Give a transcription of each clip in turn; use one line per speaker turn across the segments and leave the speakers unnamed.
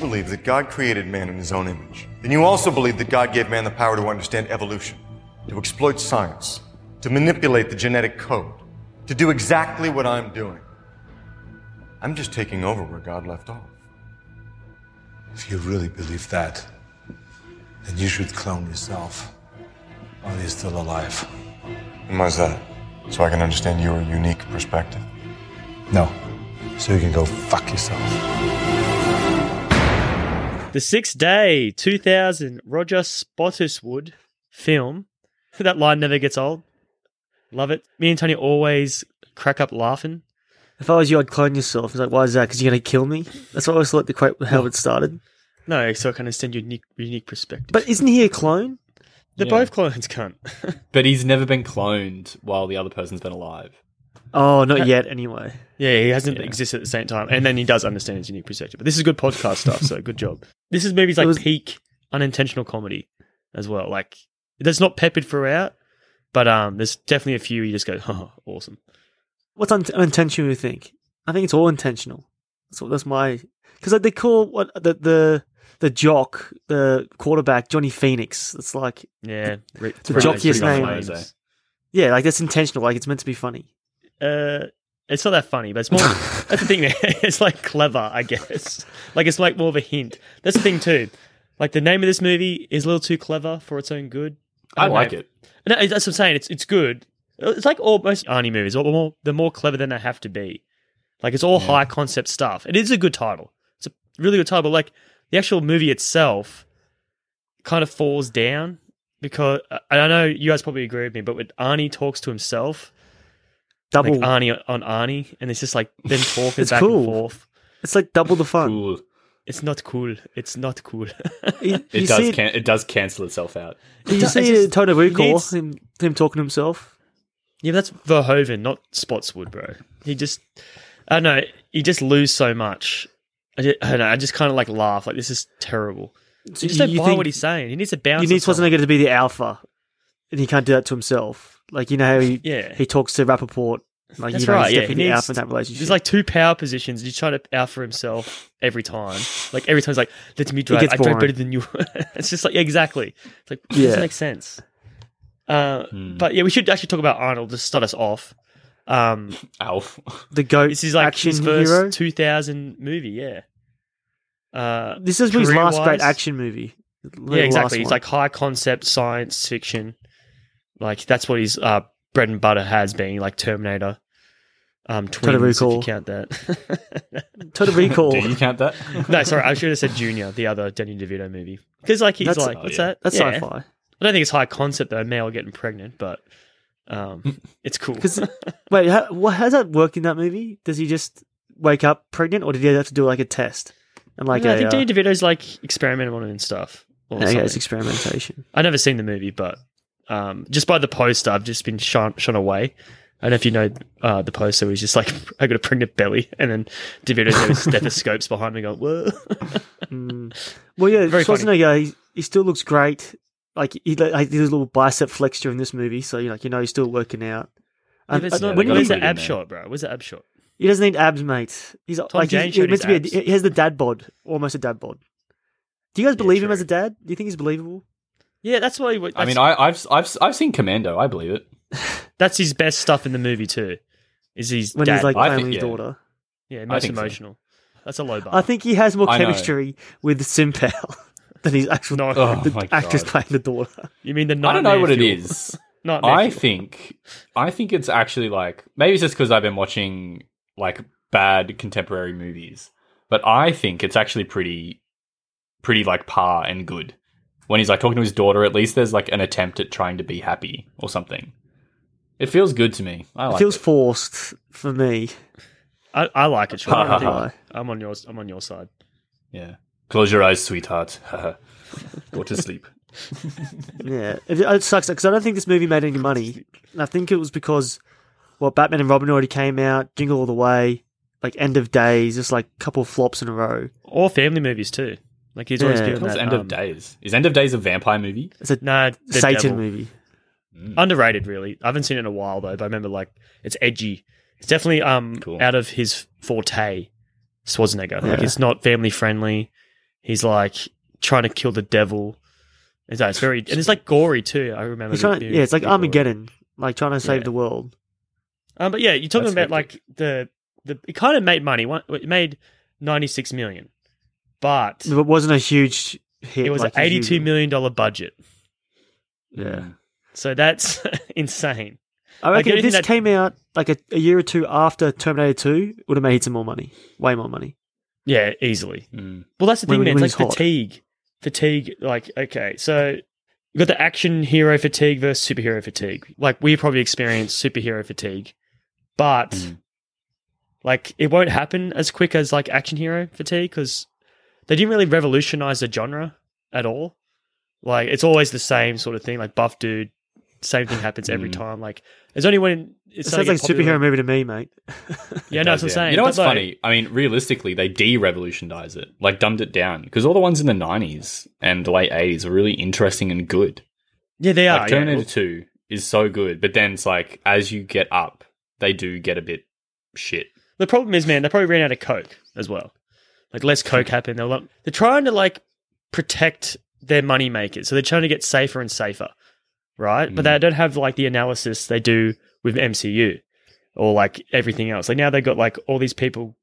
believe that God created man in his own image, then you also believe that God gave man the power to understand evolution, to exploit science, to manipulate the genetic code, to do exactly what I'm doing. I'm just taking over where God left off.
If you really believe that, then you should clone yourself while you're still alive.
And why's that? So I can understand your unique perspective.
No. So you can go fuck yourself.
The sixth day, 2000, Roger Spottiswood film. That line never gets old. Love it. Me and Tony always crack up laughing.
If I was you, I'd clone yourself. It's like, why is that? Because you're going to kill me? That's why I always thought the quote how it started.
No, so I can understand your unique, unique perspective.
But isn't he a clone?
They're
Yeah.
both clones, cunt.
But he's never been cloned while the other person's been alive.
Oh, not yet, anyway.
yeah, he hasn't
Yeah.
existed at the same time. And then he does understand his unique perspective. But this is good podcast stuff, so good job. This is movies like
was-
peak unintentional comedy as well. Like, that's not peppered throughout, but um, there's definitely a few you just go, oh, awesome.
What's un- unintentional? You think? I think it's all intentional. So that's my because like, they call what the the the jock the quarterback Johnny Phoenix. It's like
Yeah. re-
The
pretty-
jockey's
pretty
name.
funny.
yeah, like that's intentional. Like it's meant to be funny.
Uh, it's not that funny, but it's more. that's the thing. Man. It's like clever, I guess. Like it's like more of a hint. That's the thing too. Like the name of this movie is a little too clever for its own good.
I
don't
like
know.
it.
No, that's what I'm saying. It's it's good. It's like all most Arnie movies. Or more, they're more clever than they have to be. Like it's all high concept stuff. It is a good title. It's a really good title. But like the actual movie itself, kind of falls down because and I know you guys probably agree with me. But when Arnie talks to himself, like uh,
Double.
Arnie on Arnie, and it's just like them talking
Oh. It's
back
cool.
and forth.
it's like double the fun.
Cool.
It's not cool. It's not cool.
You,
It
you see
does
it,
can- it does cancel itself out.
you
does-
see
it's
it in
just-
Total
it
Recall
needs-
him him talking to himself.
yeah, but that's Verhoeven, not Spotswood, bro. He just, I don't know. You just lose so much. I, just, I don't know. I just kind of like laugh. Like this is terrible.
So
You just don't
you
buy
think-
what he's saying. He needs to bounce.
you need
on something.
Schwarzenegger to be the alpha, and he can't do that to himself. Like you know how he
Yeah.
he talks to Rappaport. Like
That's
you know,
right.
he's
Yeah, he
definitely the
needs
alpha in that relationship.
There's like two power positions. He's trying to out for himself every time. Like every time he's like, "Let me drive.
gets
I drive
boring.
better than you." it's just like yeah, exactly. It's like it
Yeah. Hmm.
doesn't make sense. Uh, But yeah, we should actually talk about Arnold to start us off. Um,
Alf.
the goat.
this is like
action
his first
hero.
2000 movie. Yeah. Uh,
This is his last
Career-wise?
great action movie.
yeah, exactly.
It's
It's like high concept science fiction. Like that's what his uh, bread and butter has been, like Terminator. Um,
Total
twins, if you
Recall.
count that.
Total Recall.
Do you count that?
no, sorry, I should have said Junior, the other Danny DeVito movie. Because like he's
That's-
like,
oh,
what's
yeah.
that?
That's
Yeah.
sci-fi.
I don't think it's high concept though, male getting pregnant, but um, it's cool.
'Cause- Wait, how, wha- how does that work in that movie? Does he just wake up pregnant, or did he have to do like a test and like
No,
a,
I think
uh,
Danny DeVito's like experimenting on it and stuff. Or
okay, it's
something.
experimentation?
I've never seen the movie, but um, just by the poster, I've just been shun, shun away. I don't know if you know uh, the poster was just like I got a pregnant belly, and then DeVito's there with stethoscopes behind me going, "Whoa!"
Mm. Well, yeah,
Very funny.
Schwarzenegger. He, he still looks great. Like he, like, he did a little bicep flex during this movie, so you like you know he's still working out.
Yeah,
Um,
but it's
uh,
not,
when
they
where's
he,
the
got him in
ab
there.
shot, bro? Where's the ab shot?
he doesn't need abs, mate. He's like
Jane
he's,
showed
he's meant
his
to be. A,
abs.
he has the dad bod, almost a dad bod. Do you guys believe him
true.
as a dad? Do you think he's believable?
Yeah, that's why. He, that's,
I mean, I, I've, I've I've seen Commando. I believe it.
that's his best stuff in the movie too. Is he's
when he's like
I
playing
think-
with his
yeah.
daughter.
yeah, most
think so.
emotional. That's a low bar.
I think he has more
I know.
chemistry with Simpel than his actual
no,
Oh
the
my
actress
God.
playing the daughter.
you mean the
I don't
nightmare
know what it
fuel.
is.
Nightmare
I
fuel.
think I think it's actually like maybe it's just because I've been watching like bad contemporary movies, but I think it's actually pretty, pretty like par and good. When he's like talking to his daughter, at least there's like an attempt at trying to be happy or something. It feels good to me. I like
it feels
it.
forced for me.
I, I like it. Sean. I
Ha, ha, ha.
think I'm on yours. I'm on your side.
yeah. Close your eyes, sweetheart. Go to sleep.
Yeah, it, it sucks because I don't think this movie made any money. And I think it was because well, Batman and Robin already came out, Jingle All the Way, like End of Days, just like a couple of flops in a row.
Or family movies too. Like he's always
Yeah.
doing
What was
that.
End
um,
of Days? Is End of Days a vampire movie?
It's a
Nah, the
Satan
devil.
movie.
underrated really i haven't seen it in a while though but i remember like it's edgy it's definitely um
Cool.
out of his forte schwarzenegger like
Yeah.
it's not family friendly He's like trying to kill the devil. It's, uh, it's very and it's like gory too. I remember.
He's
the-
trying to,
the-
yeah, it's like
the gory.
Armageddon, like trying to save
Yeah.
the world.
Um, but yeah, you're talking
That's
about like the the it kind of made money. One- It made ninety six million, but
It wasn't a huge hit.
it was
like
an eighty two
huge-
million dollar budget.
Yeah.
So that's insane.
I
Like,
reckon if
anything
this
that-
came out like a, a year or two after Terminator 2, it would have made some more money. Way more money.
Yeah, easily.
Mm.
Well, that's the
When-
thing, man.
when
It's like
he's hot.
fatigue, fatigue. Like, okay, so you got the action hero fatigue versus superhero fatigue. Like, we probably experience superhero fatigue, but
Mm.
like, it won't happen as quick as like action hero fatigue because they didn't really revolutionize the genre at all. Like, it's always the same sort of thing. Like, buff dude, same thing happens every
Mm.
time. Like, it's only when
It
it's
sounds like a superhero movie to me, mate.
Yeah, no,
does,
that's what I'm
yeah.
saying.
You know
But,
what's
like,
funny? I mean, realistically, they de-revolutionized it, like dumbed it down, because all the ones in the '90s and the late '80s were really interesting and good.
Yeah, they are.
like
yeah.
Terminator Two is so good, but then it's like as you get up, they do get a bit shit.
The problem is, man, they probably ran out of coke as well. Like less coke happened. They're like, they're trying to like protect their money makers, so they're trying to get safer and safer, right? But they don't have like the analysis they do with MCU or like everything else. Like now they got like all these people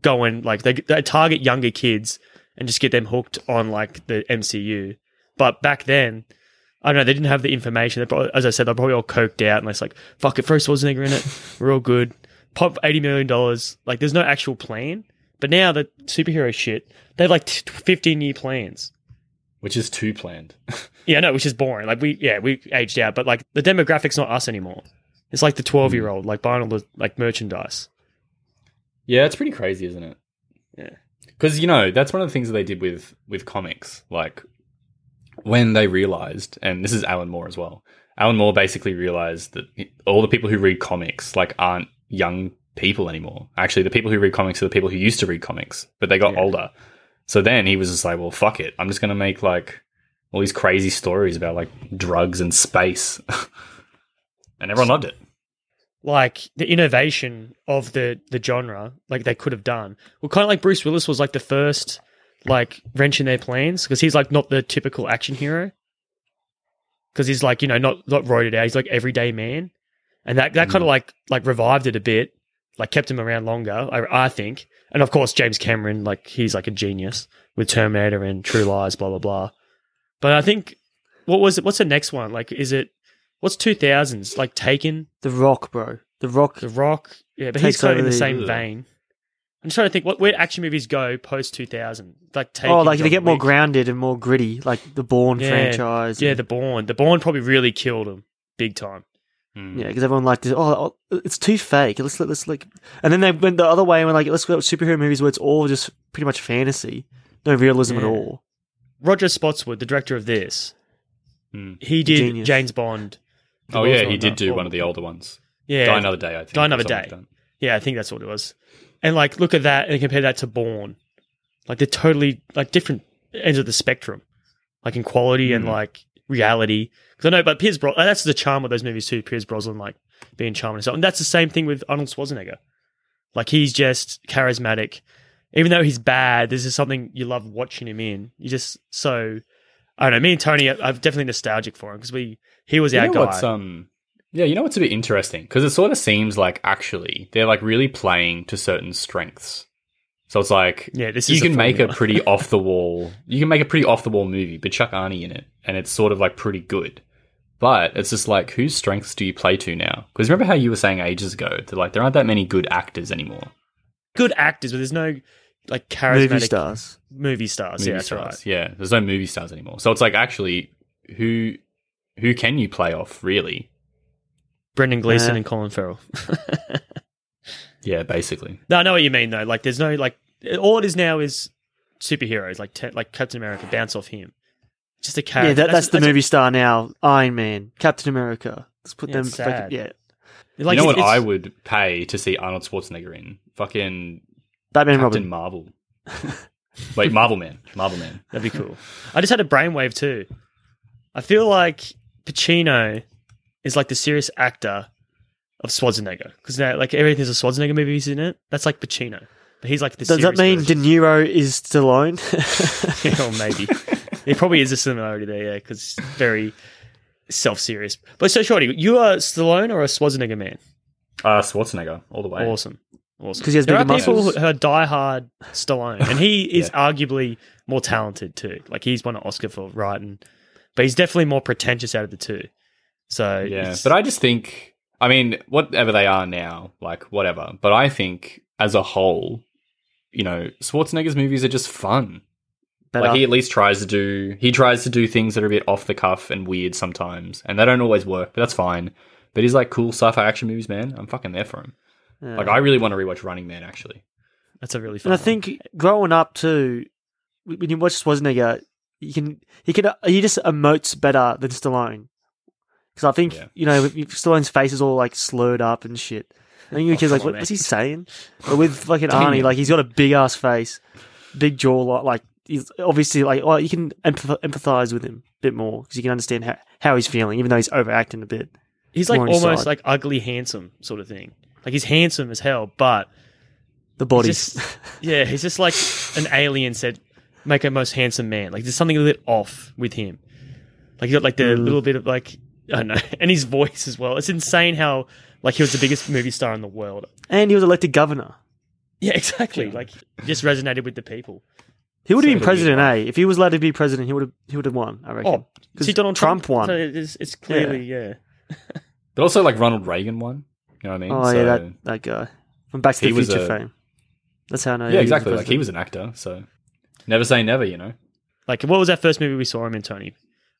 going like they they target younger kids and just get them hooked on like the MCU. But back then. I don't know. They didn't have the information. They probably, as I said, they're probably all coked out, and it's like, "Fuck it, throw Schwarzenegger in it. We're all good." pop eighty million dollars. Like, there's no actual plan. But now the superhero shit, they have like t- fifteen year plans.
Which is too planned.
Yeah, no, which is boring. Like we, yeah, we aged out. But like the demographic's not us anymore. It's like the twelve year old, like buying all the like merchandise.
Yeah, it's pretty crazy, isn't it?
Yeah.
Because you know that's one of the things that they did with with comics. Like when they realized, and this is Alan Moore as well. Alan Moore basically realized that he- all the people who read comics like aren't young people anymore. Actually, the people who read comics are the people who used to read comics, but they got older. So then he was just like, "Well, fuck it. I'm just gonna make like all these crazy stories about like drugs and space," and everyone loved it.
Like the innovation of the the genre, like they could have done. Well, kind of like Bruce Willis was like the first like wrench in their plans because he's like not the typical action hero. because he's like you know not not roided out. He's like everyday man, and that that kind of like like revived it a bit, like kept him around longer. I, I think, and of course James Cameron, like he's like a genius with Terminator and True Lies, blah blah blah. But I think what was it? What's the next one? Like, is it what's two thousands? Like Taken,
The Rock, bro. The Rock.
The Rock, yeah. But he's
Takes
kind of in
over
the
the-
same vein. I'm just trying to think what where action movies go post two thousand. Like Taken,
oh, like they
John
get more
Wick.
grounded and more gritty, like the Bourne
Yeah.
franchise.
Yeah,
and-
the Bourne. The Bourne probably really killed him big time.
Hmm.
yeah, because everyone liked this. Oh, oh, it's too fake. Let's let us like, and then they went the other way and went like, let's go with superhero movies where it's all just pretty much fantasy, no realism at
Yeah.
all.
Roger Spotswood, the director of this,
Hmm.
he did
Genius.
James Bond. The
Oh
world's
yeah, he
not
did
enough.
do
Or-
one of the older ones.
Yeah,
Die another day, I think.
Die
or
Another
something like
Day.
that.
yeah, I think that's what it was. And like, look at that, and compare that to Born. Like they're totally like different ends of the spectrum, like in quality and
Hmm.
like reality. Because I know, but Piers Brosnan, that's the charm of those movies too. Piers Brosnan like being charming and stuff, and that's the same thing with Arnold Schwarzenegger. Like he's just charismatic, even though he's bad. This is something you love watching him in. You just so. I don't know. Me and Tony, I- I'm definitely nostalgic for him because we he was our
you know
guy.
what's um yeah you know what's a bit interesting because it sort of seems like actually they're like really playing to certain strengths so it's like
Yeah, this
you
is a
can make a
formula.
pretty off the wall you can make a pretty off the wall movie but chuck arnie in it and it's sort of like pretty good but it's just like whose strengths do you play to now because remember how you were saying ages ago that like there aren't that many good actors anymore
good actors, but there's no like charismatic
Movie stars.
movie stars.
movie
yeah, Oh, that's
stars
right.
yeah there's no movie stars anymore so it's like actually who who can you play off really
Brendan Gleeson
Yeah.
and Colin Farrell.
yeah basically
no, I know what you mean though. Like, there's no like all it is now is superheroes. Like, te- like Captain America bounce off him. Just a character.
yeah, that, that's, the movie star now. Iron Man, Captain America. Let's put
Yeah,
them.
it's
back-
sad.
yeah,
Like,
you know
it's-
what I
it's-
would pay to see Arnold Schwarzenegger in? Fucking
Batman,
Captain
and Robin.
Marvel. Wait, Marvel Man. Marvel Man.
That'd be cool. I just had a brainwave too. I feel like Pacino is like the serious actor of Schwarzenegger because now like everything's a Schwarzenegger movie, isn't it? That's like Pacino. But he's like the
Does that
serious
mean
version.
De Niro is Stallone?
Yeah, or maybe it probably is a similarity there, yeah, because very self-serious. But so, Shorty, you are Stallone or a Schwarzenegger man?
Uh, Schwarzenegger, all the way.
Awesome, awesome.
'Cause he has
there are
bigger
people
muscles.
who are diehard Stallone, and he is
Yeah.
arguably more talented too. Like he's won an Oscar for writing, but he's definitely more pretentious out of the two. So
Yeah,
it's-
but I just think, I mean, whatever they are now, like whatever. But I think as a whole, you know, Schwarzenegger's movies are just fun.
Better.
Like he at least tries to do, he tries to do things that are a bit off the cuff and weird sometimes, and they don't always work, but that's fine. But he's like cool sci-fi action movies, man. I'm fucking there for him.
Yeah.
Like I really want to rewatch Running Man, actually.
that's a really fun.
And I
one.
think growing up too, w- when you watch Schwarzenegger, you can he can he just emotes better than Stallone. Because I think
Yeah.
you know if- if Stallone's face is all like slurred up and shit. I think your kid's like,
come on,
what, what's he saying? But with fucking
Damn.
Arnie, like he's got a big ass face, big jaw, like, like he's obviously like oh you can empath- empathize with him a bit more because you can understand how, how he's feeling, even though he's overacting a bit.
he's like
more on his
almost
side.
like ugly handsome sort of thing. Like he's handsome as hell, but
The body,
just- Yeah, he's just like an alien said, make a most handsome man. Like there's something a little off with him. Like you got like the little bit of like I don't know, and his voice as well. It's insane how like he was the biggest movie star in the world.
and he was elected governor.
Yeah, exactly. Like just resonated with the people.
He would have
So
been president, eh? If he was allowed to be president, he would have he would have won. I reckon.
Oh, see Donald Trump,
Trump won.
So it's, it's clearly yeah.
But also like Ronald Reagan one. You know what I mean?
Oh
So-
yeah, that, that guy from Back to
He
the
was
Future
a-
fame. That's how I know.
yeah, exactly. Like he was an actor, so never say never. You know.
Like what was that first movie we saw him in, Tony?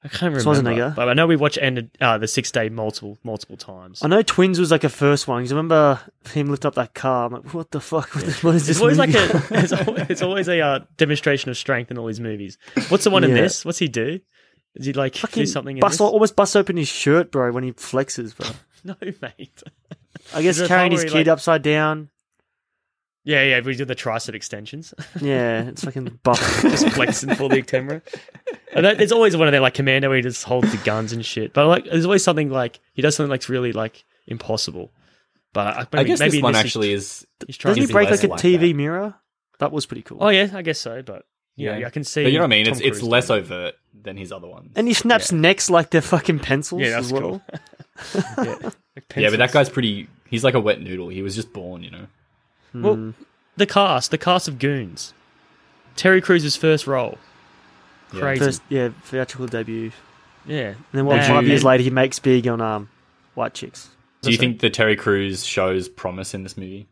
I can't remember.
Schwarzenegger.
But I know we watched Ended uh, the Sixth Day multiple multiple times.
I know Twins was like a first one. 'cause I remember him lift up that car. I'm like, what the fuck? What is- what is this?
It's always like
movie?
a it's always, it's always a uh, demonstration of strength in all these movies. What's the one in
Yeah.
this? What's he do? Does he like do something? In
Bust,
this?
almost bust open his shirt, bro, when he flexes, bro.
No, mate.
I
Is
guess
there a part
carrying
where
his
he,
kid
like-
upside down.
Yeah, yeah. We do the tricep extensions,
Yeah, it's fucking buff.
just flexing for the camera. And that, there's always one of them like commando where he just holds the guns and shit. But like, there's always something like he does something that's really like impossible. But I, maybe,
I guess
maybe
this
in
one
this he's-
actually is.
he's trying.
Doesn't he
to-
Disney
break like a
like
TV
that.
mirror? That was pretty cool.
Oh yeah, I guess so. But yeah,
Yeah.
I can see.
But you know what I mean?
Tom
It's it's
Cruise
less
doing
overt than his other ones.
And he snaps necks like they're fucking pencils.
it. Yeah, that's
as well.
cool. yeah, Like
Yeah, but that
pencils.
guy's pretty. He's like a wet noodle. He was just born, you know.
Mm.
Well, the cast, the cast of Goons, Terry Crews' first role,
Yeah.
crazy.
First, yeah, theatrical debut. And
yeah, and
then what?
Would
five
you-
years later, he makes big on um, White Chicks.
Do you think the Terry Crews shows promise in this movie?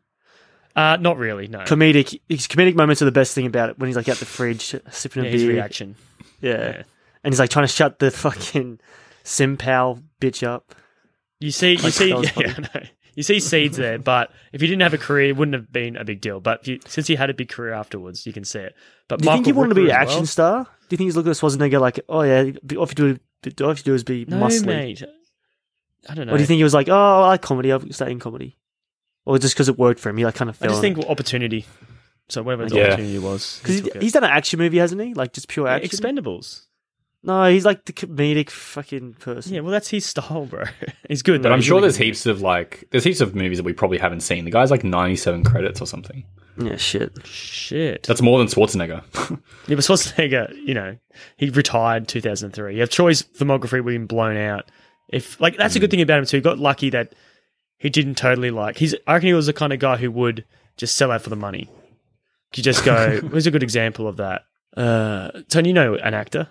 Uh, not really. No,
comedic his comedic moments are the best thing about it when he's like at the fridge sipping a
yeah, his
beer.
reaction.
Yeah.
yeah.
And he's like trying to shut the fucking Sim pal bitch up.
You see, you
Like,
see,
that was
yeah, I know. you see seeds there. But if you didn't have a career, it wouldn't have been a big deal. But if you, since he had a big career afterwards, you can see it. But
Do you
Michael
think he wanted to be
Rooker as
an action
well?
star? Do you think he's looking at Schwarzenegger like, oh yeah, be- all you do, all you do is be
No,
muscly?
mate. I don't know.
Or do you think he was like, oh, I like comedy, I'll stay in comedy? Or just because it worked for him, he like kind of
I
fell.
just think opportunity. So whatever the
Yeah.
opportunity was, he
because
took it.
he's done an action movie, hasn't he? Like just pure
Yeah,
action.
Expendables.
no, he's like the comedic fucking person.
Yeah, well, that's his style, bro. he's good,
But
though.
I'm
He's
sure
really
there's
good.
heaps of like there's heaps of movies that we probably haven't seen. The guy's like 97 credits or something.
Yeah, shit.
Shit.
That's more than Schwarzenegger.
Yeah, but Schwarzenegger, you know, he retired 2003. You have Troy's filmography being blown out. If like that's a good thing about him too. He got lucky that he didn't totally like. He's I reckon he was the kind of guy who would just sell out for the money. You just go. Who's a good example of that? Uh, Tony, you know, an actor.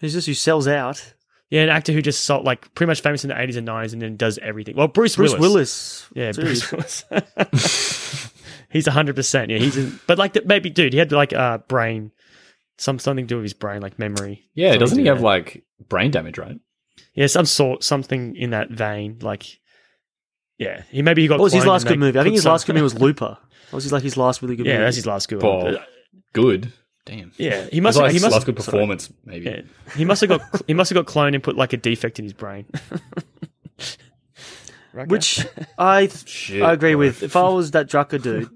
He's just who sells out.
Yeah, an actor who just sold, like pretty much famous in the 80s and 90s and then does everything. Well, Bruce,
Bruce
Willis.
Willis.
Yeah,
too.
Bruce Willis. he's hundred percent. Yeah, he's in, but like the, maybe dude, he had like uh brain, some something to do with his brain, like memory.
Yeah,
Something
doesn't
to
he
do
have
with
like brain damage, right?
that. yeah some sort something in that vein? Like yeah, he maybe he got.
What was his
cloned and
last
they
good movie? I think
put
his last good
some-
movie was Looper. That was his like his last really good
yeah,
movie.
that's his last good one.
Well,
But,
good. Damn.
yeah, he
That's
must.
like
he
his
must.
last good performance, maybe.
yeah, he must have got. He must have got cloned and put like a defect in his brain. Right,
Which I th-
Shit,
I agree
bro.
with. If I was that Drucker dude,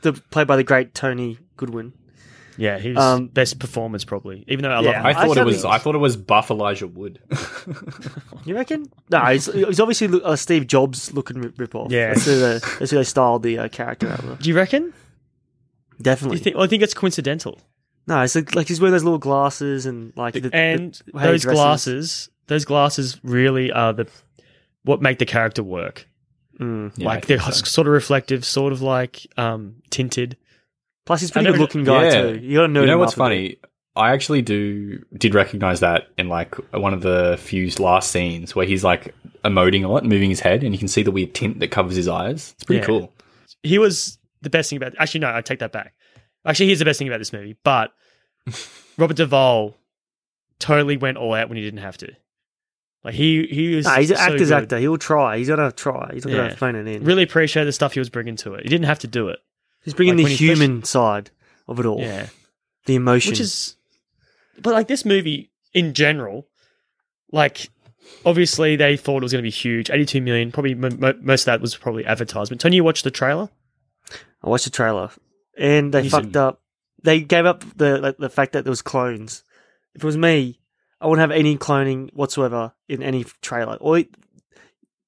the played by the great Tony Goodwin.
yeah, he was
um,
best performance probably. Even though I
Yeah,
love him.
I thought it was.
certainly-
I thought it was Buff Elijah Wood.
You reckon? No, he's, he's obviously lo- a Steve Jobs looking rip- ripoff.
Yeah.
that's who, the, that's who they styled the uh, character out of.
Do you reckon?
Definitely.
You think, well, I think it's coincidental.
no, it's like, like he's wearing those little glasses and like the, the-
and
how he
those
dresses.
glasses, those glasses really are the what make the character work.
Mm.
Yeah, I
like
think
they're
so.
sort of reflective, sort of like um, tinted.
Plus, he's
I
a pretty
don't-
good looking guy
yeah.
too. You gotta know.
you know
him
what's
up a bit.
funny? I actually do did recognize that in like one of the few last scenes where he's like emoting a lot, moving his head, and you can see the weird tint that covers his eyes. It's pretty
Yeah.
cool.
He was the best thing about. Actually, no, I take that back. Actually, he's the best thing about this movie. But Robert Duvall totally went all out when he didn't have to. Like he he was.
Nah, he's an
so
actor's
good.
actor. He'll try. He's gonna try. He's not
Yeah.
gonna phone it in.
Really appreciate the stuff he was bringing to it. He didn't have to do it.
He's bringing
like
the
when he first-
human side of it all.
Yeah.
The emotion.
which is but like this movie in general like obviously they thought it was going to be huge 82 million probably mo mo- most of that was probably advertisement tony you watched the trailer
I watched the trailer, and they
He's
fucked
in-
up. They gave up the like, the fact that there was clones. If it was me, I wouldn't have any cloning whatsoever in any trailer. Or to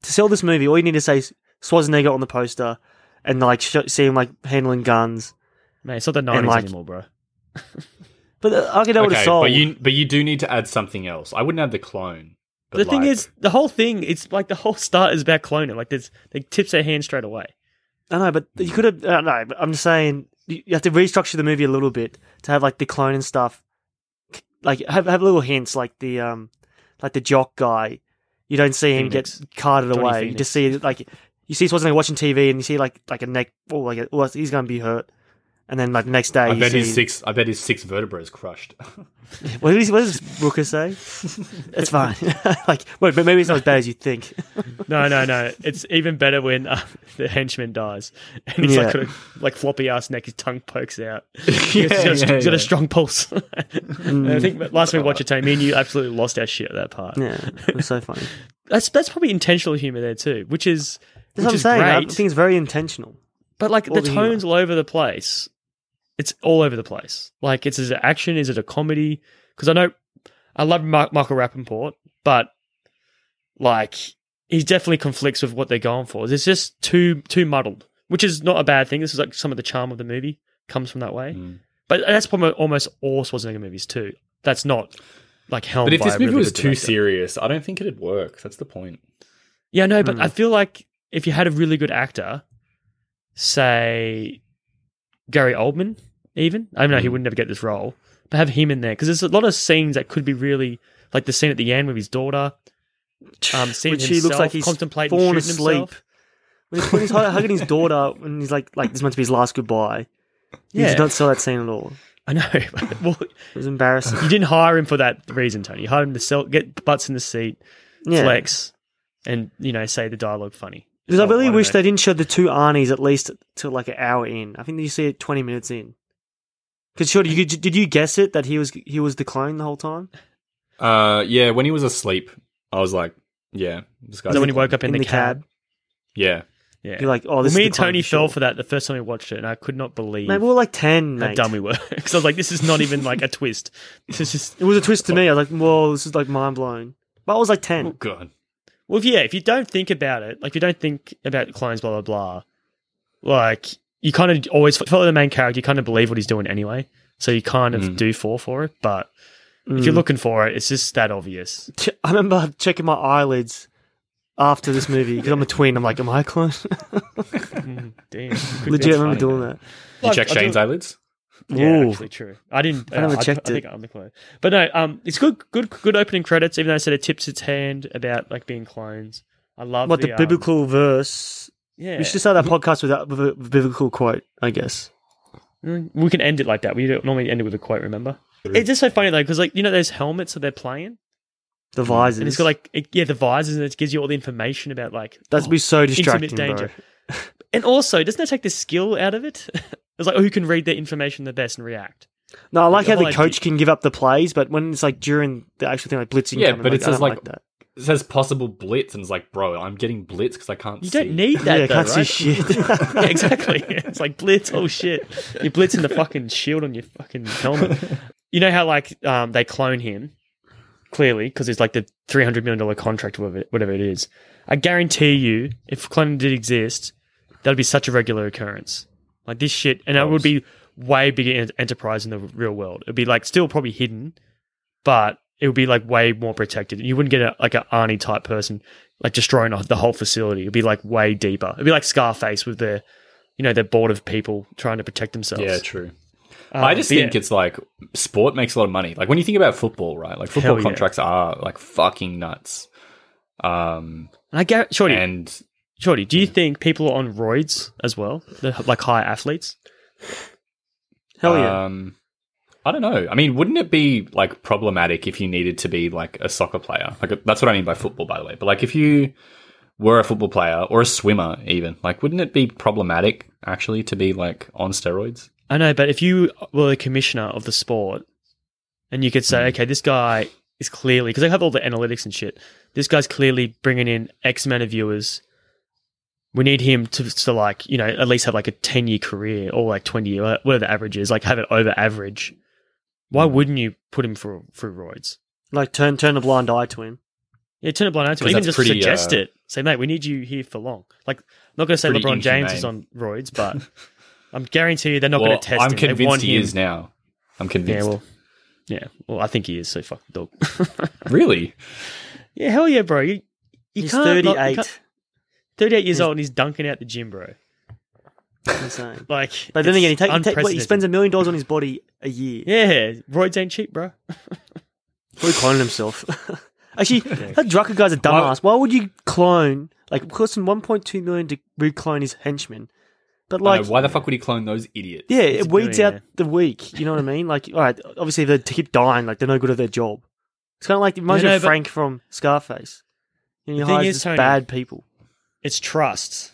sell this movie, all you need to say is Schwarzenegger on the poster, and like sh- see him like handling guns.
man it's not the 90s
like-
anymore bro
But uh, I could know what it's
okay,
sold.
but you but you do need to add something else. I wouldn't add the clone. But
the thing
like-
is the whole thing it's like the whole start is about cloning like there's they tips their hand straight away
I know, but you could have. I know, but I'm just saying you, you have to restructure the movie a little bit to have like the clone and stuff. Like have have little hints, like the um, like the jock guy. You don't see him
Phoenix.
get carted
Johnny
away. You
Phoenix.
just see like you see Schwarzenegger watching TV, and you see like like a neck, oh, like a, oh, he's gonna be hurt. And then like the next day,
I
you
bet
see,
his six. I bet his six vertebrae is crushed.
What, is, what does Rooker say? it's fine. like, wait, but maybe it's not as bad as you think.
no no no it's even better when uh, the henchman dies and he's like
Yeah.
got a, like floppy ass neck his tongue pokes out he's got, a- he's got a strong pulse And i think last time we watched it Tony, me and you absolutely lost our shit at that part
Yeah, it was so funny.
that's that's probably intentional humor there too, which is
That's
which
what I'm
is
saying. I
great.
think it's very intentional.
but like
all
the
the humor.
tone's all over the place. It's all over the place. Like it's is it action? Is it a comedy? Because I know I love Ma- Michael Rappaport, but like he definitely conflicts with what they're going for. It's just too too muddled, which is not a bad thing. This is like some of the charm of the movie comes from that way.
Mm.
But that's probably almost all Schwarzenegger movies too. That's not like helmed
but if
by
this
a
movie
really
was
good
too
director.
serious, I don't think it'd work. That's the point.
Yeah, no, but
Hmm.
I feel like if you had a really good actor, say Gary Oldman, even I know he
Hmm.
would never get this role, but have him in there because there's a lot of scenes that could be really like the scene at the end with his daughter, um, seeing
which
himself,
he looks like he's
contemplating
fallen
shooting
asleep.
himself.
When he's, when he's hug- hugging his daughter, and he's like, like this is meant to be his last goodbye. You
Yeah,
did not sell that scene at all.
I know. well,
It was embarrassing.
you didn't hire him for that reason, Tony. You hired him to sell, get butts in the seat,
Yeah,
flex, and you know say the dialogue funny.
because I really
Why
wish
not?
they didn't show the two Arnies at least till like an hour in. I think you see it twenty minutes in. Because sure, you, did you guess it that he was he was the clone the whole time
Uh, yeah. When he was asleep, I was like, yeah, this guy's.
So when he
the clone.
woke up in, the, cab,
yeah,
yeah.
You're like, oh, this
well, me
is
and
the clone
Tony
for sure.
fell for that the first time we watched it, and I could not believe
Man, we were like ten,
how
mate.
dumb we were. Because I was like, this is not even like a twist. This is
It was a twist to me. I was like, whoa, this is like mind blowing. But I was like ten.
Oh, god.
well, if- yeah. If you don't think about it, like if you don't think about clones, blah blah blah, like you kind of always follow the main character. You kind of believe what he's doing anyway, so you kind of
Mm.
do fall for it. But if
Mm.
you're looking for it, it's just that obvious.
Ch- I remember checking my eyelids after this movie because I'm a twin. I'm like, am I a clone?
Mm, Damn, you could be.
Legit, I remember
funny,
doing
man.
that.
You
Like,
check
I do-
Shane's eyelids.
Yeah,
Ooh.
actually, true. I didn't.
I never
uh, I,
checked
I think I'm the clone. But no, um, it's good, good, good opening credits. Even though I said it tips its hand about like being clones. I love
What the,
um,
biblical verse?
yeah,
We should start our podcast with, that, with a biblical quote, I guess.
Mm, we can end it like that. We don't normally end it with a quote. Remember? It's just so funny though, because like you know those helmets that they're playing,
The visors.
and it's got like it, yeah the visors, and it gives you all the information about like
That'd be so distracting,
intimate
bro.
danger. And also, doesn't that take the skill out of it? it's like oh, who can read their information the best and react.
No, I like
The
how the
whole
coach
idea-
can give up the plays, but when it's like during the actual thing, like blitzing.
Yeah,
coming,
but
like,
it
I
says,
don't
like,
that.
It says possible blitz, and it's like, bro, I'm getting blitz because I can't.
You
see.
don't need that.
yeah, I
though,
can't see
right?
shit.
yeah, exactly. It's like blitz. Oh shit! You're blitzing the fucking shield on your fucking helmet. You know how like um, they clone him clearly because it's like the three hundred million dollar contract, whatever it- whatever it is. I guarantee you, if cloning did exist, that'd be such a regular occurrence. Like this shit, and it would be way bigger en- enterprise in the real world. It'd be like still probably hidden, but it would be like way more protected. You wouldn't get a, like an Arnie type person like destroying the whole facility. It'd be like way deeper. It'd be like Scarface with their, you know, their board of people trying to protect themselves.
Yeah, true.
Uh,
I just think it's like sport makes a lot of money. Like when you think about football, right? Like football
Hell yeah.
contracts are like fucking nuts. Um,
And I get Shorty.
and
Shorty, do you think people are on roids as well? They're, like high athletes?
Hell
Uh,
yeah.
Um, I don't know. I mean, wouldn't it be like problematic if you needed to be like a soccer player? Like that's what I mean by football, by the way. But like if you were a football player or a swimmer, even like, wouldn't it be problematic actually to be like on steroids?
I know, but if you were the commissioner of the sport and you could
Hmm.
say, okay, this guy is clearly, because they have all the analytics and shit, this guy's clearly bringing in X amount of viewers. We need him to, to like, you know, at least have like a 10 year career or like 20 year, uh, whatever the average is, like have it over average. Why
Hmm.
wouldn't you put him through, through roids?
like turn turn a blind eye to him.
Yeah, turn a blind eye to it.
'Cause
Even
that's
just
pretty,
suggest
uh,
it. Say, mate, we need you here for long. Like, I'm not going to say
Pretty
LeBron James
inhumane.
is on roids, but I'm guarantee you they're not
well,
going to test
I'm
him. They
convinced
want
he
him-
is now. I'm
Yeah,
convinced.
well, yeah. Well, I think he is. So fuck the dog.
really?
yeah, hell yeah, bro. You, you
He's
can't.
thirty
not- you
eight.
can't- 38 years
He's-
old and he's dunking out the gym, bro.
Insane.
Like,
But then
it's
again, he, take, he, take, wait, he
unprecedented.
spends a million dollars on his body a year.
Yeah, roids ain't cheap, bro.
Probably cloning himself. Actually, that Drucker guy's a dumbass. Why would you clone? Like, it costs him 1.2 million to reclone his henchmen. But
I know,
like,
Uh, why the fuck would he clone those idiots?
yeah, it weeds
brilliant,
out the weak. You know what I mean? Like, all right, obviously they keep dying. Like, they're no good at their job. It's kind of like imagine
no, but-
Frank from Scarface. You know, you
The thing
hire
is,
just
Tony,
bad people,
It's trust.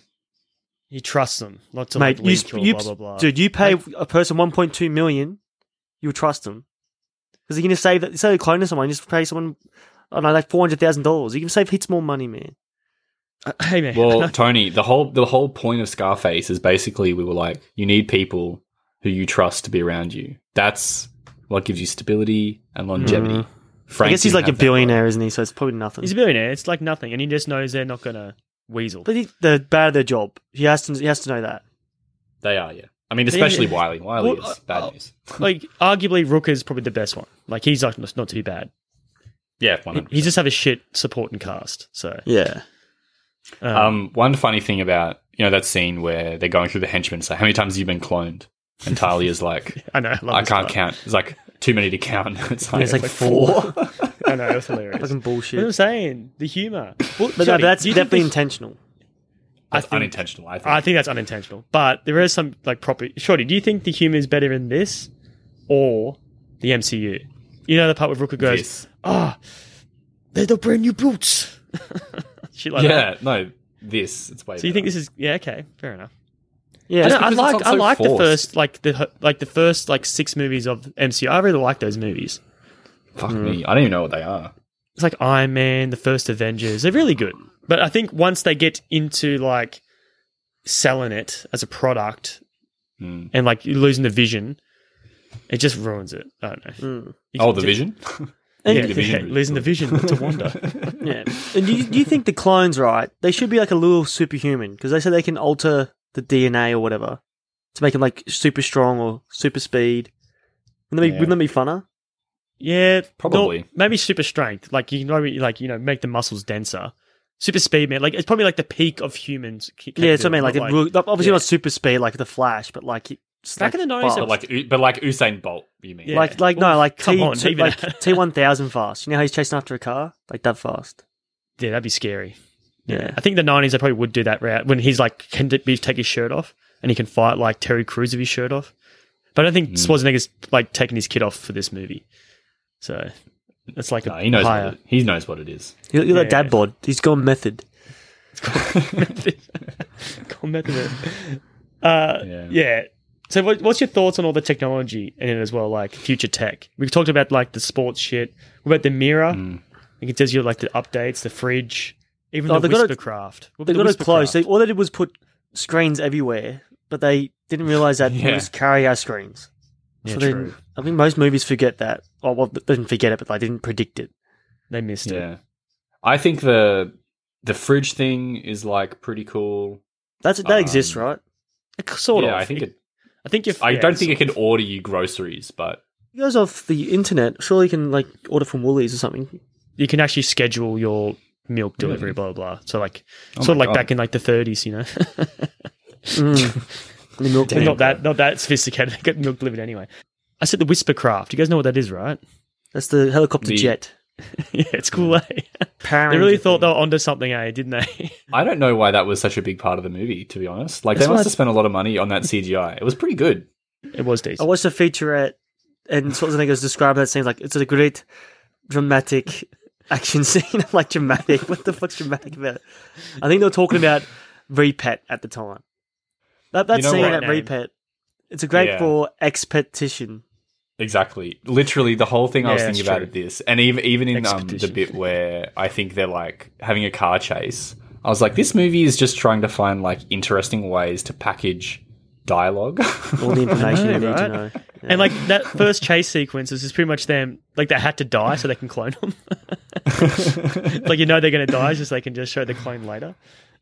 You trust them not to like
mate. you,
leak
sp-
or
you,
blah blah blah.
dude, you pay a person 1.2 million, you'll trust them. Because you're gonna save that. Say they clone someone, you just pay someone. I don't know, like four hundred thousand dollars. You can save heaps more money, man.
Uh, hey man,
Well, Tony, the whole the whole point of Scarface is basically we were like, you need people who you trust to be around you. That's what gives you stability and longevity. Frank
I guess he's
didn't
like a
have that
billionaire, isn't he? So it's probably nothing.
he's a billionaire. It's like nothing, and he just knows they're not gonna weasel.
but he, they're bad at their job. He has to. He has to know that.
problem. They are, yeah. I mean, especially
yeah.
Wiley. Wiley
Well,
is bad
uh,
news.
like, arguably, Rooker's probably the best one. Like, he's like not, not too bad.
Yeah,
He,
100%.
he just have a shit support and cast. So
Yeah.
um,
Um, one funny thing about you know that scene where they're going through the henchmen. So how many times have you been cloned? And Talia's like,
I know. I, love
I
this
can't
part.
count. It's like too many to count. It's like,
It's like four.
I know. It was hilarious.
Fucking
What I'm
bullshit.
saying, the humor. Well,
But, no,
Jody,
but that's
do you think
definitely
this-
intentional.
that's
I think-
unintentional. I think.
I think that's unintentional, but there is some like proper. Shorty, do you think the humor is better in this or the MCU? You know the part where Rooker goes,
This.
"Ah, they're the brand new boots." Shit like that.
yeah, no, this. It's way.
So you think this is yeah? Okay, fair enough.
Yeah.
I, don't know, I
because it's
like I
not so
like the
forced.
first like the like the first like six movies of MCU. I really like those movies.
Fuck me. I don't even know what they are.
It's like Iron Man, the first Avengers. They're really good. But I think once they get into like selling it as a product
Mm.
and like you're losing the vision, it just ruins it. I don't know.
Hmm.
You
Oh,
can
the
ju-
vision.
Yeah,
And,
the vision really
losing the vision to Wanda.
yeah. And do you, do you think the clones, right? They should be like a little superhuman because they say they can alter the DNA or whatever to make them like super strong or super speed. Wouldn't that be,
Yeah.
wouldn't that be funner?
yeah,
Probably.
no, maybe super strength. Like you can probably like you know make the muscles denser. Super speed, man. Like it's probably like the peak of humans. ca-
Yeah, that's what I mean. Like,
capability,
the
not
real- obviously
yeah.
not super speed like the Flash, but like it's
Back
like
in the 90s, it
fast.
But like, U- but like Usain Bolt, you mean?
Yeah.
Like, like no,
Well,
like
come
T,
on,
two-
even
like
that.
T one thousand fast. You know how he's chasing after a car, like that fast.
yeah, that'd be scary. Yeah.
Yeah.
I think the nineties they probably would do that route when he's like can d- be take his shirt off and he can fight like Terry Crews with his shirt off. But I don't think
Mm.
Schwarzenegger's like taking his kid off for this movie. So it's like
No,
a
he knows.
higher.
What it, he knows what it is.
He, you're that
Yeah.
dad bod. He's gone method.
Cool method of it. Uh, yeah.
Yeah.
So, what, what's your thoughts on all the technology in it as well, like future tech? We've talked about like the sports shit. What about the mirror?
Mm.
Like it tells you like the updates, the fridge, even
Oh,
the
they got it-
whispercraft. What
They
about
got
the
it close. They,
Whispercraft?
all they did was put screens everywhere, but they didn't realize that we
Yeah.
just carry our screens.
Yeah,
they-
true.
I think most movies forget that. Oh well, they didn't forget it, but they didn't predict it.
They missed it.
Yeah, I think the the fridge thing is like pretty cool.
That's that exists,
Um,
right?
Like, Sort
yeah,
of.
I think it.
I I think if
I
yeah,
don't think
so-
it can order you groceries, but
It goes off the internet. Surely you can like order from Woolies or something.
you can actually schedule your milk delivery, blah blah. blah. So like, sort of
Oh my
like
God.
back in like the 30s, you know,
Mm. The milk
not that not that sophisticated. They get milk delivered anyway. I said the whisper craft. You guys know what that is, right?
That's the helicopter
The-
jet.
yeah, it's cool. Eh?
Power
They really
Ranger
thought they
thing.
were onto something, eh? Didn't they?
I don't know why that was such a big part of the movie. To be honest, like
That's
they
why
must
I-
have spent a lot of money on that CGI. It was pretty good.
it was
I
Oh,
decent.
watched a featurette, and Schwarzenegger's described that scene like it's a great dramatic action scene. I'm like dramatic. What the fuck's dramatic about it? I think they were talking about repet at the time. That that
You know
scene
what?
at
Great
repet. It's a great
Yeah.
for expedition.
Exactly. Literally, the whole thing I was
Yeah,
thinking
that's
about at this, and even even in um, the
Expedition.
bit where I think they're like having a car chase, I was like, this movie is just trying to find like interesting ways to package dialogue.
All the information
I know,
you need to
right?
know. Yeah.
And like that first chase sequence is just pretty much them. Like they had to die so they can clone them. like you know they're going to die, it's just they can just show the clone later.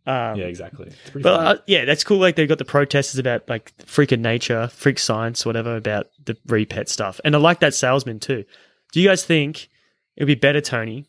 yeah, exactly. It's pretty fun.
But uh, yeah, that's cool. Like they've got the protesters about like freak of nature, freak science, whatever about the repet stuff. And I like that salesman too. Do you guys think it would be better, Tony,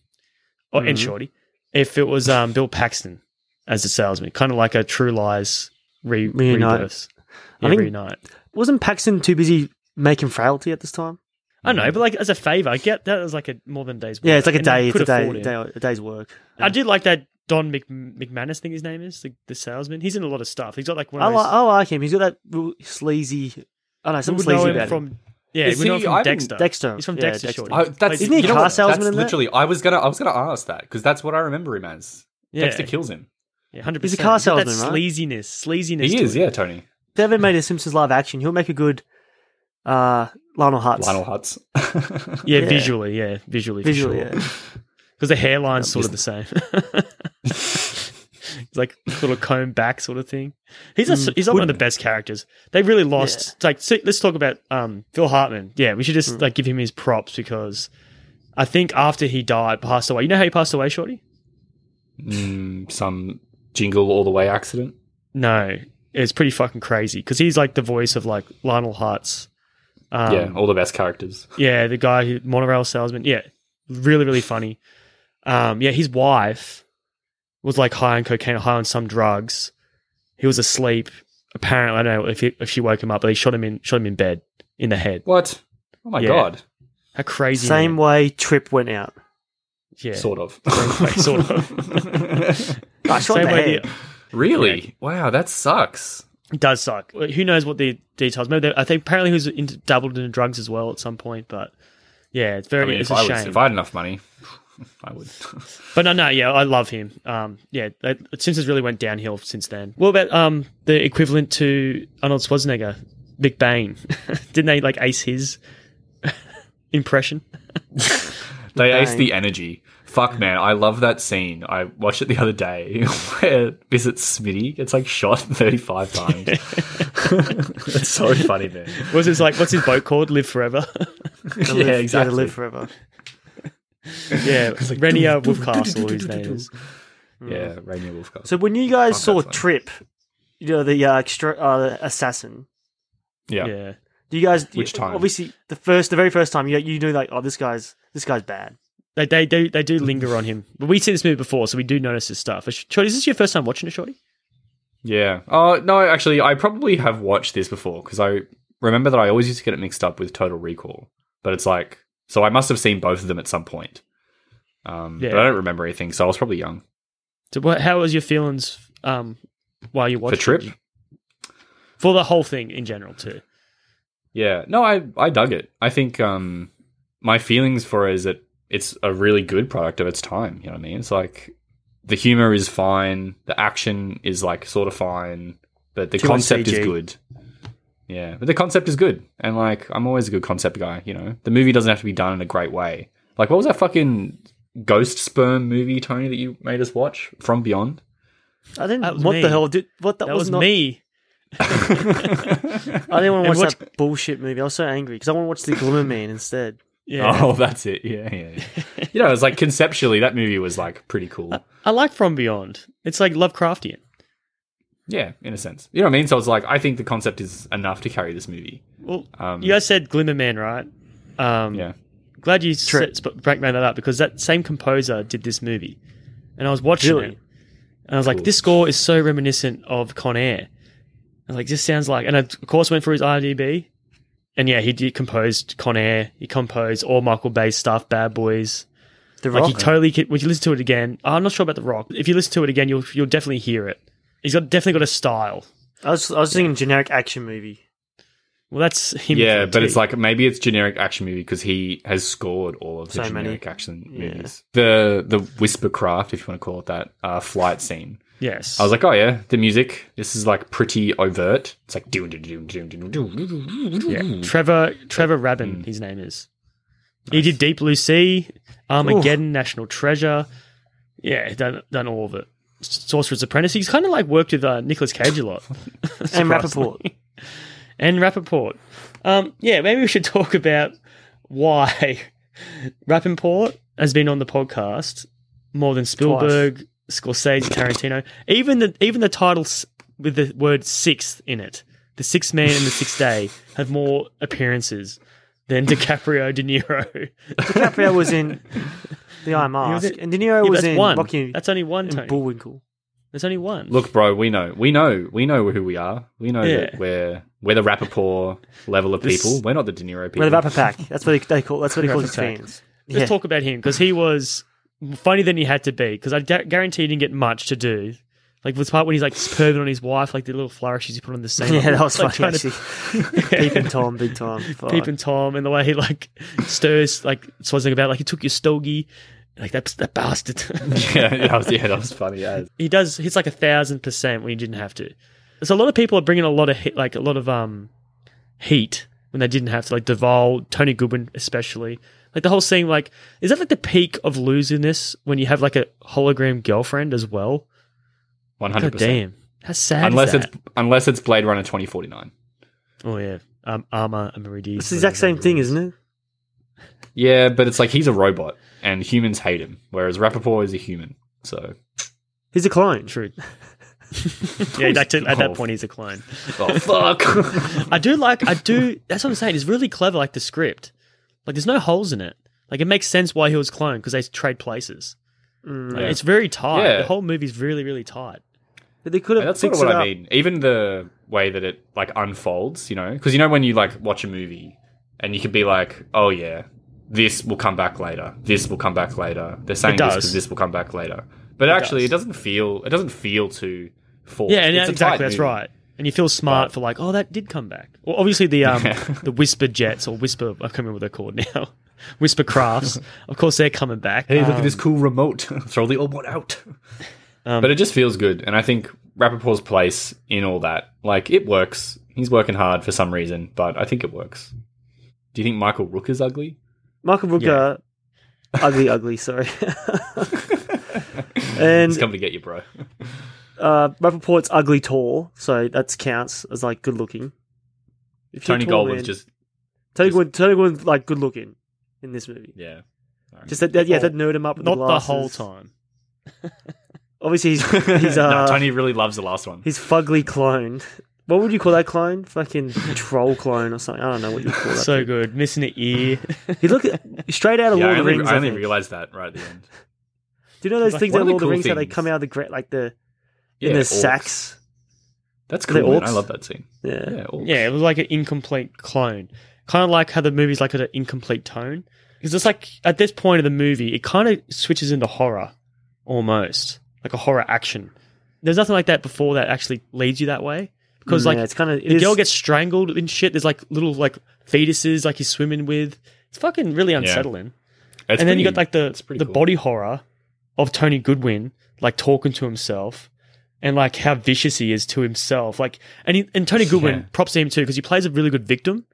or
Mm-hmm.
and Shorty, if it was um, Bill Paxton as the salesman, kind of like a True Lies re-
Reunite.
rebirth?
I
Yeah,
think-
reunite.
wasn't Paxton too busy making frailty at this time?
I don't know, but like as a favor, I get that was like a more than a day's.
Yeah,
work,
it's like a
and they
day. It's
could
a day,
afford him.
day. A day's work.
I did like that Don Mc- McManus thing. His name is the, the salesman. He's in a lot of stuff. He's got like one.
I,
Of
li-
those,
I like him. He's got that real sleazy. I know
We
something
would know
sleazy
him
about him.
from yeah,
Is
we know him
he-
from
I haven't-
Dexter.
Dexter.
He's from
Yeah,
Dexter,
Dexter.
Shorty.
I, Oh, that's,
Isn't he a
you know
car
what?
salesman
That's
in that?
literally, I was gonna, I was gonna ask that because that's what I remember him as.
yeah,
Dexter kills him.
Yeah, hundred
He's a
percent.
car
that
salesman, right?
Sleaziness, sleaziness.
He
to
is,
it.
yeah, Tony.
If they ever made a Simpsons live action, he'll make a good uh, Lionel Hutz.
Lionel Hutz.
yeah,
Yeah.
Visually, yeah, visually,
Visually,
visually,
yeah.
Because the hairline's sort of the same. it's like little comb back sort of thing. He's a,
Mm.
he's like one of the best characters. They really lost. Like, see, let's talk about um, Phil Hartman. Yeah, we should just
Mm.
like give him his props because I think after he died, passed away. You know how he passed away, Shorty?
Mm, some jingle all the way accident.
No, it's pretty fucking crazy because he's like the voice of like Lionel Hutz. Um,
yeah, all the best characters.
Yeah, the guy who monorail salesman. Yeah, really, really funny. Um, yeah, his wife was like high on cocaine, high on some drugs. He was asleep. Apparently, I don't know if he, if she woke him up, but he shot him in shot him in bed in the head.
What? Oh my
Yeah.
god.
How crazy!
Same
man.
way Trip went out.
yeah,
Sort of.
Like, sort of.
I shot
Same
the
way.
head.
The,
really? Wow, that sucks.
it does suck. Who knows what the details? Maybe they, I think apparently he was into, dabbled in drugs as well at some point. But yeah, it's very.
I mean,
it's
if
a
I,
shame.
was, if I had enough money, I would.
But no, no, yeah, I love him. Um, yeah, that- Simpsons really went downhill since then. What about um the equivalent to Arnold Schwarzenegger, Vic Bane? Didn't they like ace his impression?
they ace the energy. Fuck, man, I love that scene. I watched it the other day where Visit Smitty gets like shot 35 times. That's so funny, man.
Was his like what's his boat called? Live Forever.
yeah,
Live-
exactly.
To live forever.
yeah,
like,
Renia
doo, doo, doo,
Wolfcastle.
doo,
His
doo,
name
doo,
is.
Yeah, Rainier Wolfcastle.
So when you guys
Fuck,
saw
that's funny.
Trip, you know the uh, extra uh, assassin.
yeah.
Yeah,
Do you guys?
Which time?
Obviously, the first, the very first time, you you knew like, oh, this guy's this guy's bad.
they they do they do linger on him. But we've seen this movie before, so we do notice his stuff. Shorty, is this your first time watching it, Shorty?
Yeah. Uh, no, actually, I probably have watched this before because I remember that I always used to get it mixed up with Total Recall. But it's like, so I must have seen both of them at some point. Um, But
Yeah.
I don't remember anything, so I was probably young.
So what, how was your feelings um while you
For
watched
Trip?
it? for the whole thing in general too?
Yeah. No, I, I dug it. I think um, my feelings for it is that it's a really good product of its time. You know what I mean? It's like the humor is fine, the action is like sort of fine, but the
Too much
concept is
CG.
good. Yeah, but the concept is good, and like I'm always a good concept guy. You know, the movie doesn't have to be done in a great way. Like, what was that fucking ghost sperm movie, Tony, that you made us watch from Beyond?
I didn't.
That was
what the
me.
hell? Did, what that,
That
was,
was
not,
me.
Oh.
I didn't want to
And
watch that bullshit movie. I was so angry because I want to watch the Glimmer Man instead.
Yeah.
Oh, that's it. Yeah, yeah. yeah. you know, it's like conceptually that movie was like pretty cool.
I like From Beyond. It's like Lovecraftian.
Yeah, in a sense. You know what I mean? So I was like, I think the concept is enough to carry this movie.
Well,
Um,
you guys said Glimmerman, right? Um,
Yeah.
Glad you
True.
set, sp- break that up because that same composer did this movie, and I was watching
Really?
it, and I was like,
Cool.
this score is so reminiscent of Con Air. I was like, this sounds like, and I of course went for his IDB, and yeah, he did composed Con Air. He composed all Michael Bay stuff, Bad Boys.
The
Like
Rock.
he totally. Could, when you listen to it again, I'm not sure about the Rock. If you listen to it again, you'll you'll definitely hear it. He's got definitely got a style.
I was I was thinking generic action movie.
Well, that's him.
Yeah,
for
but it's
tea.
like maybe it's generic action movie because he has scored all of the
So many.
generic action
Yeah.
movies. The the Whispercraft, if you want to call it that, uh, flight scene.
yes.
I was like, oh yeah, the music. This is like pretty overt. It's like doom doom doom doom doom doom. doom.
Yeah. Trevor Trevor
hmm.
Rabin, his name is. He did Deep Blue Sea, Armageddon, National Treasure. Yeah, done done all of it. Sorcerer's Apprentice. He's kind of like worked with uh, Nicolas Cage a lot. Surprisingly.
And Rappaport.
And Rappaport. Um, yeah, maybe we should talk about why Rappaport has been on the podcast more than Spielberg, Scorsese, Tarantino. Even the even the titles with the word sixth in it, the sixth man and the sixth day, have more appearances than DiCaprio, De Niro.
DiCaprio was in The Iron
was
Mask,
in-
and De Niro
Yeah,
was
that's
in
one.
Rocky
That's only one.
and
Tony.
Bullwinkle.
There's only one.
Look, bro, we know, we know, we know who we are. We know
Yeah.
that we're we're the Rappaport level of
This-
people. We're not the De Niro people.
Well, the Rapper Pack. That's what he, they call. That's what he calls his
Rapper Pack.
fans.
let's
Yeah.
talk about him because he was funnier than he had to be because I gu- guarantee he didn't get much to do. Like was part when he's like perving on his wife, like the little flourishes he put on the scene.
yeah, that was
like,
funny.
trying to-
Actually, peeping Tom, big time. Fuck.
Peep and Tom, and the way he like stirs like swazzing about, like he took your stogie, like that's that bastard.
yeah, that was yeah, that was funny. As.
he does. He's like a thousand percent when he didn't have to. So a lot of people are bringing a lot of hit, like a lot of um heat when they didn't have to, like Duvall, Tony Goodwin especially. Like the whole scene, like is that like the peak of loserness when you have like a hologram girlfriend as well?
One
God
hundred percent.
damn, how sad.
Unless
Unless
it's unless it's Blade Runner twenty forty nine.
it's oh yeah, um, Arma Ameridi.
It's the exact same thing, isn't it?
Yeah, but it's like he's a robot and humans hate him, whereas Rappaport is a human. So,
He's a clone.
True. yeah, like to, at that point he's a clone.
oh fuck.
I do like I do that's what I'm saying, it's really clever like the script. Like there's no holes in it. Like it makes sense why he was cloned because they trade places. Like,
Yeah.
It's very tight.
Yeah.
The whole movie's really really tight.
But they could have
That's sort
fixed
of
it
what
up.
I mean. Even the way that it like unfolds, you know, because you know when you like watch a movie and you could be like, oh yeah, this will come back later. This will come back later. They're saying this
does.
because this will come back later. But actually, it doesn't feel. It doesn't feel too forced.
Yeah, and
It's a tight
exactly, that's
movie.
right. And you feel smart
But-
for like, oh, that did come back. Well, obviously the um,
Yeah.
the whisper jets or whisper, I can't remember what they're called now. whisper crafts, of course, they're coming back.
Hey, look at this cool remote. Throw the old one out.
Um,
but it just feels good, and I think Rappaport's place in all that, like, it works. He's working hard for some reason, but I think it works. Do you think Michael Rook is ugly?
Michael Rooker, ugly, ugly. Sorry.
He's
and
coming to get you, bro.
uh, Rappaport's ugly tall, so that counts as like good looking. If you're
Tony
tall,
Goldwyn's
man-
just
Tony Goldwyn, Tony Goldwyn's like good looking in this movie.
yeah.
Just that, that yeah, that nerd him up with
Not
the
the
glasses.
whole time.
Obviously, he's he's
No,
uh,
Tony really loves the last one.
he's fugly cloned. What would you call that clone? Fucking troll clone or something. I don't know what you call that.
So good. Missing an ear.
he look straight out of
Yeah, I
Lord of the
only,
Rings.
I only
think.
realized that right at the end.
Do you know those things
One
out of Lord
of the
of the
cool
Rings? How they
things-
come out of the gra- like the
Yeah,
in the
orcs.
sacks.
That's
Are they
cool. Man. I
orcs?
love that scene.
Yeah.
Yeah, orcs.
yeah, it was like an incomplete clone. Kind of like how the movie's like at an incomplete tone. Because it's like at this point of the movie, it kind of switches into horror almost, like a horror action. There's nothing like that before that actually leads you that way. Because
Yeah,
like
it's kind of
the girl gets strangled and shit. There's like little like fetuses like he's swimming with. It's fucking really unsettling.
It's
and then you
pretty-
got like the
it's pretty
the
cool.
body horror of Tony Goodwin like talking to himself and like how vicious he is to himself. Like and he, and Tony Goodwin
Yeah.
props to him too because he plays a really good victim.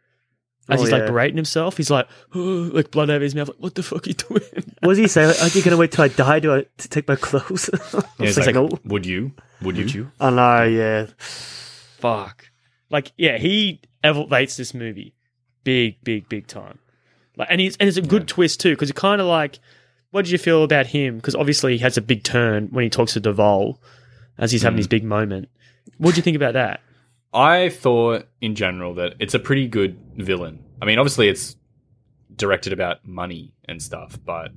As
Oh,
he's
yeah.
like berating himself, he's like, "Oh," like blood over his mouth. Like, what the fuck are you doing?
What does he say? Like, Are you gonna wait till I die to, I, to take my clothes?
Yeah,
It's
it's like,
no.
would you? Would you?
Mm-hmm.
I know. Yeah.
fuck. Like, yeah, he elevates this movie big, big, big time. Like, and it's and it's a good twist too because it kind of like, what did you feel
Mm.
about him? Because obviously he has a big turn when he talks to Duvall as he's having his big moment, What do you think about that?
I thought in general that it's a pretty good villain. I mean, obviously it's directed about money and stuff, but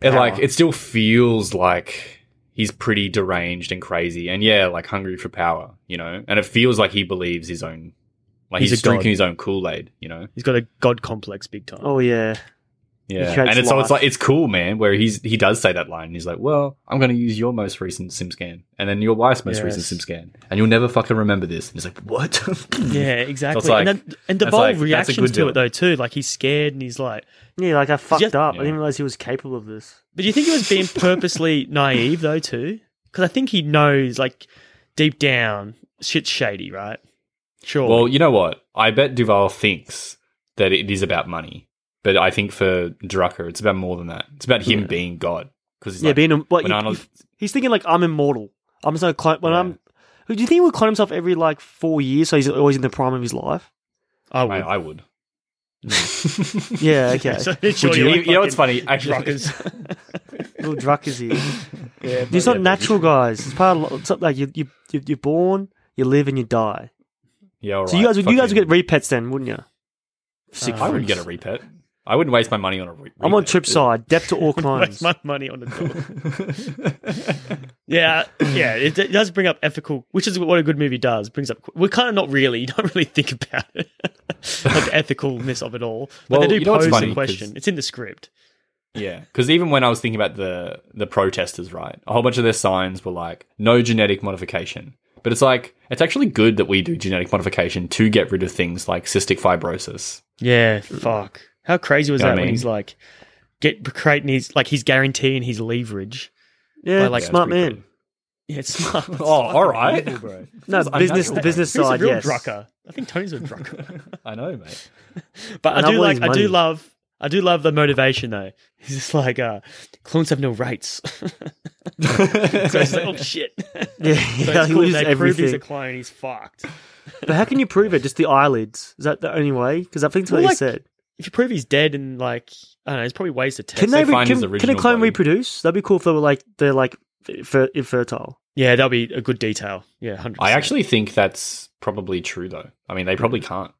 it like it still feels like he's pretty deranged and crazy and yeah, like hungry for power, you know? And it feels like he believes his own like
He's
he's,
a god.
drinking his own Kool-Aid, you know?
He's got a god complex big time.
Oh yeah,
Yeah.
creates
And it's, so it's
life.
like it's cool, man, where he's he does say that line and he's like, Well, I'm gonna use your most recent sim scan and then your wife's most recent
Yes.
sim scan. And you'll never fucking remember this. And he's like, What?
Yeah, exactly.
like-
and then, and the
that's
bold
like- that's a
reactions
good
to it
villain.
though too. Like he's scared and he's like,
yeah. Like I fucked
Yeah.
up. I
Yeah.
didn't realize he was capable of this.
but do you think he was being purposely naive though too? Because I think he knows like deep down shit's shady, right? Sure.
Well, you know what? I bet Duval thinks that it is about money, but I think for Drucker, it's about more than that. It's about him being God. Because he's
yeah,
like,
being a, what,
when
you-
Arnold-
he's thinking like I'm immortal. I'm just gonna clone. When
Yeah.
I'm, do you think he would clone himself every like four years? So he's always in the prime of his life.
I
I,
would.
I would.
Yeah, okay.
So,
Would
sure,
you?
you're
You-
like
you know what's
fucking
funny? Actually,
Druckers.
Little Druck is here.
yeah,
It's not natural, guys. It's part of it's not like you you you- you're born, you live, and you die.
yeah, all right.
So you guys would you guys would get
Fucking-
repets then, wouldn't you? Sick
I would
freaks.
get a repet. I wouldn't waste my money on a re-
I'm on
repet.
trip side, debt to all
Waste
clones.
my money on the dog. yeah, yeah, it, it does bring up ethical, which is what a good movie does. Brings up we're kind of not really, you don't really think about it, like the ethicalness of it all. But
Well,
they do
you know what's
pose
funny,
the
'cause-
question. It's in the script.
Yeah, because even when I was thinking about the the protesters, right, a whole bunch of their signs were like no genetic modification. But it's like it's actually good that we do genetic modification to get rid of things like cystic fibrosis.
Yeah, fuck. How crazy was
You know
that
what I
when
mean?
he's like get creating his like his guarantee and his leverage?
yeah,
By, like,
Yeah,
smart
it's pretty
man.
good.
Yeah, it's smart.
Oh, all right.
No business,
That was
the
unnatural.
business
Who's
side.
a real
yes.
drucker? I think Tony's a drucker.
I know, mate.
But
And
I
I
do
want
like
his
I
money.
do love I do love the motivation though. He's just like uh clones have no rights. so he's like, oh shit.
Yeah,
So
yeah,
it's
he
cool,
loses
they prove he's a
everything.
clone, he's fucked.
But how can you prove it? Just the eyelids? Is that the only way? Because I think that's what
Well,
he
like,
said.
If you prove he's dead and like I don't know, there's probably ways to test.
Can they?
they
Re-
find his
can, can a
original
clone
body.
reproduce? That'd be cool if they were like they're like infer- infertile.
yeah, that'll be a good detail. Yeah, hundred
I actually think that's probably true, though. I mean, they probably can't.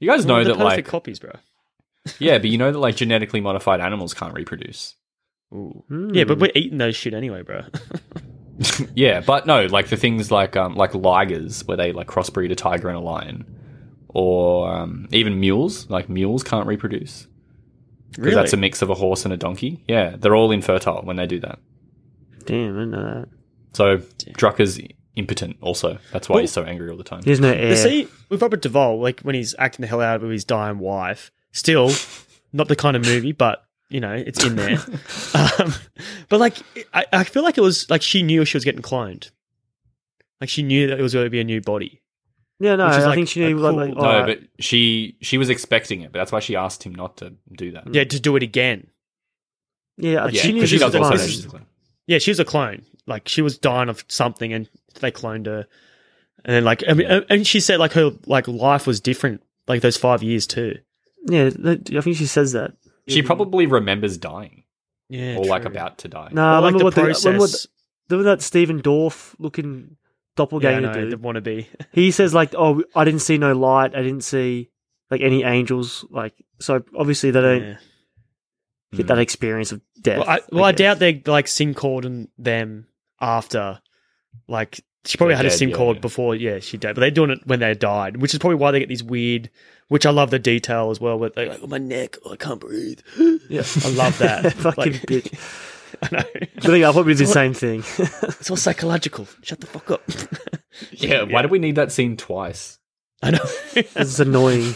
You guys know
no,
that, like,
copies, bro.
yeah, but you know that, like, genetically modified animals can't reproduce.
Yeah,
Hmm.
but we're eating those shit anyway, bro.
Yeah, but no, like the things like um like ligers where they like crossbreed a tiger and a lion, or um, even mules. Like mules can't reproduce because
really?
that's a mix of a horse and a donkey. Yeah, they're all infertile when they do that.
damn, I didn't know that.
So Drucker's impotent. Also, that's why
Well-
he's so angry all the time.
There's no
the
air.
scene with Robert Duvall, like when he's acting the hell out of his dying wife, still not the kind of movie, but you know it's in there. um, but like, I, I feel like it was like she knew she was getting cloned. Like she knew that it was going to be a new body.
yeah, no,
which is
I
like
think she
a
knew. like,
cool-
like,
No,
alright.
but she she was expecting it, but that's why she asked him not to do that.
Yeah, to do it again.
yeah,
Yeah,
she knew
'cause she
she was
does also know
fine.
she's a clone.
Yeah, she was a clone. Like she was dying of something, and they cloned her. And then like, I mean, and she said like her like life was different. Like those five years too.
Yeah, that- I think she says that.
She probably remembers dying
Yeah,
or like
true.
about to die.
No,
Or,
I
Uh, like
remember
the
what the,
process.
remember what- remember that Stephen Dorff looking
yeah, I
doppelganger
know,
dude.
the wannabe.
he says like, "Oh, I didn't see no light. I didn't see like any angels. Like, so obviously they don't
Yeah.
Mm.
get that experience of death."
Well, I, well, I,
guess.
doubt they like sin called in them after. Like she probably
They're
had a
dead,
sin
yeah,
called
yeah.
before. Yeah, she died, but they're doing it when they died, which is probably why they get these weird. Which I love the detail as well. With they're like, oh, my neck, oh, I can't breathe.
Yeah.
I love that.
Fucking
Like-
bitch.
I know.
I think I'll probably do the same thing.
It's all psychological. Shut the fuck up.
yeah, why do we need that scene twice?
I know.
It's annoying.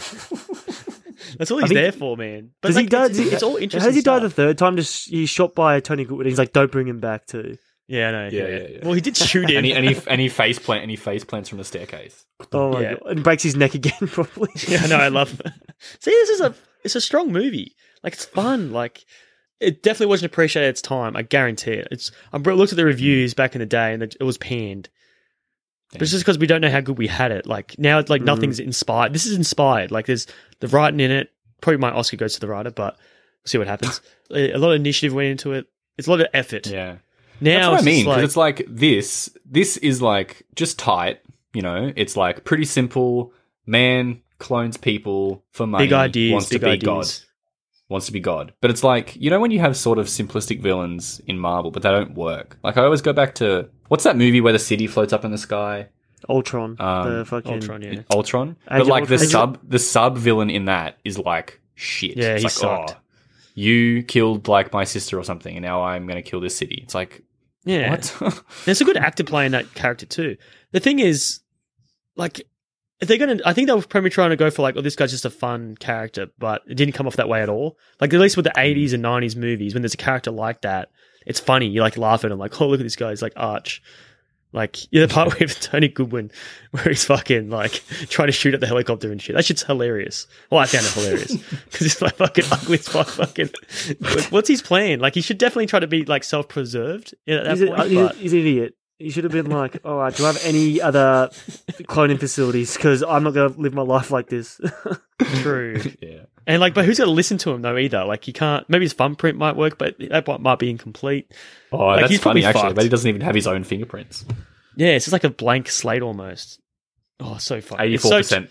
That's all he's
think-
there for, man. But
Does
like,
he die?
it's,
does he-
it's all interesting.
Has he died
stuff.
the third time? Just he's shot by Tony Goodwin. He's like, "Don't bring him back." Too.
Yeah, I know.
Yeah, yeah, yeah.
Well, he did shoot him.
Any any any face plant any face plants from the staircase.
Oh my
Yeah.
god! And breaks his neck again, probably.
yeah, no, I love. See, this is a it's a strong movie. Like it's fun. Like it definitely wasn't appreciated at its time. I guarantee it. It's I br- looked at the reviews back in the day, and it it was panned. But it's just because we don't know how good we had it. Like now, it's like
Mm.
nothing's inspired. This is inspired. Like there's the writing in it. Probably my Oscar goes to the writer, but we'll see what happens. a a lot of initiative went into it. It's a lot of effort.
Yeah.
Now
That's what I
it's just
mean. Because
like-
it's like this. This is like just tight. You know, it's like pretty simple. Man clones people for money.
big ideas,
Wants
big
to be God.
ideas.
Wants to be God. But it's like you know when you have sort of simplistic villains in Marvel, but they don't work. Like I always go back to what's that movie where the city floats up in the sky?
Ultron,
Um,
the fucking
Ultron, yeah.
Ultron.
Age
but
of
like the
Ultron.
sub the sub villain in that is like shit.
Yeah,
it's
he
like,
sucked.
"Oh, you killed like my sister or something, and now I'm gonna kill this city. It's like
Yeah.
what?
There's a good actor playing that character too. The thing is, like, if they're gonna, I think they were probably trying to go for like, oh, this guy's just a fun character, but it didn't come off that way at all. Like, at least with the '80s and '90s movies, when there's a character like that, it's funny. You like laugh at him, like, oh, look at this guy, he's like Arch. Like, yeah, the part with Tony Goodwin, where he's fucking like trying to shoot at the helicopter and shit. That shit's hilarious. Well, I found it hilarious because he's like fucking ugly as fuck. Fucking, what's his plan? Like, he should definitely try to be like self-preserved. Yeah, at that
He's, a, uh,
point,
he's, a-
but-
he's an idiot. He should have been like, all right, do I have any other cloning facilities? Because I'm not going to live my life like this.
True.
yeah.
And like, but who's going to listen to him though? Either like, you can't. Maybe his thumbprint might work, but that part might be incomplete.
Oh,
Like,
that's
he's
funny
probably
actually.
fucked.
But he doesn't even have his own fingerprints.
Yeah, it's just like a blank slate almost. Oh, so funny.
Eighty
It's so-
four percent.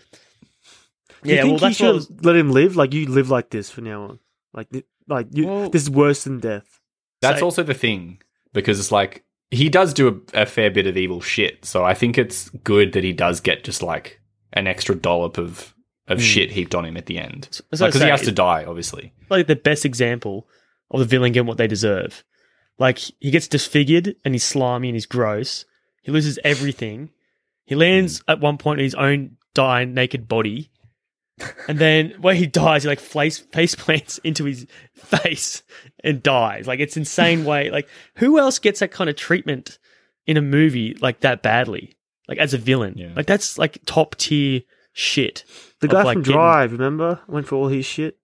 Do you
Yeah, well,
think you
that's what. I
should
was-
let him live? Like you live like this from now on. Like, th- like you,
Well-
this is worse than death.
That's
So-
also the thing because it's like he does do a, a fair bit of evil shit. So I think it's good that he does get just like an extra dollop of of shit heaped on him at the end
Hmm. So-
because
so
he
say-
has to die, obviously.
like the best example of the villain getting what they deserve. Like he gets disfigured and he's slimy and he's gross. He loses everything. He lands at one point in his own dying naked body. And then when he dies, he like face face plants into his face and dies. Like it's insane way. Like who else gets that kind of treatment in a movie like that badly? Like as a villain.
Yeah.
Like that's like top tier shit.
The
Of,
guy
like,
from
getting-
Drive, remember, went for all his shit.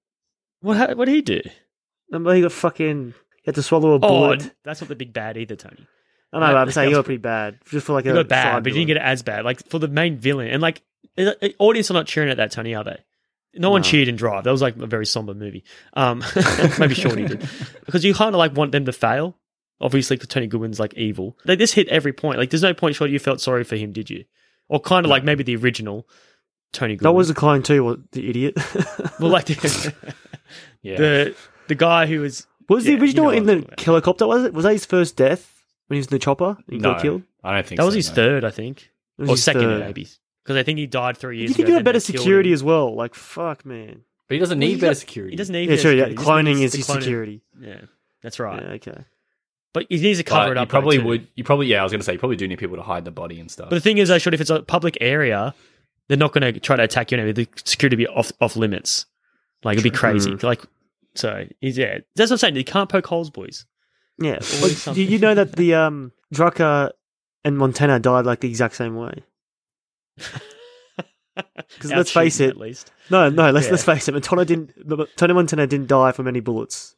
What ha- what did he do?
Remember, he got fucking he had to swallow a
Oh,
bullet.
that's not the big bad either, Tony.
I know, but I'm
that-
saying he got pretty bad. Just for like
You
a
got bad,
side
but you didn't get
villain.
it as bad. Like for the main villain, and like i- i- audience are not cheering at that, Tony, are they? No one
No.
cheered in Drive. That was like a very somber movie. Um, maybe Shorty did because you kind of like want them to fail. Obviously, because Tony Goodwin's like evil. Like this hit every point. Like there's no point Shorty you felt sorry for him, did you? Or kind of like maybe the original Tony Goodwin.
That was a clone too. What the idiot?
well, like the,
Yeah.
the the guy who was
was
Yeah,
the
you know
original
what I'm
in the
talking about.
helicopter? Was it? Was that his first death when he was in the chopper? He
no,
got killed.
I don't think
that was
so,
his
no.
third, I think,
It was
or
his
second
third.
maybe, because I think he died three years.
You can
ago,
do a
then
better
they killed him.
security as well. Like fuck, man.
But he doesn't
Well, he
need better
got-
security.
He doesn't need
Yeah,
that
sure. Yeah,
security. He just
cloning
needs
is
the
his
cloning.
security.
Yeah, that's right.
Yeah, okay.
But he needs to
But
cover it
you
up. though,
probably
too.
would. You probably yeah. I was gonna say you probably do need people to hide the body and stuff.
But the thing is, though, should if it's a public area, they're not going to try to attack you. And everything. the security would be off off limits. Like it'd be crazy. Like so, he's yeah. That's what I'm saying. You can't poke holes, boys.
Yeah.
Always
Well, you,
something.
you know that the um, Drucker and Montana died like the exact same way.
Because
let's face it,
at least
No, no. Let's
Yeah.
let's face it. Montana didn't. Tony Montana didn't die from any bullets.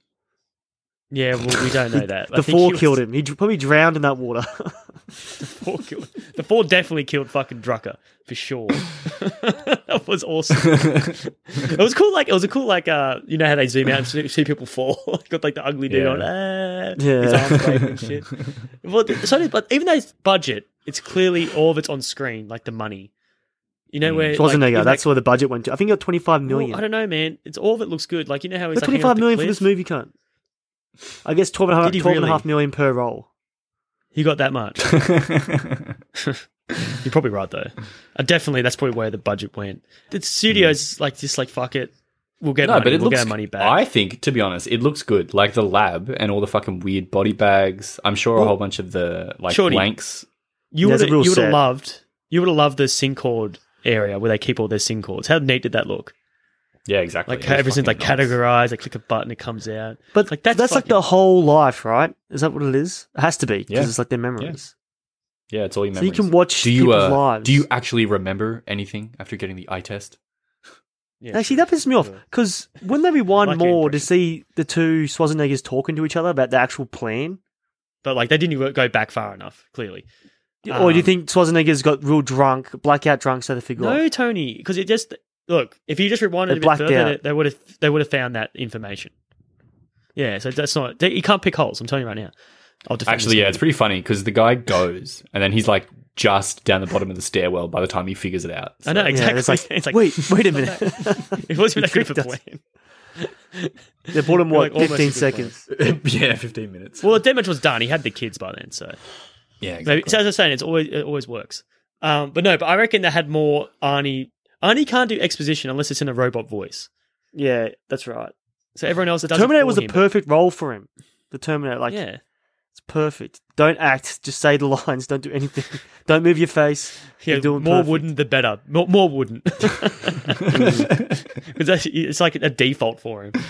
yeah. Well, we don't know that. I
the
think
four
he was-
killed him. He dr- probably drowned in that water.
Four killed. The four definitely killed fucking Drucker for sure. that was awesome. it was cool. Like it was a cool like uh you know how they zoom out and see, see people fall. Got like the ugly dude
Yeah.
on. Ah, His
Yeah.
arms waving and shit. Well, th- so did, but even though it's budget, it's clearly all of it's on screen, like the money. You know where
Mm. Schwarzenegger.
like,
that's where the budget went to. I think it got twenty five
Well,
million.
I don't know, man. It's all of it looks good. Like you know how he's
But
like,
twenty
hanging off
five
the
million for this
cliff?
movie, cunt. I guess 12 and a half,
Did he
12 and a
really?
half million per role.
He got that much. You're probably right though. Uh, definitely, that's probably where the budget went. The studios like just like fuck it, we'll get
No,
money.
but it
we'll
looks.
get our money back.
I think, to be honest, it looks good. Like the lab and all the fucking weird body bags. I'm sure a whole bunch of the like
Shorty.
blanks.
You would
There's a
have
real
you would have
set.
loved you would have loved the syncord area where they keep all their syncords. How neat did that look?
Yeah, exactly.
Like
Oh, It was
everything's like
fucking nice.
categorized. They click a button, it comes out.
But
Like,
like
that's
that's, like
fucking-
the whole life, right? Is that what it is? It has to be because
Yeah.
it's like their memories.
Yeah, it's all your
So you
memories.
can watch
do you,
people's
uh,
lives.
Do you actually remember anything after getting the eye test?
Yeah,
Actually, that pisses me off because wouldn't there be one
like your
more to
impression.
see the two Schwarzeneggers talking to each other about the actual plan?
but like they didn't even go back far enough. Clearly,
or do
Um,
you think Schwarzenegger's got real drunk, blackout drunk, so they figure
no,
out?
Tony, because it just look if you just rewinded
They
a bit
blacked
further,
out.
they- they would have they would have found that information. Yeah, so that's not they, you can't pick holes. I'm telling you right now. I'll defend
Actually,
this
yeah,
movie.
it's pretty funny because the guy goes and then he's like just down the bottom of the stairwell by the time he figures it out. So-
I know
Yeah,
exactly.
it's like, wait, wait a minute.
it wasn't
You
even a good
tricked us.
plan.
they bought him,
Like,
what,
almost a
15
good plan.
seconds?
yeah, fifteen minutes.
Well, the damage was done. He had the kids by then, so
Yeah,
maybe.
exactly.
So as I was saying, it's always it always works. Um, but no, but I reckon they had more Arnie. Arnie can't do exposition unless it's in a robot voice.
Yeah, that's right.
So everyone else that does it
Terminator
for
was a
him.
perfect role for him. The Terminator, like,
yeah.
it's perfect. Don't act, just say the lines, don't do anything. don't move your face.
Yeah,
You're doing
more
perfect.
wouldn't the better. More, more wouldn't. Because it's like a default for him.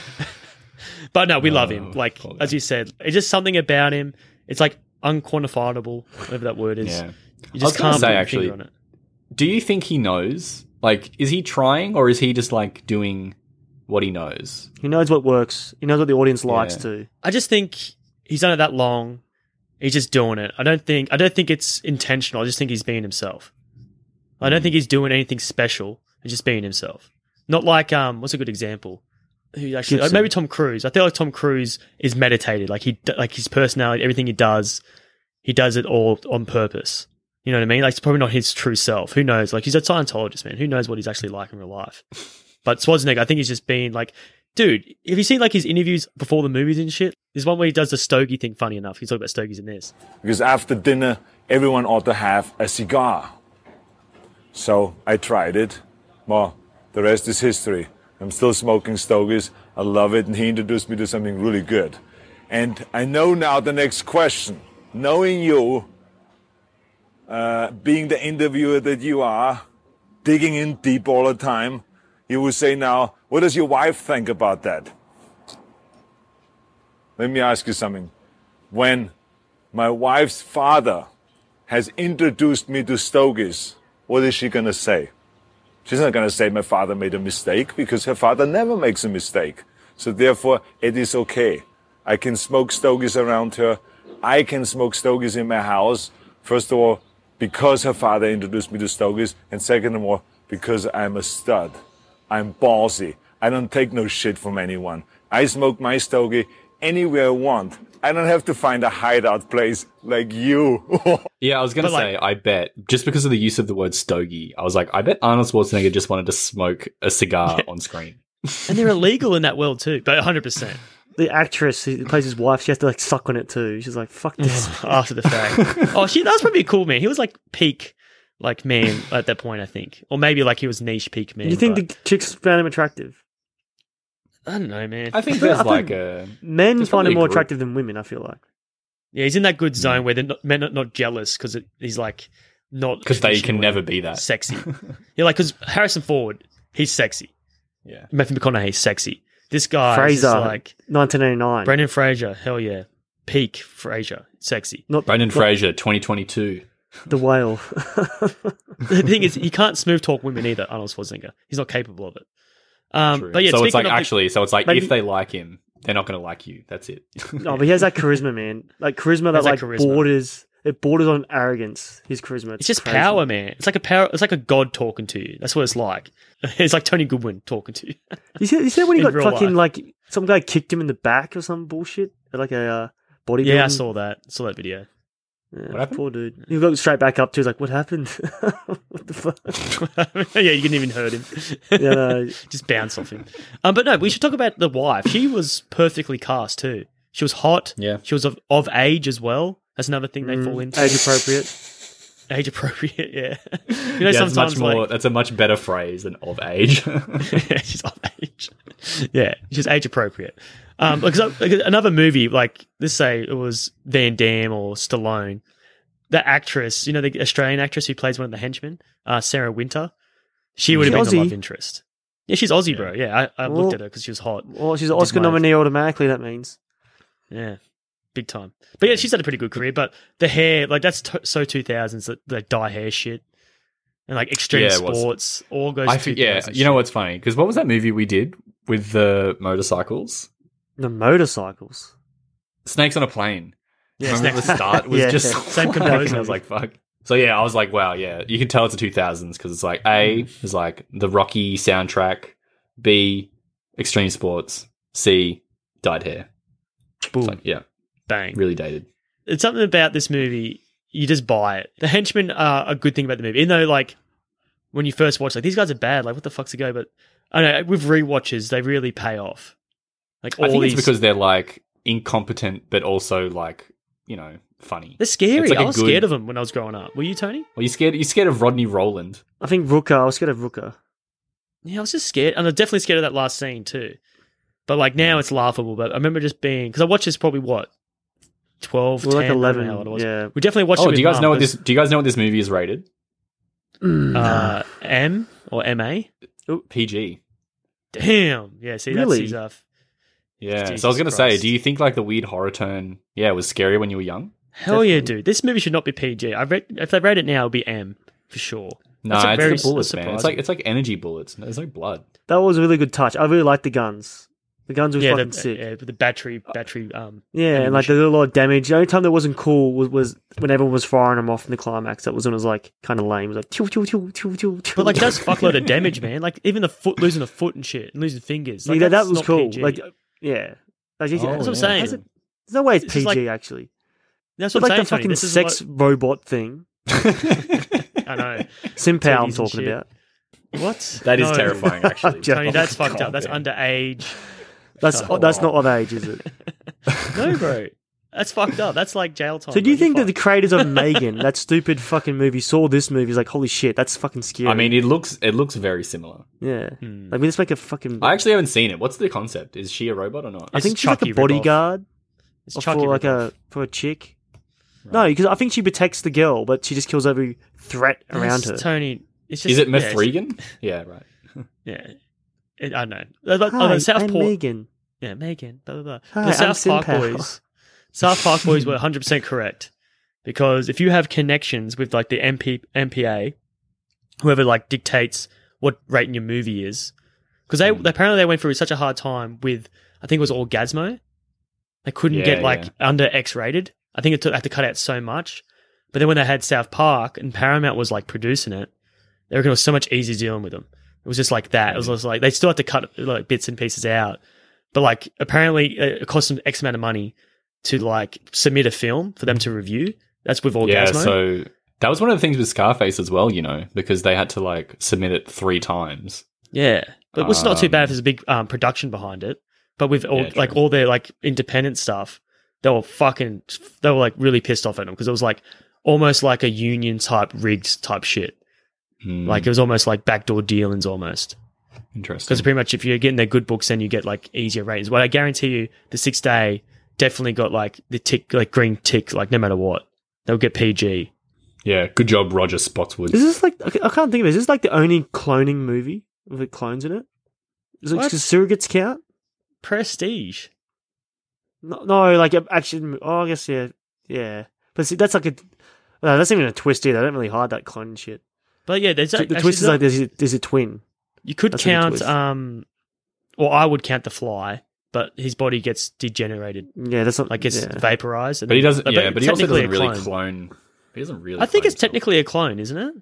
But no, we love him. Like
poor guy.
as you said, it's just something about him. It's like unquantifiable, whatever that word is.
Yeah.
You
I was
just
gonna
can't
say,
put your
actually-
finger on it.
Do you think he knows? Like, is he trying or is he just like doing what he knows?
He knows what works. He knows what the audience likes
Yeah.
too.
I just think he's done it that long. He's just doing it. I don't think I don't think it's intentional. I just think he's being himself. I don't think he's doing anything special. He's just being himself. Not like um, what's a good example? Who actually like,
Gibson.
maybe Tom Cruise. I feel like Tom Cruise is meditated. Like he like his personality, everything he does, he does it all on purpose. You know what I mean? Like it's probably not his true self. Who knows? Like he's a Scientologist, man. Who knows what he's actually like in real life? But Schwarzenegger, I think he's just being like, dude. Have you seen like his interviews before the movies and shit? There's one where he does the Stogie thing. Funny enough, he's talking about Stogies in this.
because after dinner, everyone ought to have a cigar. So I tried it. Well, the rest is history. I'm still smoking stogies. I love it, and he introduced me to something really good. And I know now the next question. Knowing you, uh, being the interviewer that you are, digging in deep all the time, you will say now, what does your wife think about that? Let me ask you something. When my wife's father has introduced me to stogies. What is she going to say? She's not going to say my father made a mistake because her father never makes a mistake. So therefore, it is okay. I can smoke stogies around her. I can smoke stogies in my house. First of all, because her father introduced me to stogies. And second of all, because I'm a stud. I'm ballsy. I don't take no shit from anyone. I smoke my stogie anywhere I want. I don't have to find a hideout place like you.
Yeah, I was gonna
But, like-
say, I bet just because of the use of the word stogie, I was like, I bet Arnold Schwarzenegger just wanted to smoke a cigar on screen.
And they're illegal in that world too. But 100 percent
The actress who plays his wife, she has to like suck on it too. She's like, fuck this.
after the fact. oh, she, that was probably cool, man. He was like peak, like man at that point, I think, or maybe like he was niche peak man.
you think
but-
the chicks found him attractive?
I don't know, man.
I think there's
I
like
think-
a
Men
There's
find
probably
him
a
more
group.
attractive than women, I feel like.
Yeah, he's in that good zone where they're not, men are not jealous because he's like not
because they can
traditionally
never be that.
sexy. yeah, like because Harrison Ford, he's sexy.
Yeah.
Matthew McConaughey's sexy. This guy is
Fraser,
just like
1989.
Brendan Fraser. Hell yeah, peak Fraser, sexy.
not
Brendan
not
Fraser, 2022.
the whale.
the thing is, he can't smooth talk women either. Arnold Schwarzenegger, he's not capable of it. Um,
True.
but yeah,
so it's
speaking
like
of the-
actually, so it's like
Maybe-
if they like him, they're not gonna like you. That's it.
no, Oh, but he has that charisma, man. Like charisma that
Has that
like
charisma.
borders it borders on arrogance. His charisma.
It's just
crazy.
power, man. It's like a power. It's like a god talking to you. That's what it's like. It's like Tony Goodwin talking to you.
You see, you see when he
In
got
real
fucking like some guy kicked him in the back or some bullshit at like a uh, bodybuilding.
yeah, I saw that. saw that video.
Yeah,
What happened?
Poor dude. He looked straight back up to. He's like, "What happened? what the fuck?"
yeah, you didn't even hurt him.
Yeah, no.
just bounce off him. Um, but no, we should talk about the wife. She was perfectly cast too. She was hot.
Yeah.
She was of, of age as well. That's another thing they fall into.
Mm. Age appropriate.
Age appropriate. Yeah. you
yeah,
know,
that's much
sometimes
more.
like
that's a much better phrase than of age.
she's of age. Yeah, she's age appropriate. Um, because uh, because another movie like let's say it was Van Damme or Stallone, the actress, you know, the Australian actress who plays one of the henchmen, uh, Sarah Winter, she would have been
She's
the
Aussie.
love interest. Yeah, she's Aussie, bro. Yeah, I, I
Well-
looked at her because she was hot.
Well, she's an
Did
Oscar
mine.
nominee automatically. That means.
Yeah, big time. But yeah, she's had a pretty good career. But the hair, like that's t- so two thousands, the, the dye hair shit, and like extreme
Yeah, it was.
sports, all goes.
I think, yeah, you know what's funny? Because what was that movie we did with the motorcycles?
The motorcycles.
Snakes on a plane.
Yeah,
Remember
Snakes-
the start was
Yeah.
just
Same composer.
I was like, fuck. So yeah, I was like, wow, yeah, you can tell it's the 2000s because it's like A
Mm-hmm.
is like the Rocky soundtrack, B extreme sports, C dyed hair. It's
boom,
like, yeah,
bang.
really dated.
It's something about this movie. You just buy it. The henchmen are a good thing about the movie, even though like when you first watch, like these guys are bad. Like what the fuck's the go? But I don't know with rewatches, they really pay off. Like all
I think
these,
it's because they're like incompetent, but also like you know funny.
they're scary.
it's like
I
a
was
good-
scared of them when I was growing up. Were you Tony?
Well, you scared? You scared of Rodney Roland?
I think Rooker. I was scared of Rooker.
Yeah, I was just scared, and I was definitely scared of that last scene too. But like now it's laughable. But I remember just being because I watched this probably what 12,
We were like
10, I don't know
eleven.
how old I was.
Yeah.
We definitely watched.
Oh,
it with
do you guys
Mum,
know what
but-
this? Do you guys know what this movie is rated?
uh, M or MA.
PG.
Damn. Yeah, see, that's
Really?
his uh, f-
Yeah.
Jesus
so I was gonna say,
Christ.
do you think like the weird horror turn? Yeah, was scary when you were young.
Hell yeah, dude. This movie should not be PG. I read, if they rate it now, it'll be M for sure.
No,
That's a
it's
very
the bullets,
su-
man. It's
surprising.
like it's like energy bullets. It's like blood.
That was a really good touch. I really liked the guns. The guns were
Yeah,
fucking
the,
sick. Uh, Yeah,
yeah, with the battery, battery. Um,
and like they did a lot of damage. The only time that wasn't cool was, was when everyone was firing them off in the climax. That was when it was like kind of lame. It was like tew, tew, tew, tew, tew, tew.
but like, does fuckload of damage, man. Like even the foot, losing a foot and shit, and losing fingers. Like,
yeah, that
that's
was
not
cool.
PG.
Like yeah, like, you-
Oh,
that's what I'm
yeah.
saying.
How's it- There's no way it's
It's
PG
just like-
actually.
that's
It's
what
like
I'm saying.
the
Tony.
fucking
This is
sex robot thing.
What, I know.
Simpow I'm
Titties and
talking
shit.
about.
What?
That is
No.
terrifying, actually.
Just-
Tony,
Oh,
that's fucked up. That's
man.
underage.
That's
Oh.
that's not of age, is it?
No, bro. That's fucked up. That's like jail time.
So do you
bro.
think that
You're
the creators of Megan, that stupid fucking movie, saw this movie? Is like, holy shit, that's fucking scary.
I mean, it looks it looks very similar.
yeah.
hmm.
Like, we just make a fucking.
I actually haven't seen it. What's the concept? Is she a robot or not?
I
It's
think she's like
Chucky
a
ripoff.
bodyguard
It's
or
Chucky
for like
ripoff.
a for a chick. No, because I think she protects the girl, but she just kills every threat around
It's
her.
Tony. It's just,
Is it
yeah, it's-
Mithrigan? Yeah, right.
Yeah. It, I know. Like, like, oh,
Hi,
the South
I'm
Park.
Megan.
Yeah, Megan. Blah, blah, blah.
Hi,
the
I'm
South Park
Simpow.
boys. South Park boys were 100% correct because if you have connections with like the MP, MPA, whoever like dictates what rating your movie is, because they
Hmm.
apparently they went through such a hard time with I think it was Orgasmo. They couldn't
Yeah,
get like
yeah.
under X rated. I think it took, they had to cut out so much. But then when they had South Park and Paramount was like producing it, they reckon it was so much easier dealing with them. It was just like that. It
Hmm.
was just like they still had to cut like bits and pieces out. But like apparently uh, it cost them X amount of money to like submit a film for them to review. That's with Orgasmo.
Yeah, so that was one of the things with Scarface as well, you know, because they had to like submit it three times.
Yeah, but which is not too
Um,
bad if there's a big um, production behind it. But with all
Yeah, true.
like all their like independent stuff, they were fucking they were like really pissed off at them because it was like almost like a union type rigged type shit.
Mm.
Hmm,
Like it was almost like backdoor dealings almost.
interesting.
Because
Mm.
pretty much if you're getting their good books, then you get like easier ratings. Well, I guarantee you, the sixth day definitely got like the tick, like green tick, like no matter what, they'll get PG.
Yeah, good job, Roger Spotswood.
Is this like I ca- I can't think of it. Is this like the only cloning movie with the clones in it? Is it
What?
because surrogates count?
Prestige.
No, no, like a- action. Oh, I guess yeah, yeah. But see, that's like a. No, that's even a twist either. They don't really hide that clone shit.
But yeah, there's
the
actually
twist is
not-
like there's a, there's a twin.
You could
That's a good
count,
twist.
um, or I would count the fly, but his body gets degenerated,
Yeah, that's not
like gets
yeah.
vaporized. and
But he
then-
doesn't. Yeah, but he also
technically
doesn't
a
really clone. He doesn't really.
I think
clone
it's technically a clone, isn't it?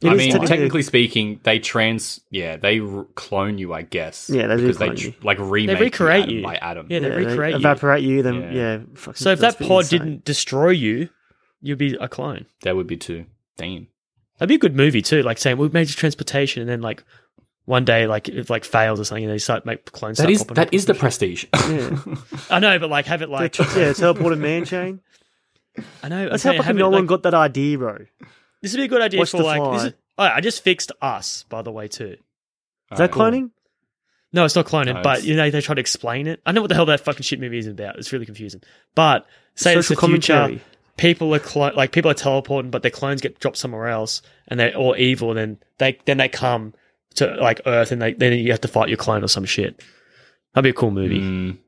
himself.
It
I
is
mean, technically, speaking, they trans. Yeah, they r- clone you, I guess.
Yeah, they do
because
clone
tr-
you.
like remake. you
recreate
atom
you.
by Adam.
Yeah, they
yeah,
recreate you.
evaporate you. Then yeah,
Yeah.
fucking,
So if
that's
that
pretty
pod
insane.
didn't destroy you, you'd be a clone.
that would be too. Damn.
That'd be a good movie too. Like saying we made transportation, and then like one day, like it like fails or something, and they start make clones.
That
start
is
popping
that
up.
is the prestige.
yeah,
I know, but like have it
yeah,
like
teleported man chain.
I know.
That's
okay,
how fucking
have it,
no one
like-
got that idea, bro.
This would be a good idea
Watch
for
the
like. This
fly.
is, oh, I just fixed us, by the way, too.
Is that cloning?
No, it's not cloning,
No,
but
it's-
you know they try to explain it. I know what the hell that fucking shit movie is about. It's really confusing. But say it's
Social
the future.
commentary.
People are clo- like people are teleporting, but their clones get dropped somewhere else, and they're all evil. And then they then they come to like Earth, and they then you have to fight your clone or some shit. That'd be a cool movie
Mm,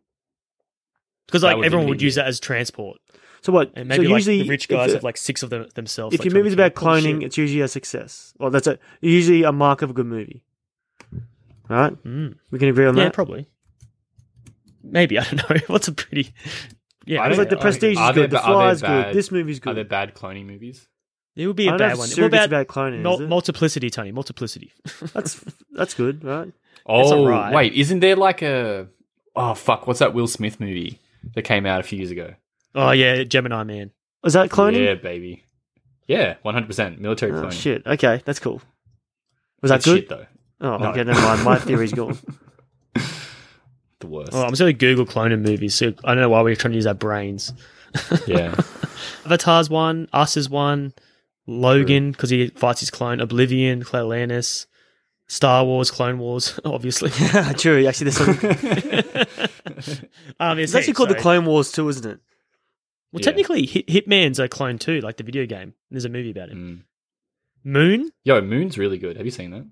because
That
like
would be
everyone would
neat,
use that as transport,
So what?
and maybe
so
like
usually
the rich
if
guys
it-
have like six of them themselves.
if
like,
your
trying
movie's
to
about
kill- Oh, shit.
cloning, it's usually a success. Well, that's a usually a mark of a good movie. All right,
Mm.
we can agree on
yeah,
that.
probably. Maybe I don't know. What's a pretty? Yeah,
I
don't
It's
don't
like the
know.
Prestige
Are
is good,
there
the
ba- are there
Fly is good,
bad-
this movie's
Are there
good.
bad cloning movies?
It would be
I
a
don't know
bad
if
one. What
Surrogates
about,
about cloning,
mul-
is it?
multiplicity, Tony? Multiplicity.
That's that's good, right?
It's
Oh
alright.
wait, isn't there like a oh fuck? What's that Will Smith movie that came out a few years ago?
Oh yeah, Gemini Man.
Is that cloning?
Yeah, baby. Yeah, one hundred percent military
Oh,
cloning.
shit. Okay, that's cool. Was that
It's
good?
shit though.
Oh,
No.
okay, never mind. My theory's gone.
The worst.
Oh, I'm just gonna Google cloning movies. So I don't know why we're trying to use our brains.
Yeah.
Avatar's one. Us is one. Logan because he fights his clone. Oblivion. Clalanus. Star Wars. Clone Wars. Obviously.
True. Actually, there's some,
um,
it's actually called the
sorry.
Clone Wars too, isn't it?
Well,
Yeah.
technically, Hit- Hitman's a clone too, like the video game. There's a movie about it.
Mm.
Moon.
Yo, Moon's really good. Have you seen that?
What's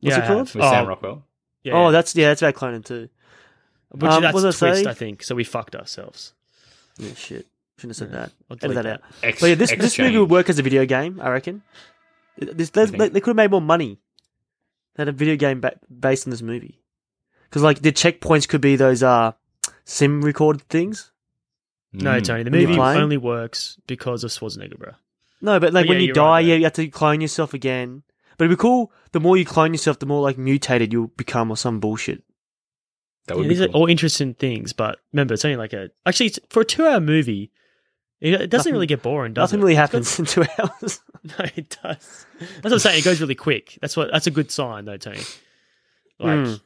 Yeah,
it
I
called?
have.
With Sam
Oh,
Rockwell.
yeah,
Oh,
yeah.
that's yeah, that's about cloning too.
Which
Um,
that's
what
a
was I
twist,
saying?
I think. So we fucked ourselves.
Yeah, shit. Shouldn't have said that.
I'll
Edit
delete
that
that.
out.
Ex-
But yeah, this this movie would
Exchange.
work as a video game, I reckon. This, they,
think-
they, could have made more money. They had a video game ba- based on this movie, because like the checkpoints could be those uh sim recorded things.
No,
Mm.
Tony, the
When you're
movie
playing?
only works because of Schwarzenegger, bro.
No, but like
But
when
yeah,
you
you're
die,
right,
yeah,
mate.
you have to clone yourself again. But it'd be cool. The more you clone yourself, the more like mutated you'll become or some bullshit.
That
Yeah,
would
these
be
are
cool.
all interesting things, but remember, it's only like a actually it's, for a two-hour movie. It it doesn't
Nothing-
really get boring, does
Nothing
it?
really
It's
happens in two hours.
got- no, it does. That's what I'm saying. It goes really quick. That's what. That's a good sign, though, Tony. Like,
Mm.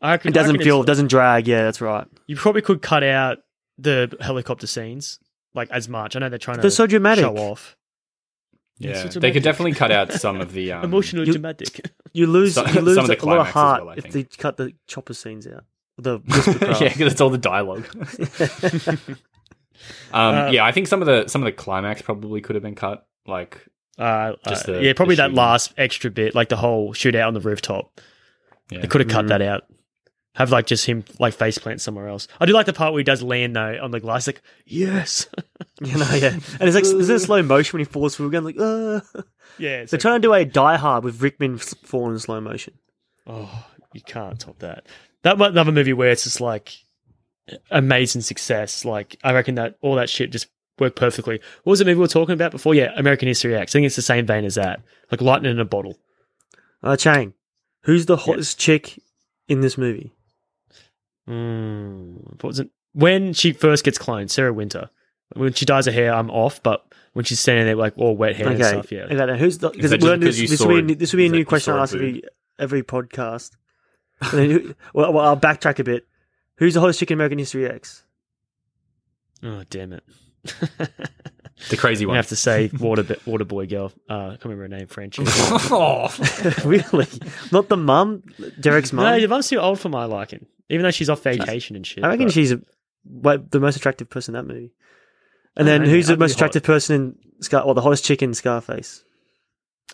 I reckon,
It
I
doesn't
reckon
feel, it
it's-
doesn't drag. Yeah, that's right.
You probably could cut out the helicopter scenes like as much. I know they're trying
They're
to
so dramatic.
show off.
Yeah,
It's so
they
dramatic.
could definitely cut out some of the um,
Emotionally
you-
dramatic.
You lose,
Some-
you lose
some of the
a lot of
climax as
heart
well, I
if they
think.
cut the chopper scenes out. The
yeah, because it's all the dialogue. um,
Uh,
yeah, I think some of the some of the climax probably could have been cut. Like,
Uh,
Just
uh,
the-
yeah, probably
the
that
shooting.
last extra bit, like the whole shootout on the rooftop.
Yeah.
They could have cut that out. Have like just him like face plant somewhere else. I do like the part where he does land though on the glass, like yes,
You know, yeah. And it's like, is it slow motion when he falls through again? Like, uh.
yeah. It's
They're
like,
trying to do a Die Hard with Rickman s- falling in slow motion.
oh, you can't top that. That was another movie where it's just like amazing success. Like I reckon that all that shit just worked perfectly. What was the movie we were talking about before? Yeah, American History X. I think it's the same vein as that. Like lightning in a bottle.
Uh, Chang, who's the hottest chick in this movie? Hmm.
Mm, what was it? When she first gets cloned, Sarah Winter. When she dyes her hair, I'm off. But when she's standing there like all wet hair and stuff, yeah.
Okay, now who's the, because
that just
this,
because you
this
saw
will be a
it?
new- this will be a
Is that
new
you
question
saw
I
it,
ask every
dude?
every podcast. And then, who- well, well, I'll backtrack a bit. Who's the hottest chick in American History X?
Oh damn it!
the crazy
You
one.
have to say water water boy girl. Uh, I can't remember her name. Francesca.
oh,
really? Not the mum, Derek's mum.
no, your mum's too old for my liking. Even though she's off vacation and shit.
I reckon
but-
she's a, wa- the most attractive person in that movie. And
Oh,
then
maybe.
who's the
That'd be
most
hot.
attractive person in Scar? Or the hottest chick in Scarface?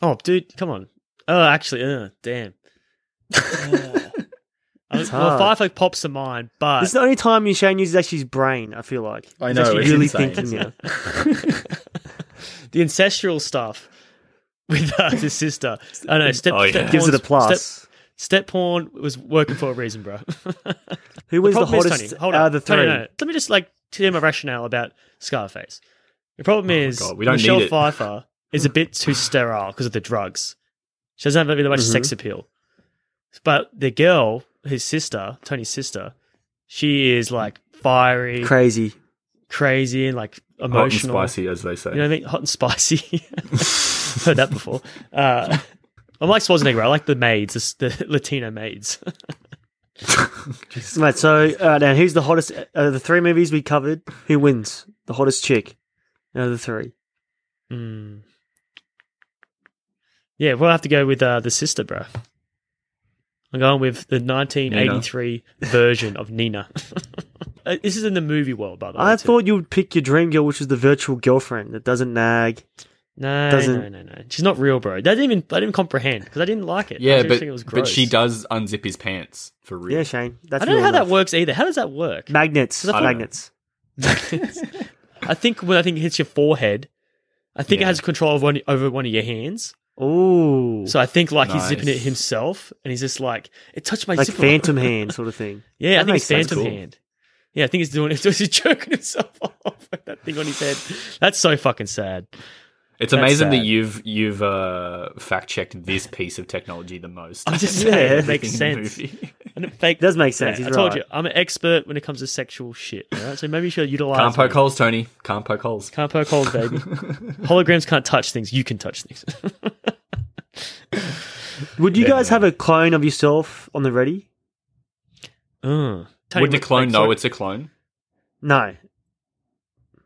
Oh, dude, come on. Oh, actually, uh, damn. I was, well,
hard.
Firefly pops to mind, but
this is the only time Shane uses actually his brain. I feel like
I
He's
know,
actually
it's
really
insane,
thinking
isn't
now.
the ancestral stuff with uh, his sister. I know. Step,
Oh, yeah.
step
Gives it a
porn's-
plus.
Step, step porn was working for a reason, bro.
Who was the,
problem is,
hottest
Tony, hold
out
on.
of the three?
Tony, no, no. Let me just like tell you my rationale about Scarface. The problem is
Oh God, we don't need
Michelle
it.
Pfeiffer is a bit too sterile because of the drugs. She doesn't have really much
Mm-hmm.
sex appeal. But the girl, his sister, Tony's sister, she is like fiery,
Crazy.
crazy, and like
hot and
emotional.
spicy, as they say.
You know what I mean? Hot and spicy. Heard that before. Uh, I'm like Schwarzenegger. I like the maids, the, the Latino maids.
Mate, so uh, now who's the hottest out of the three movies we covered? Who wins? The hottest chick out of the three.
Mm. Yeah, we'll have to go with uh, the sister, bro. I'm going with the 1983 version of Nina. Uh, this is in the movie world, by the way.
I
too.
thought you would pick your dream girl, which is the virtual girlfriend that doesn't nag.
no, no,
doesn't-
no, no. She's not real, bro. I didn't even I didn't comprehend because I didn't like it. I
yeah,
just
but
think it was
but
gross.
she does unzip his pants for real.
Yeah, Shane. That's
I don't know
real
how
enough.
that works either. How does that work?
Magnets.
I don't
Magnets.
I think when I think it hits your forehead, I think it has control of one, over one of your hands.
Ooh.
So I think like he's zipping it
Nice.
himself, and he's just like it touched my
like
zipper.
phantom hand sort of thing.
Yeah, I
That
think it's
makes sense.
Phantom
Cool.
Hand. Yeah, I think he's doing it. He's jerking himself off with that thing on his head. That's so fucking sad.
It's
That's
amazing that
sad.
you've you've uh, fact checked this piece of technology the most.
I'm just
Yeah,
saying, it
Everything
makes
in the
sense.
movie.
It And it fake.
It does make sense,
Yeah, I
he's
told
right.
you, I'm an expert when it comes to sexual shit. All right? So maybe you should utilize.
Can't poke
me.
holes, Tony. Can't poke holes.
Can't poke holes, baby. Holograms can't touch things. You can touch things.
Would you guys have a clone of yourself on the ready?
Uh, Tony
Would the
Mc-
clone
like,
know
sorry-
it's a clone?
No.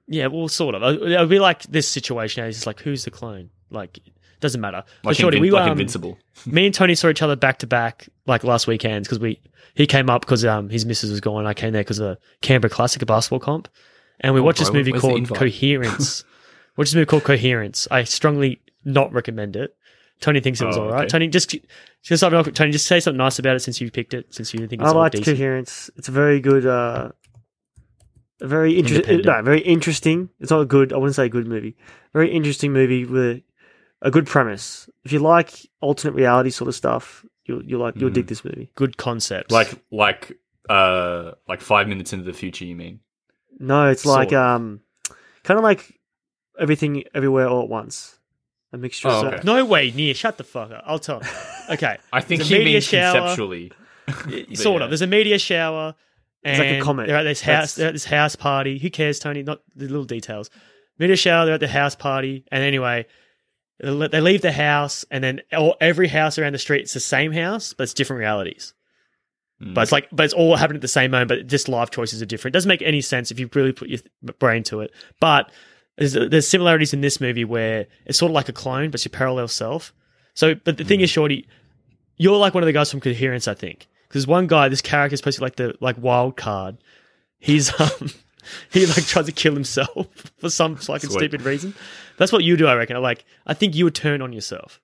Yeah, well, sort of. It it would be like this situation. It's just like, who's the clone? Like, doesn't matter. But
Like,
Shorty,
invin-
we were,
like
um,
invincible.
me and Tony saw each other back to back like last weekend because we he came up because um his missus was gone. I came there because of the Canberra Classic a basketball comp, and we watched this
Oh, bro,
movie
where's the
called
invite?
Coherence. watched this movie called Coherence. I strongly not recommend it. Tony thinks it was
Oh,
all right.
okay.
Tony, just just something off- Tony, just say something nice about it since you picked it. Since you think it's
I
all
liked
decent.
coherence. It's a very good, uh, a very interesting.
Independent.
No, very interesting. It's not a good. I wouldn't say a good movie. Very interesting movie with a good premise. If you like alternate reality sort of stuff, you'll you'll like you'll
Mm.
dig this movie.
Good concept.
Like, like, uh, like five minutes into the future. You mean?
No, it's
Sort
like
of.
um, kind of like everything everywhere all at once. A mixture.
Oh,
of
okay.
no way near. Shut the fuck up. I'll tell. him. Okay,
I think
There's a
he
media
means
shower.
conceptually.
Y- sort
yeah.
of. There's a media shower. And
It's like a comet.
They're at this
That's-
house. They're at this house party. Who cares, Tony? Not the little details. Media shower. They're at the house party. And anyway, they le- they leave the house, and then all, every house around the street it's the same house, but it's different realities. But it's like, but it's all happening at the same moment. But just life choices are different. It doesn't make any sense if you really put your th- brain to it. But there's, there's similarities in this movie where it's sort of like a clone, but it's your parallel self. So, but the thing is, Shorty, you're like one of the guys from Coherence, I think. Because one guy, this character is supposed to be like the like wild card. He's um he like tries to kill himself for some fucking
Sweet.
stupid reason. That's what you do, I reckon. Like I think you would turn on yourself.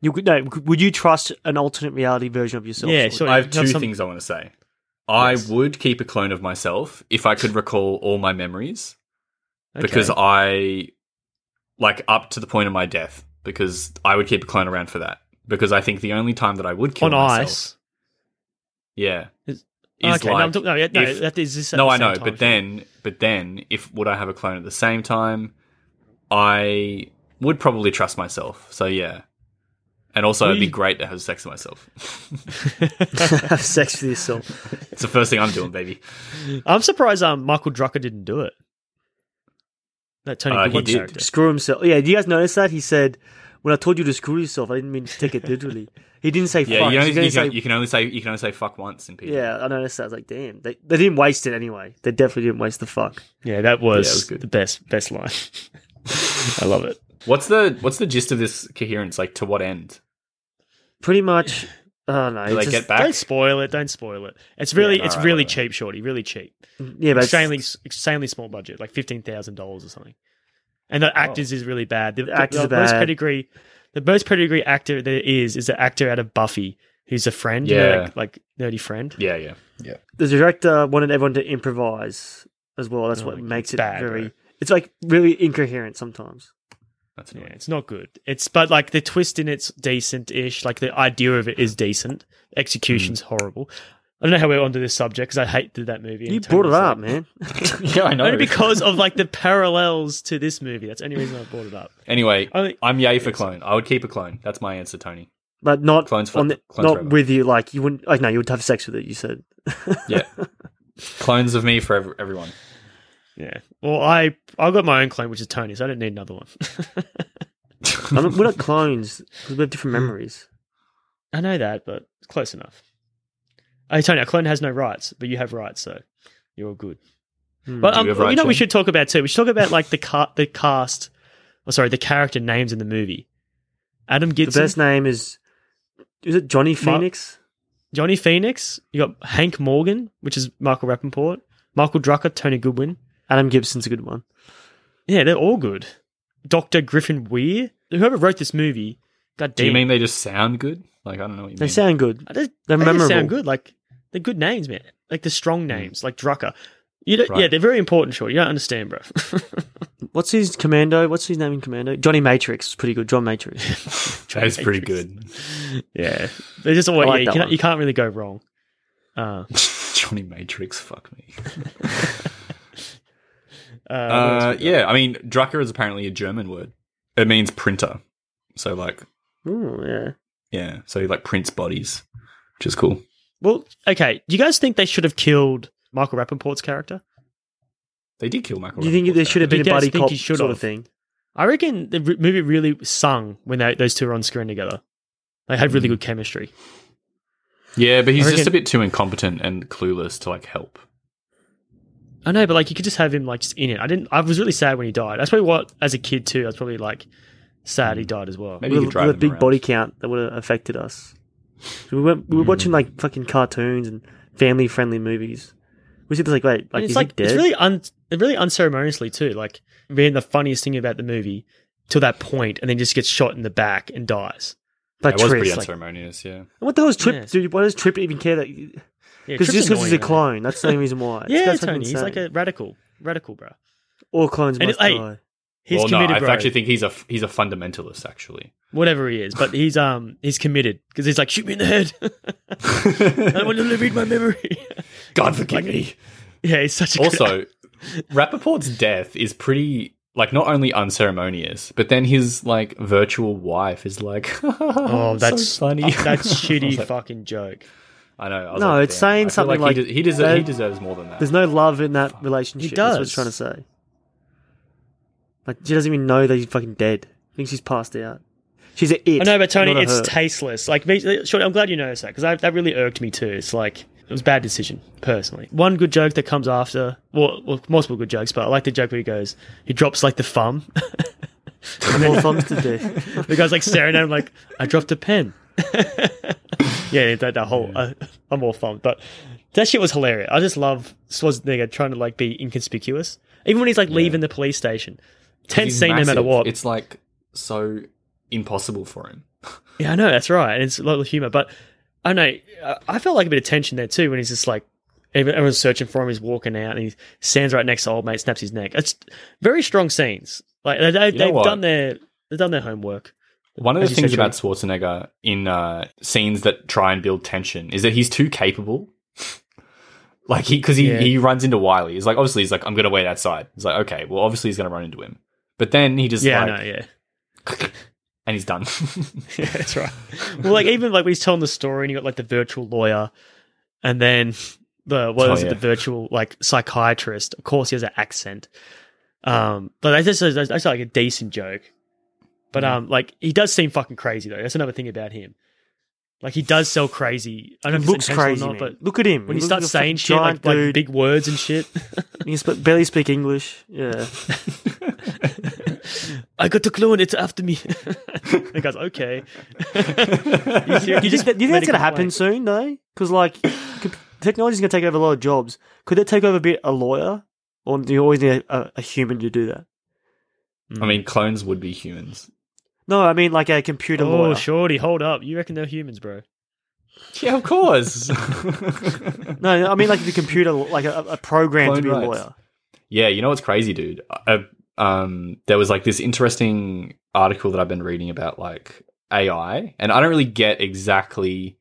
You could no. Would you trust an alternate reality version of yourself?
Yeah,
Sort of.
sure.
I have
you
two
some-
things I want to say. I would keep a clone of myself if I could recall all my memories
Okay.
because I like up to the point of my death because I would keep a clone around for that because I think the only time that I would kill
on
myself,
ice.
yeah,
Is-
is
okay, no, I'm
like
talking- no, yeah, no,
if-
that is this at
no,
the
I
same
know,
time.
but then, but then, if would I have a clone at the same time? I would probably trust myself. So yeah, and also it'd be
We-
great to have sex with myself.
Have sex with yourself.
it's the first thing I'm doing, baby.
I'm surprised um Michael Drucker didn't do it. That Tony
Uh, he
Goodwin
did.
character.
Screw himself. Yeah. Do you guys notice that he said? When I told you to screw yourself, I didn't mean to take it literally. He didn't say
Yeah,
fuck.
you,
He
only,
didn't
you,
say
can, you can only say you can only say fuck once in people.
Yeah, I noticed that. I was like, damn, they, they didn't waste it anyway. They definitely didn't waste the fuck.
Yeah, that was,
Yeah, it was good.
the best best line. I love it.
What's the what's the gist of this coherence? Like to what end?
Pretty much. Oh no,
Do they
it's
get
just,
back?
Don't spoil it. Don't spoil it. It's really,
Yeah,
it's
alright,
really
whatever.
cheap, shorty. Really cheap.
yeah, but
extremely, extremely small budget, like fifteen thousand dollars or something. And the actors is really bad. The, the,
Oh. actors
the
are
most
bad.
pedigree, the most pedigree actor there is is the actor out of Buffy, who's a friend, you know,
Yeah.
like, like nerdy friend.
Yeah, yeah.
the director wanted everyone to improvise as well. That's
Oh,
what
like,
makes
it's
it
bad,
very.
right?
It's like really incoherent sometimes.
That's
Yeah,
annoying.
it's not good. It's but like the twist in it's decent-ish. Like the idea of it is decent.
Mm.
Execution's horrible. I don't know how we're onto this subject because I hate that that movie. and
You
Tony
brought it
was like-
up, man.
Yeah, I know.
Only because of like the parallels to this movie. That's the only reason I brought it up.
anyway,
Only-
I'm yay for clone. I would keep a clone. That's my answer, Tony.
But not
Clones for-
on the,
clones
not
forever.
with you. Like you wouldn't. Like no, you would have sex with it. You said.
Yeah, clones of me for ev- everyone.
Yeah. Well, I I got my own claim, which is Tony, so I don't need another one.
I'm not- we're not clones because we have different memories.
I know that, but it's close enough. Hey, Tony, a clone has no rights, but you have rights, so you're all good. But um,
Hmm, you
you,
have rights,
know, what we
Tony?
should talk about too. We should talk about like the ca- the cast, or sorry, the character names in the movie. Adam
The
Gibson,
best name is. Is it Johnny Phoenix?
Johnny Phoenix. You got Hank Morgan, which is Michael Rappaport, Michael Drucker, Tony Goodwin.
Adam Gibson's a good one.
Yeah, they're all good. Doctor Griffin Weir, whoever wrote this movie, god
Do
damn.
you mean they just sound good? Like I don't know what you
They
mean.
sound good.
I just,
They're
they just sound
memorable. Mm.
good. Like they're good names, man. Like the strong names, like Drucker. You don't, Yeah,
Right.
they're very important. Sure, you don't understand, bro.
What's his commando? What's his name in commando? Johnny Matrix is pretty good. John Matrix.
that is pretty good.
yeah, they're just all.
I like
yeah, you,
that
cannot,
one.
you can't really go wrong. Uh,
Johnny Matrix, fuck me.
uh, what
Uh,
else we got?
yeah, I mean Drucker is apparently a German word. It means printer. So like,
Ooh, yeah.
Oh,
yeah, so he like prints bodies, which is cool.
Well, okay. Do you guys think they should have killed Michael Rappaport's character?
They did kill Michael.
Do you think
Rapaport,
there should have
Do
been
you
a
guys
buddy
think
cop
he should
sort of
have?
thing?
I reckon the r- movie really sung when they, those two were on screen together. They had
Mm.
really good chemistry.
though. Yeah, but he's
I
just a
reckon-
bit too incompetent and clueless to like help.
I know, but like you could just have him like just in it. I didn't. I was really sad when he died. That's probably what as a kid too. I was probably like sad
Mm.
he died as well.
Maybe
With,
he could drive
with a
them
big
around.
body count that would have affected us. So we, went, we
Hmm.
were watching like fucking cartoons and family friendly movies. We see this like wait, like
And it's
is
like
he dead?
it's really un really unceremoniously too. Like being the funniest thing about the movie till that point, and then just gets shot in the back and dies.
like
That was
Trip.
pretty
Like,
unceremonious. Yeah.
and what the hell is Trip,
Yeah.
dude? Why does Trip even care that?
Yeah,
Because
Trip's
just because
annoying,
he's a
man.
clone, that's the only reason why. This
Yeah,
guy's fucking
Tony, he's
insane.
like a radical, radical, bro.
all clones
And
must
it- hey,
die.
He's
well, no,
committed,
I
bro.
actually think he's a f- he's a fundamentalist actually.
whatever he is, but he's um he's committed because he's like shoot me in the head. I want to read my memory.
God forgive me.
yeah, he's such a good
Also, Rappaport's death is pretty like not only unceremonious, but then his like virtual wife is like,
Oh, that's
so funny.
that's shitty
I, was like-
fucking joke.
I know. I was
No,
like,
it's
damn,
saying
I feel
something
like,
like-
he, de- he, deser-
Uh,
he deserves more than that.
There's no love in that relationship.
He
That's what
does.
it's trying to say. Like she doesn't even know that he's fucking dead. I think she's passed out. She's a it.
I know, but Tony,
not a
it's
her.
tasteless. Like, me, Shorty, I'm glad you noticed that because that really irked me too. It's like it was a bad decision personally. One good joke that comes after, well, well multiple good jokes, but I like the joke where he goes, he drops like the thumb.
more thumbs to do.
the guy's like staring at him, like I dropped a pen. yeah, that, that whole uh, I'm all thumbed, but that shit was hilarious. I just love Schwarzenegger trying to like be inconspicuous, even when he's like leaving the police station. Tense
He's
scene, no matter
massive.
what.
It's like so impossible for him.
Yeah, I know that's right, and it's a lot of humor. But I know I- I felt like a bit of tension there too when he's just like everyone- everyone's searching for him. He's walking out, and he stands right next to old mate, snaps his neck. It's very strong scenes. Like they, they,
You know
they've
what?
done their they've done their homework.
One of the
As you said,
things about Schwarzenegger in uh, scenes that try and build tension is that he's too capable. like he, because he,
Yeah.
he runs into Wiley. He's like, obviously, he's like, I'm gonna wait outside. He's like, okay, well, obviously, he's gonna run into him. But then he just
yeah,
like,
I know. Yeah.
and he's done.
yeah, that's right. Well, like even like when he's telling the story, and you got like the virtual lawyer, and then the what
Oh,
was it?
yeah.
The virtual like psychiatrist. Of course, he has an accent. Um, but that's just that's, that's like a decent joke.
Mm.
But um, like he does seem fucking crazy though. That's another thing about him. Like he does sell crazy. I don't
He
know if it's
looks crazy.
intentional or
man.
not, but
Look at him.
when he
He looks
starts
like a
saying
fucking
shit like,
giant
like
dude.
big words and shit,
he can sp- barely speak English. Yeah,
I got the clue and it's after me. the guy's okay.
you, think that, you
made
think
a
that's
good
gonna happen
point.
soon though? Because like, could, technology's gonna take over a lot of jobs. Could that take over a bit a lawyer, or do you always need a, a, a human to do that?
I mean, clones would be humans.
No, I mean like a computer
Oh,
lawyer.
shorty, hold up! You reckon they're humans, bro?
Yeah, of course.
No, no, I mean like the computer, like a, a program
Clone
to be
rights.
a lawyer.
Yeah, you know what's crazy, dude? I, um, there was like this interesting article that I've been reading about like AI, and I don't really get exactly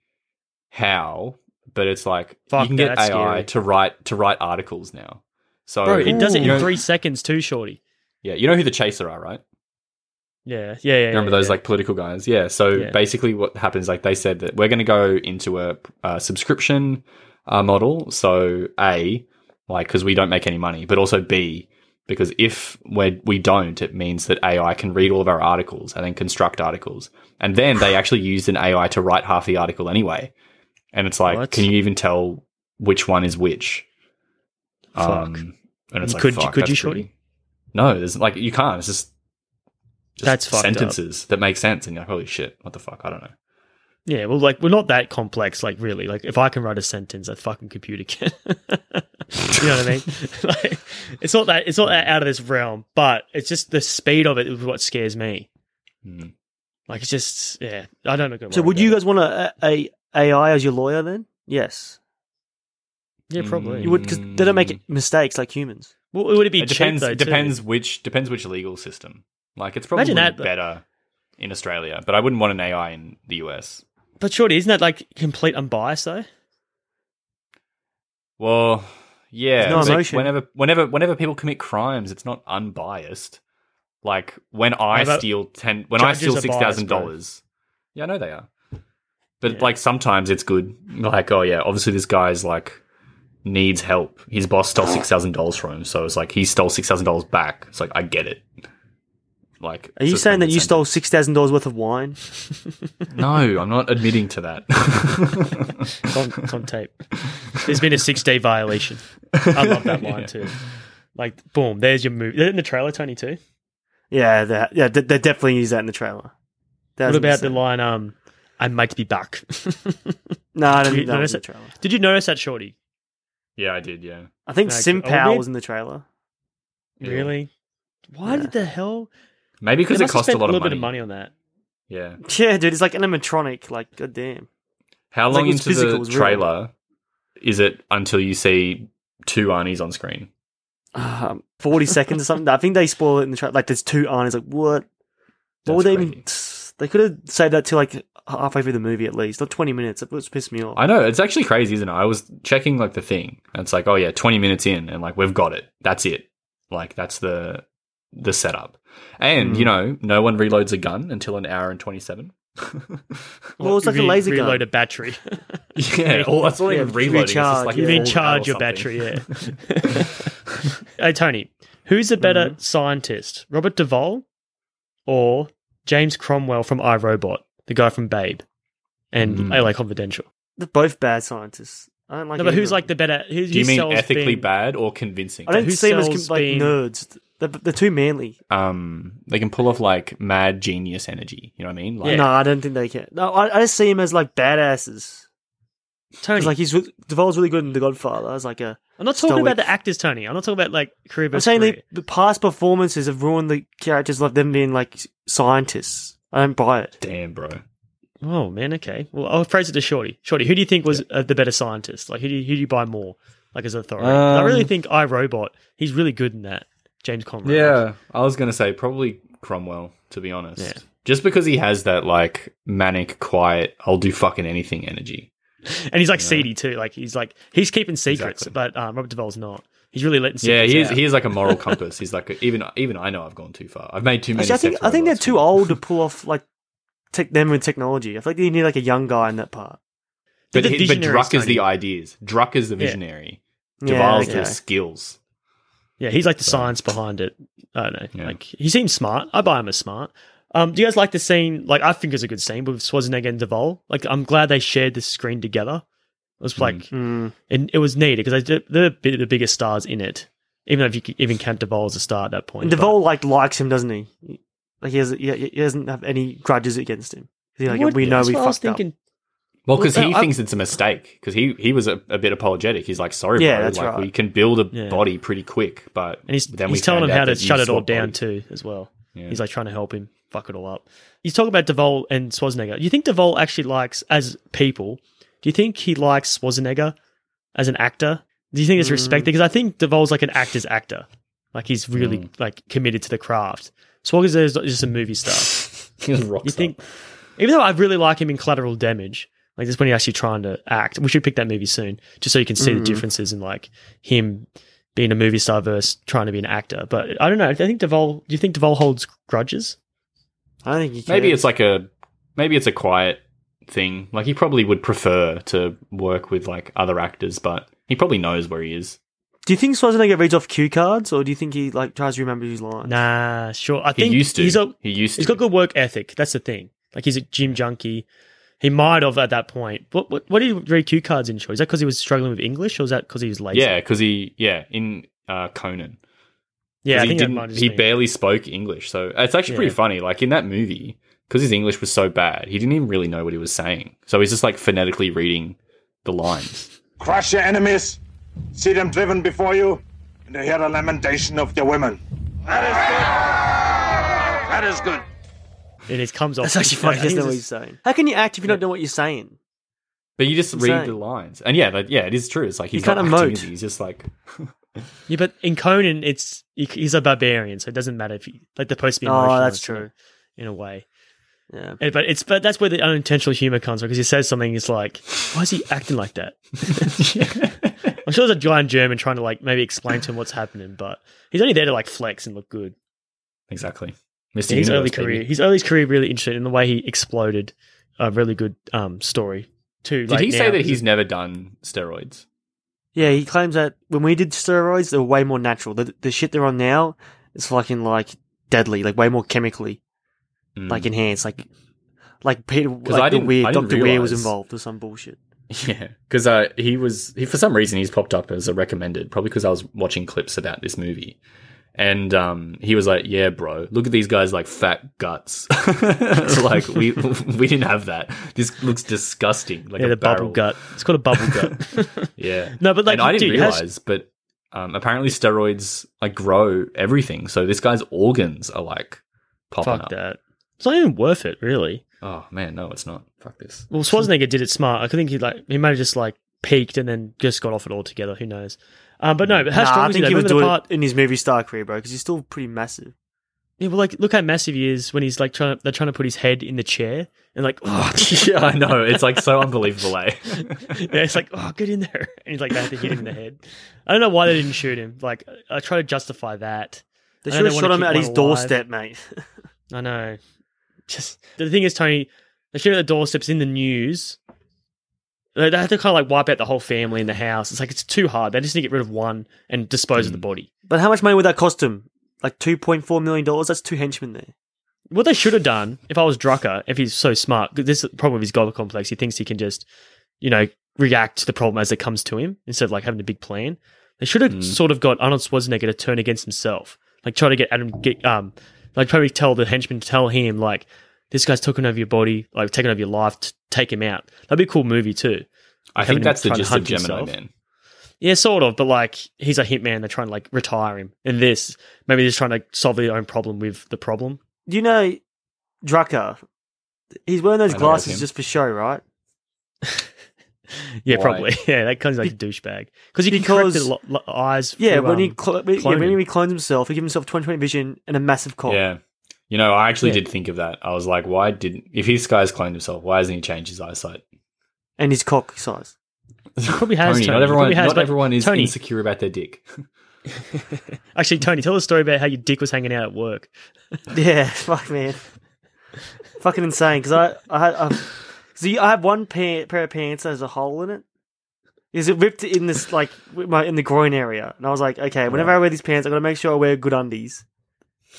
how, but it's like
Fuck,
you can get AI
that's scary.
to write to write articles now. So
Bro, it does it
you
in
know-
three seconds too, shorty.
Yeah, you know who the Chaser are, right?
Yeah, yeah, yeah.
You remember
yeah,
those
yeah.
like political guys? Yeah. So
Yeah.
basically, what happens? Like they said that we're going to go into a uh, subscription uh, model. So a like because we don't make any money, but also b because if we we don't, it means that AI can read all of our articles and then construct articles, and then they actually used an AI to write half the article anyway, and it's like,
What?
can you even tell which one is which? Um,
Fuck.
and it's like,
Could you-
fuck,
could
that's
you, Shorty?
pretty- No, there's like you can't. It's just just
That's fucked up.
sentences that make sense, and you're like, holy shit, what the fuck? I don't know.
Yeah, well, like we're not that complex, like really. Like if I can write a sentence, a fucking computer can. you know what I mean? like, it's not that it's not that out of this realm, but it's just the speed of it is what scares me.
Mm.
Like it's just yeah, I don't know.
So, would you guys want a, a AI as your lawyer then? Yes,
Yeah, probably.
you would because they don't make mistakes like humans.
Well, would it be
Mm. It depends.
cheap though? too?
depends which depends which legal system. Like it's probably
Imagine that, but-
better in Australia, but I wouldn't want an AI in the US.
But shorty, isn't that like complete unbiased though?
Well, yeah,
There's no
like,
emotion.
whenever whenever whenever people commit crimes, it's not unbiased. Like when I
No, but
steal ten, when I
judges
steal
are biased,
six thousand
bro.
dollars. Yeah, I know they are. But like sometimes it's good. Like, oh yeah, obviously this guy's like needs help. His boss stole six thousand dollars from him, so it's like he stole six thousand dollars back. It's like I get it. Like,
Are you saying that you stole six thousand dollars worth of wine?
No, I'm not admitting to that.
It's on, it's on tape. There's been a six day violation. I love that line too. Like, boom, there's your movie. In the trailer, Tony, too.
Yeah, that, yeah, they, they definitely use that in the trailer.
What about the line, um, I might be back?
No, I
Did
don't
you notice
think that was in
it?
the trailer.
Did you notice that, Shorty?
yeah, I did. Yeah,
I think
No, I-
Sim
I
Power
did.
was in the trailer.
Yeah.
Really? Why did the hell?
maybe because
They must
it
have
cost a
spent
lot of
little
money.
bit of money on that.
Yeah.
Yeah, dude, it's like animatronic. Like, goddamn.
How
It's like
long
it's
into
physical,
the
it's real.
trailer is it until you see two Arnie's on screen?
Um, Forty seconds or something. I think they spoil it in the trailer. Like, there's two Arnie's. Like, what? What would
That's
they even?
crazy.
They could have saved that to like halfway through the movie at least, not twenty minutes. It was pissed me off.
I know it's actually crazy, isn't it? I was checking like the thing, and it's like, oh yeah, twenty minutes in, and like we've got it. That's it. Like that's the the setup. And
Hmm.
you know, no one reloads a gun until an hour and twenty seven.
well, it's like a
Re-
laser gun.
Reload a battery.
yeah, well, that's not
Yeah,
even reloading. It's
recharge,
just like
yeah.
a
you
full
mean
hour or
charge your
something.
battery? Yeah. hey, Tony, who's the
Mm-hmm.
better scientist, Robert Duvall or James Cromwell from iRobot, the guy from Babe and
Mm.
LA Confidential?
They're both bad scientists. I don't like.
No, but
either
who's
of
like
them.
the better? Who's,
Do you
who
mean
sells
ethically
being-
bad or convincing?
I don't
who
see them as com-
sells
like
being-
nerds. They're, they're too manly.
um, they can pull off like mad genius energy. You know what I mean? Like,
No, I don't think they can. No, I, I just see him as like badasses.
Tony,
It's like he's re- Duvall's really good in The Godfather. It's like a.
I'm not talking about
stoic.
the actors, Tony. I'm not talking about like career.
I'm
versus
saying
career.
the, the past performances have ruined the characters, like them being like scientists. I don't buy it.
damn, bro.
Oh man, okay. Well, I'll phrase it to Shorty. Shorty, who do you think was uh, the better scientist? Like, who do you, who do you buy more? Like as authority, 'Cause I really
Um,
think iRobot. He's really good in that. James Conrad.
Yeah, I was gonna say probably Cromwell, to be honest.
Yeah.
Just because he has that like manic, quiet, I'll do fucking anything energy.
and he's like seedy too. Like he's like he's keeping secrets,
Exactly.
but um, Robert Duvall's not. He's really letting.
yeah,
secrets
he is.
out.
He is like a moral compass. He's like even even I know I've gone too far. I've made too many.
Actually, I think
sexual
I think they're
advances.
too old to pull off like tech them with technology. I feel like you need like a young guy in that part.
They're
But,
the
he, but
visionaries,
Druck is the
Tony.
ideas. Druck is the visionary.
Yeah,
Duvall's
okay.
the skills.
Yeah, he's like the science behind it. I don't know.
Yeah.
Like he seems smart. I buy him as smart. Um, do you guys like the scene? Like I think it's a good scene with Schwarzenegger and Duvall. Like I'm glad they shared the screen together. It was like
Mm.
and it was needed because they're the, bi- the biggest stars in it. Even if you c- even count Duvall as a star at that point.
And Duvall like likes him, doesn't he? Like he, has, he, he doesn't have any grudges against him. He's
but-
like,
What-
we know
that's
we
what I was
fucked up.
thinking.
Well, because
Well,
he
no, I-
thinks it's a mistake. Because he, he was a, a bit apologetic. He's like, sorry,
Yeah,
bro.
that's
like
right.
we can build a
Yeah.
body pretty quick, but
And he's,
then we
he's telling him
found
how
out
to
that you
shut it all
swapped
down
bodies.
too, as well.
Yeah.
He's like trying to help him fuck it all up. He's talking about Duvall and Schwarzenegger. You think Duvall actually likes as people? Do you think he likes Schwarzenegger as an actor? Do you think it's
Mm.
respected? Because I think Duvall's like an actor's actor. Like he's really
Mm.
like committed to the craft. Schwarzenegger is just a movie star.
He's a rock
You
star.
think, even though I really like him in Collateral Damage, like this is when he's actually trying to act. We should pick that movie soon, just so you can see
Mm.
the differences in like him being a movie star versus trying to be an actor. But I don't know. I think Duvall. Do you think Duvall holds grudges?
I don't think he
Maybe
cares.
it's like a maybe it's a quiet thing. Like he probably would prefer to work with like other actors, but he probably knows where he is.
Do you think Schwarzenegger reads off cue cards, or do you think he like tries to remember his lines?
Nah, sure. I
He
think
used to.
He's a,
he used to.
he's got good work ethic. That's the thing. Like he's a gym junkie. He might have at that point. What what, what did he read cue cards in? Show is that because he was struggling with English, or is that because he was lazy?
yeah, because he yeah in uh, Conan. 'Cause
yeah. I
he
think that
didn't.
might have just
he
been-
barely spoke English, so it's actually pretty
Yeah.
funny. Like in that movie, because his English was so bad, he didn't even really know what he was saying. So he's just like phonetically reading the lines.
Crush your enemies, see them driven before you, and to hear the lamentation of their women. That is good. That is good.
It is- comes off.
That's actually funny.
I
He
think
doesn't know what
it's
he's saying. How can you act if you don't know what you're saying?
But you just
Insane.
read the lines, and yeah, that, yeah, it is true. It's like he's
can't
not acting,
emote.
is he? He's just like
Yeah, but in Conan, it's he's a barbarian, so it doesn't matter if you like the post.
Oh, that's true.
in a way.
Yeah.
And- but it's but that's where the unintentional humor comes from because he says something. It's like, why is he acting like that? I'm sure there's a guy in German trying to like maybe explain to him what's happening, but he's only there to like flex and look good.
exactly. Mr.
his
Universe,
early
baby.
career, his early career, really interested in the way he exploded a really good um, story too.
Did he say that he's never done steroids?
Yeah, he claims that when we did steroids, they were way more natural. The, the shit they're on now is fucking like deadly, like way more chemically, like enhanced, like like Peter, like
I
the
didn't-
Weir,
I didn't
Doctor Weir was
realise.
involved or some bullshit.
Yeah, because uh, he was he for some reason he's popped up as a recommended, probably because I was watching clips about this movie, and um, he was like, "Yeah, bro, look at these guys like fat guts. like we we didn't have that. This looks disgusting. Like
yeah,
a
the
barrel.
bubble gut. It's called a bubble gut.
Yeah,
No, but, like,
and I didn't
dude, it has-
realize, but um, apparently steroids like grow everything. So this guy's organs are like popping
Fuck
up.
that. It's not even worth it, really.
Oh man, no, it's not. Fuck this.
Well, Schwarzenegger did it smart. I think he like he might have just like peaked and then just got off it altogether. Who knows? Um, but no, but how
Mm. Nah,
strong
I
is he?
think
though?
he was
Remember the
doing
part?
it in his movie star career, bro, because he's still pretty massive.
Yeah, well, like look how massive he is when he's like trying. To, they're trying to put his head in the chair and like, oh,
yeah, I know. It's like so unbelievable. Eh?
yeah, it's like, oh, get in there. And he's like, they had to hit him in the head. I don't know why they didn't shoot him. Like, I- I try to justify that.
They
I know
should have
they wanna
shot him
keep
at
one
his
alive.
doorstep, mate.
I know. Just the thing is, Tony, they shoot at the doorsteps in the news. They they had to kind of like wipe out the whole family in the house. It's like it's too hard. They just need to get rid of one and dispose
Mm.
of the body.
But how much money would that cost him? Like two point four million dollars. That's two henchmen there.
What they should have done, if I was Drucker, if he's so smart, 'cause this is the problem with his God complex, he thinks he can just, you know, react to the problem as it comes to him instead of like having a big plan. They should
Mm.
have sort of got Arnold Schwarzenegger to turn against himself, like try to get Adam, get um, like probably tell the henchman to tell him like, this guy's taking over your body, like taking over your life, t- take him out. That'd be a cool movie too.
I
Having
think
him
that's the
trying to
gist of
hunt
Gemini
himself.
Man.
Yeah, sort of, but like he's a hitman. They're trying to like retire him. And this, maybe they're just trying to solve their own problem with the problem.
You know, Drucker. He's wearing
I
those
know of
glasses
him.
just for show, right?
Yeah,
Why?
probably. Yeah, that kind of like a douchebag because he can correct the
Because-
lo- lo- eyes.
Yeah,
through,
when he
um,
cl- when- yeah, when
cloning.
he clones himself, he gives himself 20/20 vision and a massive cock.
Yeah. You know, I actually
Yeah.
did think of that. I was like, why didn't if this guy's cloned himself, why hasn't he changed his eyesight?
and his cock size.
probably has.
Tony,
Tony,
not
He
everyone
probably has,
not
but-
everyone is
Tony,
insecure about their dick.
actually, Tony, tell the story about how your dick was hanging out at work.
Yeah, fuck man, fucking insane. Because I, I had, um, see, I had one pa- pair of pants that has a hole in it. Is it ripped in this like with my in the groin area? And I was like, okay, whenever I wear these pants, I gotta make sure I wear good undies.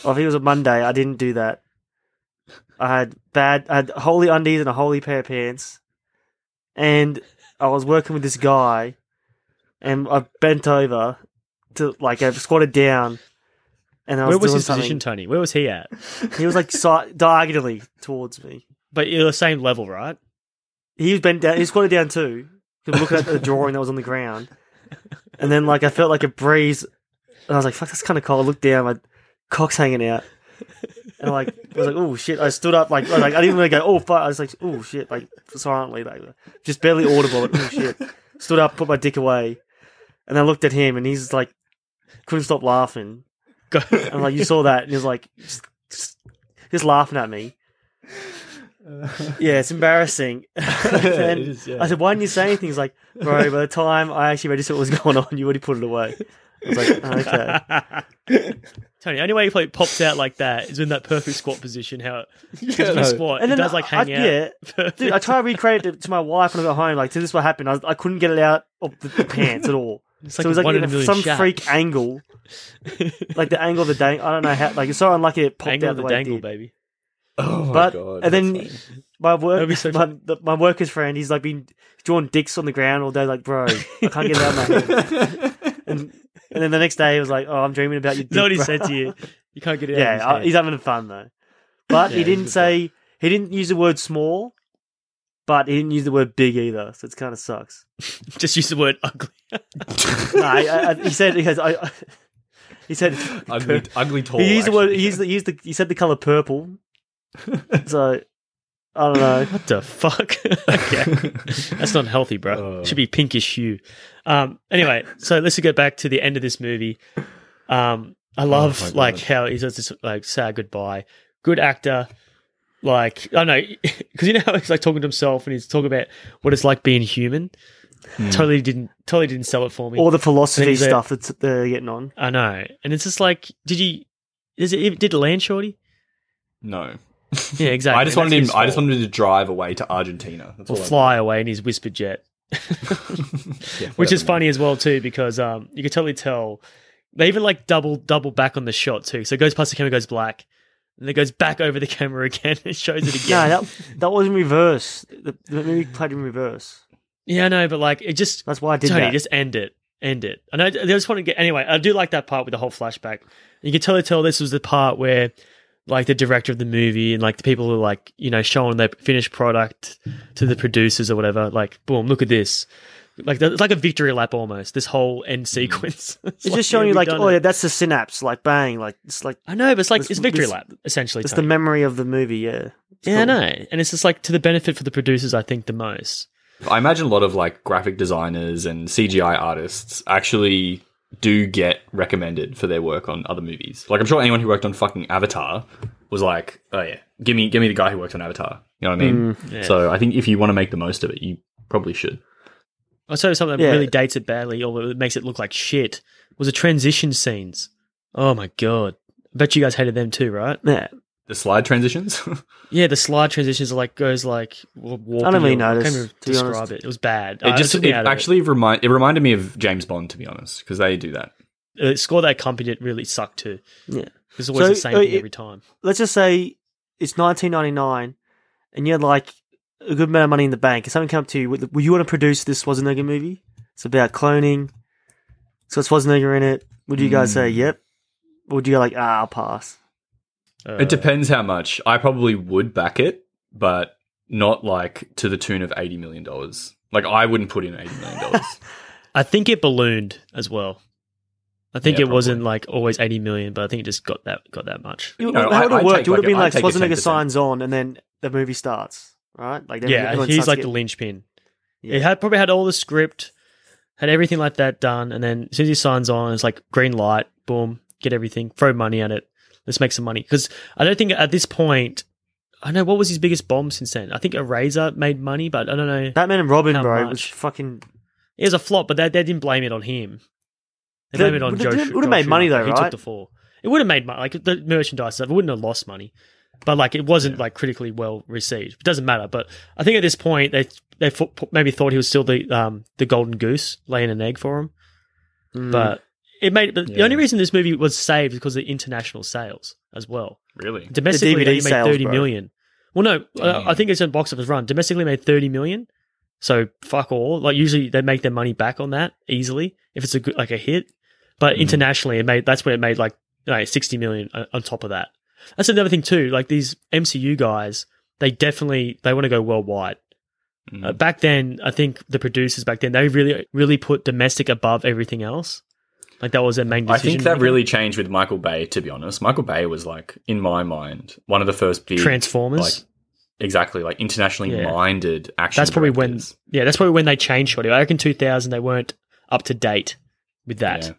Oh, I think it was a Monday. I didn't do that. I had bad, I had holy undies and a holy pair of pants, and I was working with this guy, and I bent over to like I squatted down, and I was
Where was
doing
his
something.
position, Tony? Where was he at?
He was like si- diagonally towards me.
But you're the same level, right?
He was bent down. He was squatted down too. He was looking at the drawing that was on the ground, and then like I felt like a breeze, and I was like, "Fuck, that's kind of cold." I looked down, my cock's hanging out, and like I was like, "Oh shit!" I stood up, like I, like I didn't really go, "Oh fuck!" I was like, "Oh shit!" Like silently, like just barely audible. Like, oh shit! Stood up, put my dick away, and I looked at him, and he's like, couldn't stop laughing.
Go-
And like you saw that, and he was like, just, just, just laughing at me. Yeah, it's embarrassing. and
It is, yeah.
I said, "Why didn't you say anything?" He's like, "Bro, by the time I actually registered what was going on, you already put it away." I was like, oh, "Okay."
Tony, the only way he probably pops out like that is in that perfect squat position. How it yeah,
no.
squat, and it does like
I,
hang out.
yeah,
Perfect.
dude, I tried to recreate it to my wife when I got home. Like, this is what happened. I, I couldn't get it out of the, the pants at all. so
like
it was
a
like
one in a
in
million
some
shot.
freak angle, like the angle of the dang. I don't know how. Like, it's so unlucky it popped
Angle
out
of
the,
the
way
dangle,
it did.
baby.
Oh my
But
god.
and then
that's
my work,
That'd be so
my, the, my worker's friend, he's like been drawing dicks on the ground all day. Like, bro, I can't get it out of my head. And, and then the next day, he was like, "Oh, I'm dreaming about your dick."
Is that what he
bro."
said to you? You can't get it out.
Yeah, uh,
of his
he's
head.
having fun though. But he didn't say he didn't use the word small, but he didn't use the word big either. So it kind of sucks.
just use the word ugly.
No, I, I, I- he said he has. I, I- he said
ugly ugly tall.
he used the word.
actually.
He used the, he used the. He said the color purple. so I don't know.
What the fuck? okay. That's not healthy,
Uh.
bro. Should be pinkish hue. Um, anyway, so let's go back to the end of this movie. Um,
Oh
I love like how he does this like sad goodbye. Good actor. Like I don't know because you know how he's like talking to himself and he's talking about what it's like being human.
Hmm.
Totally didn't totally didn't sell it for me.
All the philosophy
He's a-
stuff that's they're getting on.
I know, and it's just like, did you? Is it did it land shorty?
No.
Yeah, exactly.
I just
And that's
wanted him.
his
I just
fault.
wanted him to drive away to Argentina. That's
Or
all I-
fly away in his whisper jet.
Yeah,
Which is
whatever, man.
funny as well too, because um, you could totally tell they even like double double back on the shot too. So it goes past the camera, goes black, and then it goes back over the camera again and shows it
No,
again.
that that was in reverse. The, the movie played in reverse.
yeah, I know, but like it just
That's why I did
Tony,
that.
just end it, end it. And I, I just want to get anyway. I do like that part with the whole flashback. You can totally tell this was the part where like the director of the movie and like the people who are like you know showing their finished product to the producers or whatever. Like boom, look at this. Like th- it's like a victory lap almost. This whole end sequence.
Mm. It's just showing you, like,
yeah.
oh yeah,
we've done it.
that's the synapse. Like, bang. Like, it's like
I know, but it's like
This-
it's victory
this-
lap essentially.
it's the
Tony.
memory of the movie. Yeah. It's
yeah, I
cool.
know, and it's just like to the benefit for the producers, I think the most.
I imagine a lot of like graphic designers and CGI artists actually do get recommended for their work on other movies. Like I'm sure anyone who worked on fucking Avatar was like, oh yeah, give me give me the guy who worked on Avatar. You know what I mean? So I think if you want to make the most of it, you probably should.
I saw something that
Yeah.
really dates it badly or that makes it look like shit was the transition scenes. Oh my god. I bet you guys hated them too, right?
Yeah.
The slide transitions.
Oh, Yeah, the slide transitions are like goes like wa- walking.
I don't really
or- I
notice,
can't even
to be
describe
honest.
it. It was bad.
it just
took me
it
out of
actually remind it reminded me of James Bond to be honest because they do that.
it. the score that accompanied it really sucked too.
Yeah.
It's always
So,
the same
uh,
thing
it-
every time.
Let's just say it's 1999, and you had like a good amount of money in the bank, and someone come up to you, would would you want to produce this Schwarzenegger movie? It's about cloning. So it's Schwarzenegger in it. Would you guys
Hmm.
say yep? Or would you go like ah, I'll pass?
Uh,
it depends how much. I probably would back it, but not like to the tune of eighty million dollars. Like I wouldn't put in eighty million dollars.
I think it ballooned as well. I think
Yeah,
it wasn't like always eighty million, but I think it just got that got that much.
You,
No,
how
I-
would
I'd
it work?
take,
It would have
like,
been
I'd
like
take a
Schwarzenegger
10%.
signs on, and then the movie starts, right? Like then
yeah,
everyone
he's
starts
like
to
the
get-
linchpin.
Yeah.
It had probably had all the script, had everything like that done, and then as soon as he signs on, it's like green light, boom, get everything, throw money at it, let's make some money. Because I don't think at this point, I don't know what was his biggest bomb since then. I think Eraser made money, but I don't know.
Batman and Robin,
How
bro,
much?
was fucking.
It was a flop, but they, they didn't blame it on him. They
They-
blame it on
would-
Joe.
it
Sh-
would have
Joe
made money
Schumacher.
though,
He
right?
took the fall. It would have made money. Like the merchandise stuff, it wouldn't have lost money, but like it wasn't like critically well received. It doesn't matter. But I think at this point they they fo- maybe thought he was still the um the golden goose laying an egg for him.
Mm.
But it made but the
Yeah.
only reason this movie was saved is because of the international sales as well.
really?
Domestically,
DVD
they made
sales,
thirty
bro.
million. Well, no, uh,
Damn.
I, I think it's on box office run. Domestically made thirty million, so fuck all. Like usually they make their money back on that easily if it's a good like a hit. But
Mm-hmm.
internationally, it made that's when it made like like sixty million on, on top of that. That's another thing too. Like these MCU guys, they definitely they want to go worldwide.
Mm.
Uh, back then, I think the producers back then they really really put domestic above everything else. Like that was their main
I
decision.
think that
maker.
really changed with Michael Bay. To be honest, Michael Bay was like, in my mind, one of the first big
Transformers.
like exactly like internationally
Yeah.
minded action.
that's probably
directors.
when yeah that's probably when they changed shorty i reckon 2000 they weren't up to date with that
Yeah.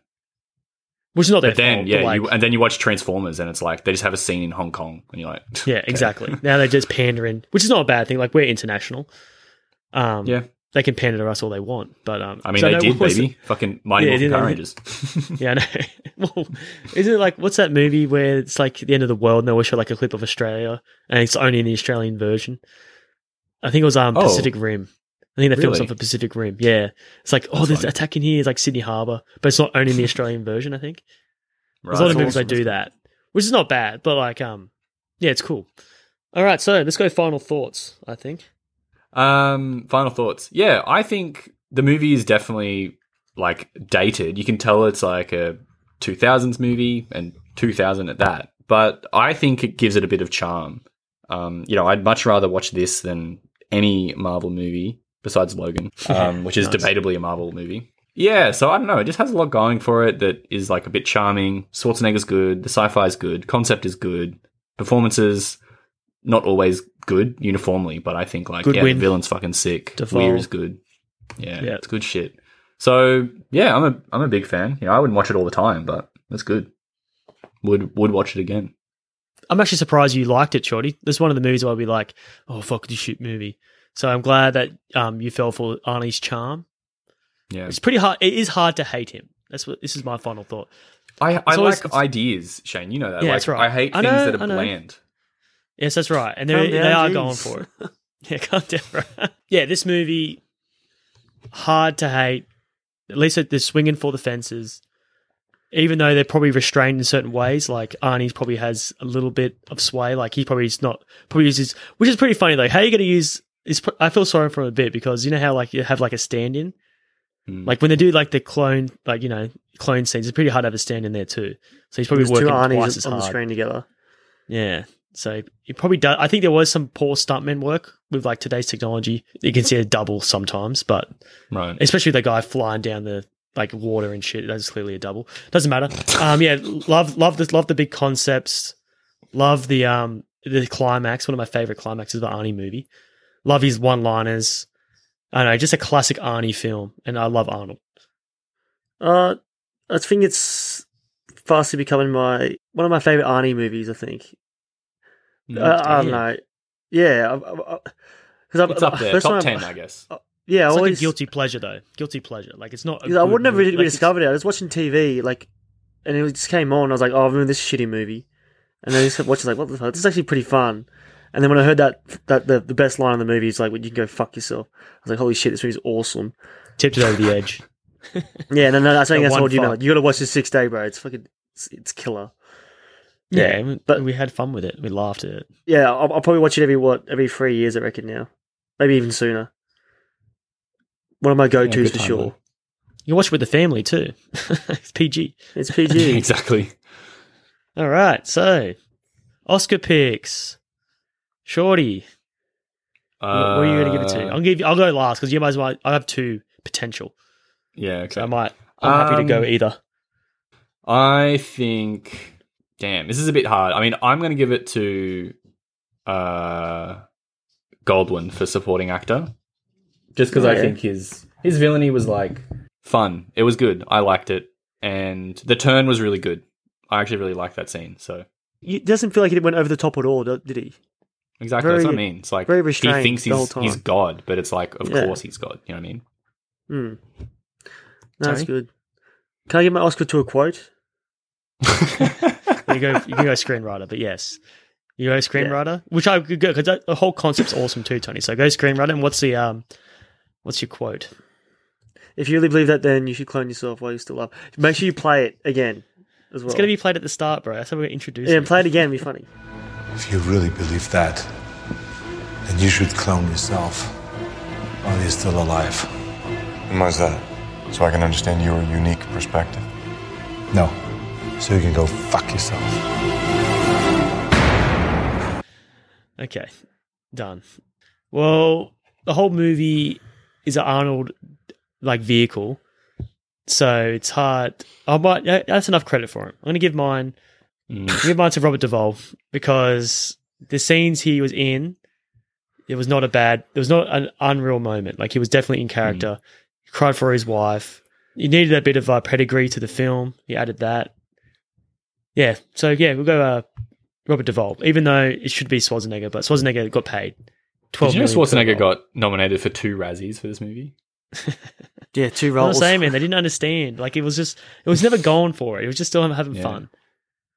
which is not their
But then,
fault,
yeah,
but like-
you, and then you watch Transformers, and it's like they just have a scene in Hong Kong, and you're like,
yeah
okay.
exactly now they're just pandering which is not a bad thing like we're international um
Yeah.
they can pander to us all they want but um
I mean,
so
they
no,
did,
what was
baby. Fucking Mighty
Yeah,
Morphin
didn't
Power
they?
Rangers.
it? yeah i know well is it like what's that movie where it's like the end of the world and they will show like a clip of australia and it's only in the australian version i think it was um
Oh.
pacific rim I think they filmed
Really?
some for Pacific Rim. Yeah, it's like oh, there's
funny.
attacking here is like Sydney Harbour, but it's not only in the Australian version. I think.
Right.
There's a lot of movies that do that, which is not bad, but like, um, yeah, it's cool. All right, so let's go final thoughts. I think
Um, final thoughts. Yeah, I think the movie is definitely like dated. You can tell it's like a 2000s movie and 2000 at that. But I think it gives it a bit of charm. Um, you know, I'd much rather watch this than any Marvel movie besides Logan, um, which is
Nice.
debatably a Marvel movie. Yeah, so I don't know. It just has a lot going for it that is like a bit charming. Schwarzenegger's good. The sci-fi is good. Concept is good. Performances not always good uniformly, but I think like yeah,
Goodwin.
the villain's fucking sick.
Duvall.
Weir is good. Yeah,
Yeah.
it's good shit. So yeah, I'm a I'm a big fan. You know, I wouldn't watch it all the time, but it's good. Would would watch it again.
I'm actually surprised you liked it, Shorty. This is one of the movies where I'll be like, oh fuck this shit movie. So I'm glad that um you fell for Arnie's charm.
Yeah,
It's pretty hard. It is hard to hate him. That's what this is my final thought.
I I
always-
like ideas, Shane. You know that.
Yeah,
like,
that's right.
I hate
I
things
know,
that
I
are
know.
bland.
Yes, that's right. And
Calm
they
down,
they are
jeez.
going for it. Yeah, calm down, bro. yeah, this movie hard to hate. At least they're swinging for the fences, even though they're probably restrained in certain ways. Like Arnie's probably has a little bit of sway. Like he probably is not probably uses, which is pretty funny. Like how you going to use? Is I feel sorry for him a bit because you know how like you have like a stand in. Like when they do like the clone, like you know, clone scenes, it's pretty hard to have a stand in there too. So he's probably
There's two
working twice
Arnie's
as
on the
hard.
screen together.
Yeah. So it probably does. I think there was some poor stuntman work with like today's technology. You can see a double sometimes, but
Right.
especially the guy flying down the like water and shit. That's clearly a double. Doesn't matter. Um, yeah, love, love this, love the big concepts. Love the um the climax. One of my favorite climaxes of the Arnie movie. Love his one liners. I don't know, just a classic Arnie film, and I love Arnold.
Uh, I think it's fastly becoming my one of my favorite Arnie movies. I think. Uh, I don't
yeah.
know. Yeah, because
It's up there, top ten, I guess.
Oh,
Yeah, I
It's like a
always
guilty pleasure though. Guilty pleasure. Like it's not. a
Because I
good
wouldn't have
movie.
really
Like, it's-
discovered it. I was watching TV, like, and it just came on. I was like, "Oh, I remember this shitty movie," and then I just kept watching, like, "What the fuck? This is actually pretty fun." And then when I heard that that the, the best line in the movie is like, well, "You can go fuck yourself," I was like, "Holy shit, this movie's awesome!"
tipped it over the edge.
Yeah, and then I think
The
that's
one
told you,
fuck.
like, you got to watch this six day, bro. It's fucking, it's, it's killer.
Yeah, we-
but-
we had fun with it. We laughed at it.
Yeah, I'll, I'll probably watch it every what every three years, I reckon now, maybe even sooner. One of my go tos
good
for
time,
sure.
though.
You watch it with the family too. it's PG.
It's
Yeah,
PG.
exactly.
All right, so Oscar picks. Shorty, wh- what are you going to give it to?
Uh,
I'll give. I'll go last because you might as well. I have two potential.
Yeah, okay.
So I might. I'm happy to go
Um,
either.
I think. Damn, this is a bit hard. I mean, I'm going to give it to uh, Goldwyn for supporting actor, just because I
Yeah.
think his his villainy was like fun. It was good. I liked it, and the turn was really good. I actually really liked that scene. So
It doesn't feel like it went over the top at all, do- did he?
exactly, that's what I
Very-
mean. It's like
very
he
restrained
thinks
the whole
he's
time.
he's God, but it's like, of
Yeah.
course he's God. You know what I mean?
Mm. No,
Tony?
That's good. Can I give my Oscar to a quote?
You go. You can go screenwriter, but yes, you go screenwriter, which I could go because the whole concept's awesome too, Tony. So go screenwriter. And what's the um, what's your quote?
If you really believe that, then you should clone yourself while you're still alive. Make sure you play it again as well.
It's going to be played at the start, bro. That's how we're introducing.
yeah,
it.
play it again. Be funny.
If you really believe that, then you should clone yourself while you're still alive.
And why's that? So I can understand your unique perspective.
No. So you can go fuck yourself.
Okay, done. Well, the whole movie is an Arnold like vehicle, so it's hard. I might yeah, that's enough credit for him. I'm gonna give mine.
Mm.
Give mine to Robert Duvall because the scenes he was in, it was not a bad. It was not an unreal moment. Like he was definitely in character. He cried for his wife. He needed a bit of uh, pedigree to the film. He added that. Yeah. So yeah, we'll go. Uh, Robert Duvall, even though it should be Schwarzenegger, but Schwarzenegger got paid.
Did
Twelve.
you know
million per
Schwarzenegger
role.
got nominated for two Razzies for this movie?
Yeah, two
I'm not
roles.
saying, man, they didn't understand. Like it was just, it was never going for it. It was just still having
Yeah.
fun.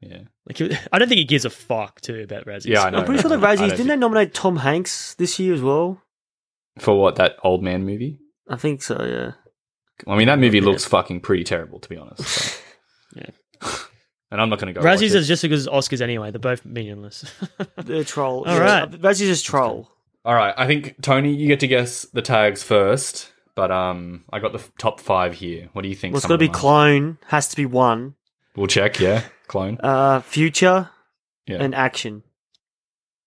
Yeah,
Like it, I don't think he gives a fuck too about Razzies.
yeah, I know.
I'm pretty sure the
I don't
Razzies didn't
think-
they nominate Tom Hanks this year as well?
for what that old man movie.
I think so. Yeah.
I mean, that movie looks fucking pretty terrible, to be honest. so.
Yeah.
and I'm not going to go.
Razzies
watch it.
is just as good as Oscars anyway. They're both meaningless.
They're troll.
All
yeah. uh,
right.
Razzies is troll.
All right, I think Tony, you get to guess the tags first, but um, I got the f- top five here. What do you think?
Well, it's
some
got to
of
be
them are?
clone. Has to be one.
We'll check. Yeah, clone.
Uh, future
Yeah.
and action.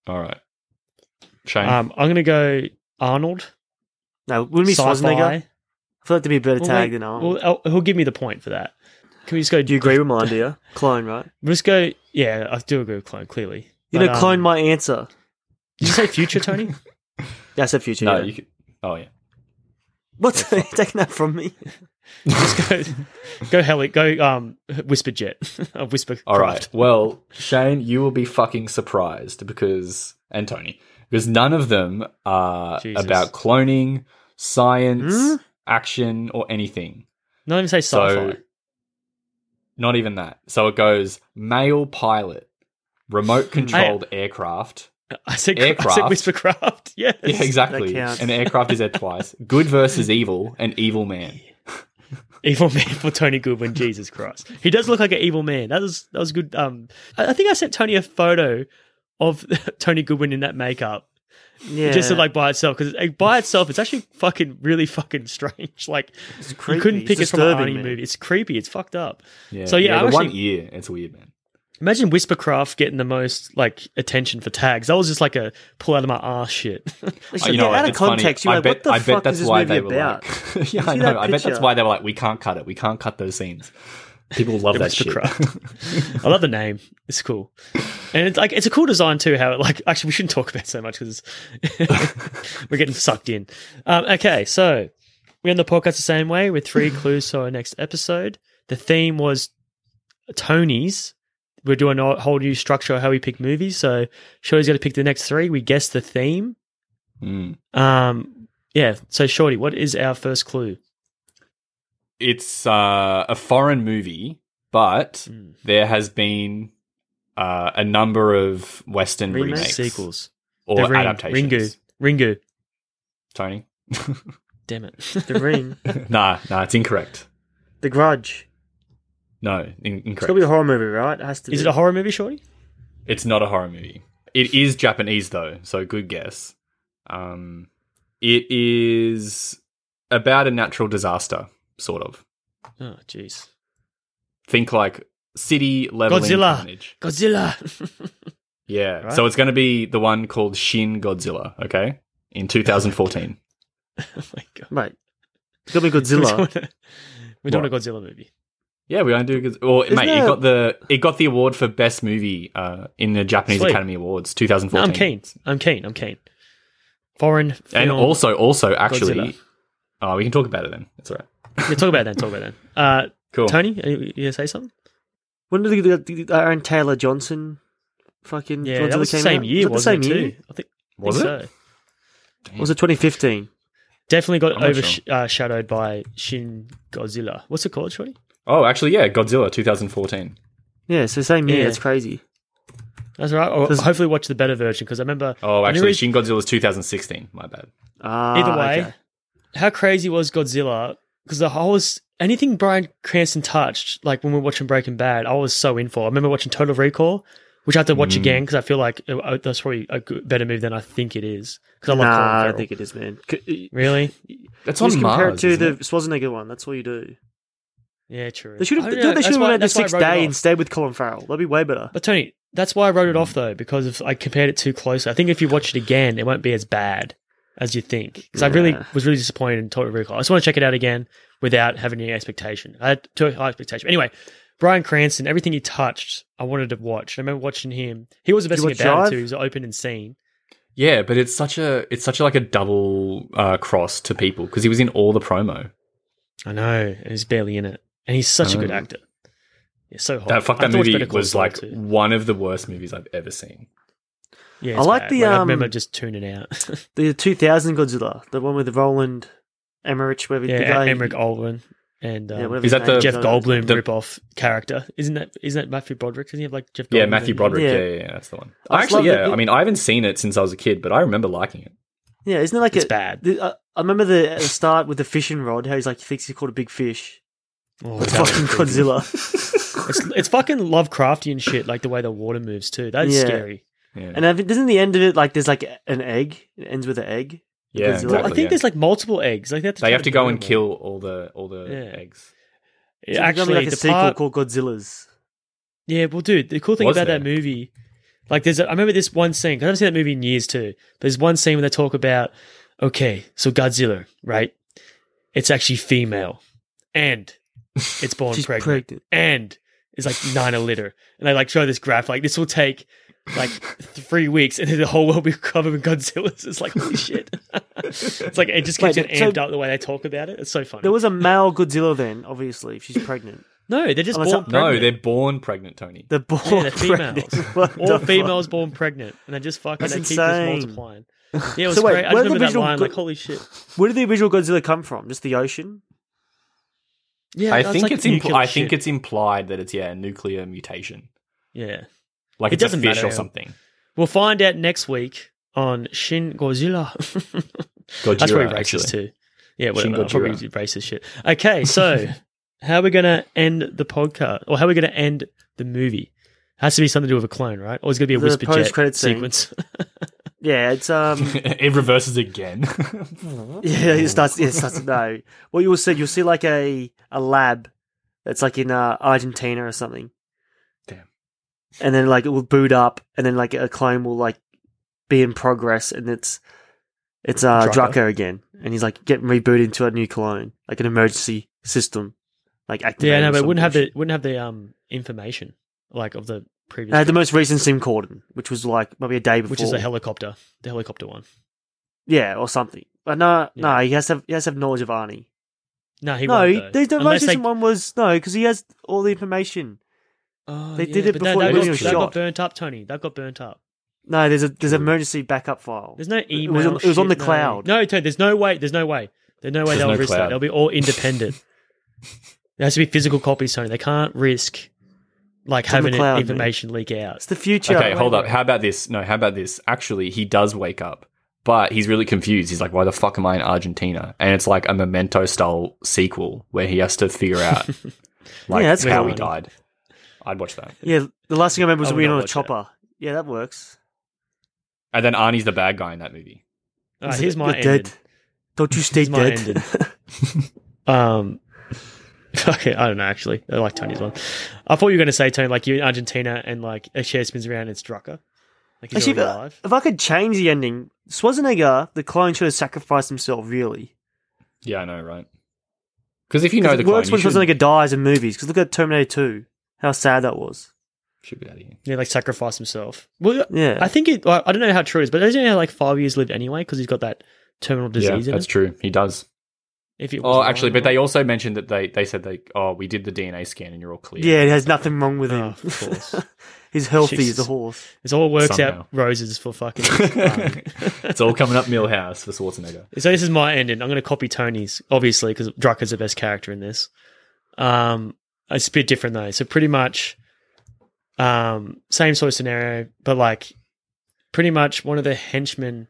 Uh,
All right. Shane.
um, I'm gonna go Arnold.
No, wouldn't it be
sci-fi.
Schwarzenegger. I feel like to be a better
Well,
tag
wait,
than Arnold.
well, I'll- he'll give me the point for that. Can we just go?
Do you agree with my idea? Clone, right?
We'll just go. Yeah, I do agree with Clone. Clearly,
You
But,
know,
um,
clone my answer.
Did you say future, Tony?
That's a future.
no,
yeah.
you could. Oh yeah.
What? You're taking that from me?
just go, go heli, go um, whisper jet, uh, whisper.
All right. Well, Shane, you will be fucking surprised because and Tony because none of them are
Jesus.
about cloning, science,
Hmm?
action, or anything.
Not even say sci-fi.
So, not even that. So it goes male pilot, remote controlled aircraft,
I said, I said
Aircraft.
Whispercraft. Yes.
Yeah, exactly.
counts.
An aircraft is there twice. Good versus evil, and evil man.
evil man for Tony Goodwin. Jesus Christ, he does look like an evil man. That was that was good. Um, I, I think I sent Tony a photo of Tony Goodwin in that makeup,
Yeah,
just like by itself, because by itself it's actually fucking really fucking strange. Like you
creepy.
couldn't
It's
pick it from an
disturbing,
Arnie
man.
movie. It's creepy. It's fucked up.
Yeah.
So yeah, I
the
actually-
one ear. It's weird, man.
Imagine Whispercraft getting the most like attention for tags. That was just like a pull out of my ass shit.
Oh,
you
you know,
out of
it's funny.
context, you're
I
like,
bet,
what the
I
fuck
bet that's
is this
why
movie
they were
about?
Like, yeah, I
see that
know. I bet that's
picture?
why they were like, we can't cut it. We can't cut those scenes. People love that shit.
Whispercraft. I love the name. It's cool, and it's like it's a cool design too. How it like actually we shouldn't talk about it so much because we're getting sucked in. Um, okay, so we end the podcast the same way with three clues for our next episode. The theme was Tony's. We're doing a whole new structure of how we pick movies. So Shorty's got to pick the next three. We guess the theme.
Mm.
Um, yeah. So Shorty, what is our first clue?
It's uh, a foreign movie, but
Mm.
there has been uh, a number of Western
Remakes?
remakes,
Sequels.
or
The Ring, Ringu.
adaptations.
Ringu.
Tony.
Damn it.
The Ring,
nah, nah, it's incorrect.
The Grudge.
No, in-
It's got to be
incorrect.
a horror movie, right? It has to.
Is
be.
it a horror movie, Shorty?
it's not a horror movie. It is Japanese though, so good guess. Um, it is about a natural disaster, sort of.
Oh, jeez.
Think like city level
Godzilla.
carnage.
Godzilla.
Yeah. So it's going to be the one called Shin Godzilla. Okay, in 2014.
oh my god.
mate? It's got to be
We're
Godzilla.
doing a- We're doing a Godzilla movie.
Yeah, we're gonna do good. Well,
Isn't
mate, it
that-
got the it got the award for best movie uh, in the Japanese
Sweet.
Academy Awards
No,
2014.
I'm keen. I'm keen. I'm keen. Foreign film.
And also, also actually,
Godzilla.
oh, we can talk about it then. That's all right.
yeah, talk about that. Talk about that. Uh,
Cool.
Tony, are you, you gonna say something?
When did the, the, the Aaron Taylor Johnson fucking
Yeah,
Godzilla
that was the
came
same
out?
year.
Was
wasn't
that the same
it,
year?
Too? I think.
Was
think So.
Was it 2015?
Definitely got
I'm not
overshadowed by Shin Godzilla. What's it called, Shorty?
Oh, actually, yeah, Godzilla 2014.
Yeah, so same year.
Yeah.
It's crazy.
That's right. Or
Does-
hopefully watch the better version because I remember.
Oh,
I knew
actually,
it-
Shin Godzilla's 2016. My bad.
Ah,
Either way,
okay.
how crazy was Godzilla? Because the whole was anything Brian Cranston touched, like when we were watching Breaking Bad, I was so in for. I remember watching Total Recall, which I have to watch
Mm.
again because I feel like uh, uh, that's probably a good, better movie than I think it is. Because I love Colin
nah, I
Farrell.
don't think it is, man. C-
Really?
That's
Just
on
compare
Mars.
it to
isn't
the
it?
Schwarzenegger one. That's all you do.
Oh, Yeah, true.
They should
I
have.
don't
They,
know,
they
that's
should have
why-
went out the
that's why I
sixth
wrote it
day
off.
and stayed with Colin Farrell. That'd be way better.
But Tony, that's why I wrote it off
Hmm.
though because if I compared it too closely, I think if you watch it again, it won't be as bad as you think. Because I really
Yeah.
was really disappointed in Total Recall. I just want to check it out again without having any expectation. I had too high expectation. Anyway, Brian Cranston, everything he touched, I wanted to watch. I remember watching him. He was the best
you
thing
watch
about it
Jive?
too. He was open and seen.
yeah, but it's such a it's such a, like a double uh, cross to people because he was in all the promo.
I know and he's barely in it, and he's such a good
Oh.
actor. Yeah, so
Oh,
hot.
That fuck
I have
that
to watch
movie
Better Call
was
Saul,
like
too.
one of the worst movies I've ever seen.
yeah,
I
it's
like
bad.
the,
I
um,
remember just tuning out.
The 2000 Godzilla, the one with Roland Emmerich, whatever
yeah,
the guy.
Emmerich Olwen and um,
yeah, whatever his
Is that
name
the-
is,
Jeff
I don't know.
Goldblum
the-
ripoff character. Isn't that isn't that Matthew Broderick? Doesn't he have like Jeff? Goldblum
Yeah, Matthew
in-
Broderick.
Yeah.
Yeah. yeah, yeah, that's the one.
I just
Actually,
love
yeah.
that-
I mean, I haven't seen it since I was a kid, but I remember liking it.
Yeah, isn't it like
It's
a,
bad.
The, uh, I remember the, uh, start with the fishing rod. How he's like he thinks he caught a big fish.
Oh,
It's
that was
fucking
creepy.
Godzilla.
It's, it's fucking Lovecraftian shit, like the way the water moves too. That's
Yeah.
scary.
Yeah,
and I think- doesn't the end of it like there's like an egg? It ends with an egg.
yeah,
Godzilla.
exactly,
I think
yeah.
there's like multiple eggs. Like they have to,
they
try
have to go
burn
and
them all.
kill all the all the
Yeah.
eggs.
Yeah,
So there's gonna be,
actually,
like a
the
sequel
part-
called Godzilla's.
Yeah, well, dude, the cool thing
Was
about
there?
that movie, like, there's, a, I remember this one scene, 'cause I haven't seen that movie in years too. There's one scene where they talk about, okay, so Godzilla, right? It's actually female and it's born
She's
pregnant,
pregnant.
and it's like nine a litter. And they like show this graph, like, this will take like three weeks and then the whole world will be covered with Godzillas. It's like, holy shit. it's like, it just keeps
Wait,
getting
so-
amped up the way they talk about it. It's so funny.
There was a male Godzilla then, obviously. If she's pregnant,
no, they're just
Oh, that's
born
not-
No,
pregnant.
they're born pregnant, Tony.
the born
Yeah, they're
pregnant.
females.
What the
All
fuck?
females born pregnant, and they just fucking
That's
they
insane.
keep just multiplying. Yeah, it was
So wait,
great. I
where
just remember
did the
that
original
line,
go-
like, holy shit.
Where did the original Godzilla come from? Just the ocean?
Yeah,
I think it's impl- I think it's implied that it's yeah a nuclear mutation,
yeah.
like
It
it's a
doesn't
fish
matter.
or something.
We'll find out next week on Shin Godzilla.
Gojira,
That's probably
actually.
racist too. Yeah,
Shin
whatever. I'll probably
Gojira.
do racist shit. Okay, so how are we going to end the podcast? Or how are we going to end the movie? Has to be something to do with a clone, right? Or it's going to be a
The
whisper jet
post-credit scene.
sequence.
Yeah, it's um.
it reverses again.
Yeah, it starts. Yeah, it starts. No, what you will see, you'll see like a a lab that's like in uh, Argentina or something.
Damn.
And then like it will boot up, and then like a clone will like be in progress, and it's it's uh
Draco.
Draco, again, and he's like getting rebooted into a new clone, like an emergency system, like
yeah,
activated.
no,
or
but it wouldn't
some
have the
bullshit.
wouldn't have the um information like of the previous,
Uh, the most recent Sim Corden, which was like maybe a day before,
which is the helicopter, the helicopter one.
yeah, or something. But no, no,
Yeah.
he has to have, he has to have knowledge of Arnie.
No, he
no,
won't,
he,
though.
they, the
Unless
most
they-
recent one was no, because he has all the information.
Oh,
They did it
but
before
that,
the
that,
video
got, that got
shot.
burnt up, Tony. That got burnt up.
No, there's a there's an emergency backup file.
There's no email.
was on- it was on
shit,
the
no.
cloud.
No, Tony, there's no way. There's no way. There's no way
There's
they'll
no
risk that.
cloud.
They'll be all independent. there has to be physical copies, Tony. They can't risk like
on the
having it-
cloud, mate.
information leak out.
it's the future.
okay, hold up. How about this? No, how about this? Actually, he does wake up, but he's really confused. He's like, "Why the fuck am I in Argentina?" And it's like a Memento style sequel where he has to figure out like
Yeah, that's
how
cool.
he died. I'd watch that.
Yeah, the last thing I remember was
I would
we were
not
on a
watch
chopper. Yeah, that works.
And then Arnie's the bad guy in that movie.
All right, here's my
You're
ending.
dead. Don't you stay
Here's my
dead?
ending. Um, okay, I don't know actually. I like Tony's one. I thought you were going to say Tony, like you're in Argentina and like a chair spins around and it's Drucker. Like he's already
Actually, if, I-
alive.
if I could change the ending, Schwarzenegger, the clone, should have sacrificed himself. Really,
Yeah, I know, right? Because if you
'Cause
know the
it works
clone, you
when
should,
Schwarzenegger dies in movies. Because look at Terminator Two, how sad that was.
should be out of here.
Yeah, like sacrifice himself. Well, uh,
Yeah.
I think it. I I don't know how true it is, but doesn't he have like five years lived anyway because he's got that terminal
Yeah,
disease? in
that's
it?
true. He does.
If it
Oh,
was
actually,
mine,
but they also mentioned that they they said they oh we did the DNA scan and you're all clear.
Yeah, it has nothing wrong with him.
Oh, of course.
He's healthy. He's a
Jesus.
horse.
It all works
Somehow.
out roses for fucking.
Um, it's all coming up Millhouse for Schwarzenegger.
so this is my ending. I'm going to copy Tony's, obviously, because Drucker's the best character in this. Um, it's a bit different though. So pretty much, um, same sort of scenario, but like, pretty much one of the henchmen.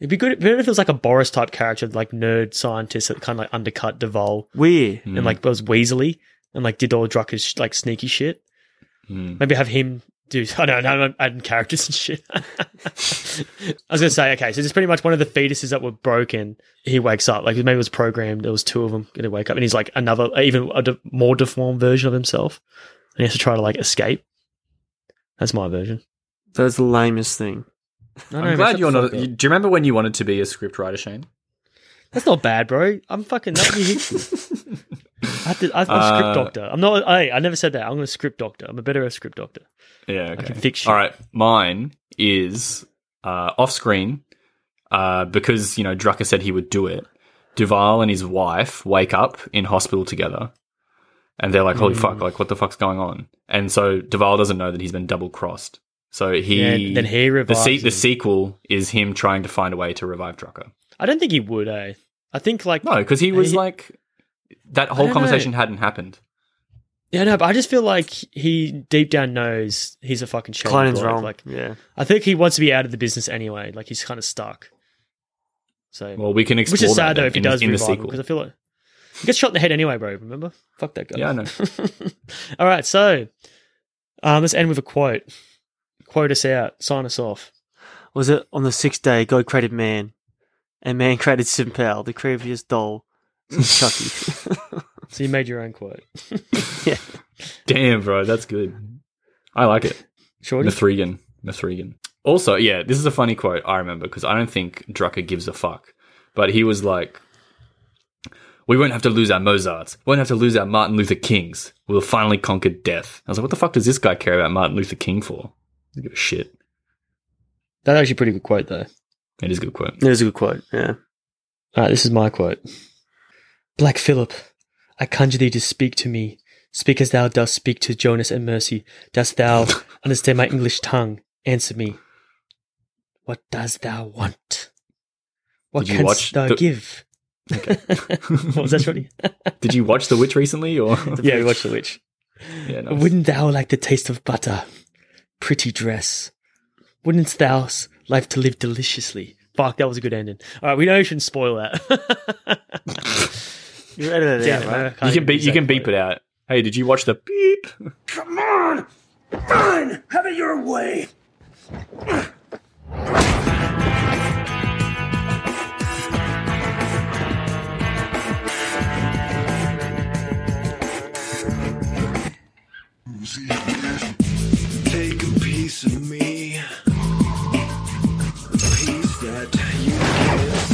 It'd be good. Better if it was like a Boris type character, like nerd scientist that kind of like undercut Duvall
Weird.
Hmm. Mm.
and like was Weasley and like did all Drucker's sh- like sneaky shit.
Mm.
Maybe have him do. I don't know. I'm adding characters and shit. I was gonna say okay. So it's pretty much one of the fetuses that were broken. He wakes up like maybe it was programmed. There was two of them gonna wake up, and he's like another even a de- more deformed version of himself, and he has to try to like escape. That's my version.
That's the lamest thing.
No,
I'm glad you're not. You, do you remember when you wanted to be a scriptwriter, Shane?
That's not bad, bro. I'm fucking. That, I have to, I'm a
Uh,
script doctor. I'm not. I, I never said that. I'm a script doctor. I'm a better script doctor.
Yeah,
I can fix you.
All right, mine is uh, off screen uh, because you know Drucker said he would do it. Duval and his wife wake up in hospital together, and they're like, "Holy fuck! Like, what the fuck's going on?" And so Duval doesn't know that he's been double crossed. So he
Yeah, then he
the, se-
revives
the
him.
sequel is him trying to find a way to revive Drucker.
I don't think he would. Eh? I think like
No, because he was
He-
like that
I
whole
don't
conversation
know.
hadn't happened.
Yeah, no, but I just feel like he deep down knows he's a fucking shady
Cloning's
bloke.
wrong.
Like,
yeah.
I think he wants to be out of the business anyway. Like, he's kind of stuck. So,
Well, we can explore
which is
that
sad though
then
if he
in,
does
in the
revive
sequel.
because I feel like he gets shot in the head anyway, bro. Remember? Fuck that guy.
Yeah, I know.
All right, so um, let's end with a quote. Quote us out. Sign us off.
Was it on the sixth day God created man, and man created Simpel, the creepiest doll since Chucky?
So you made your own quote.
Damn, bro, that's good. I like it.
Shorty.
Mithrigan. Mithrigan. Also, yeah, this is a funny quote I remember because I don't think Drucker gives a fuck. But he was like, We won't have to lose our Mozarts. We won't have to lose our Martin Luther Kings. We'll finally conquer death. I was like, What the fuck does this guy care about Martin Luther King for? He doesn't give a shit.
That's actually a pretty good quote though.
It is a good quote.
There's a good quote. Yeah.
All right, Uh, this is my quote. Black Philip, I conjure thee to speak to me. Speak as thou dost speak to Jonas and Mercy. Dost thou understand my English tongue? Answer me. What dost thou want? What
Did you
canst
watch
thou
the-
give? what was that, Shorty?
Did you watch The Witch recently? Or
yeah, we watched The Witch.
yeah, nice.
Wouldn't thou like the taste of butter? Pretty dress. Wouldn't thou life to live deliciously? Fuck, that was a good ending. All right, we know you shouldn't spoil that.
You edited it out, right?
You can beep. You can beep it out. Hey, did you watch the beep?
Come on! Fine! Have it your way!
Take a piece of me. Piece that you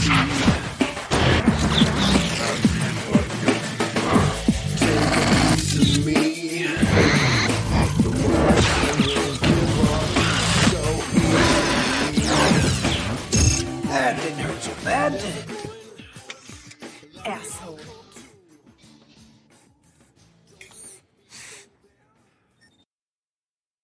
can't see. Take a piece of me. The world I will give up so easily. That didn't hurt so bad, did it?
Asshole.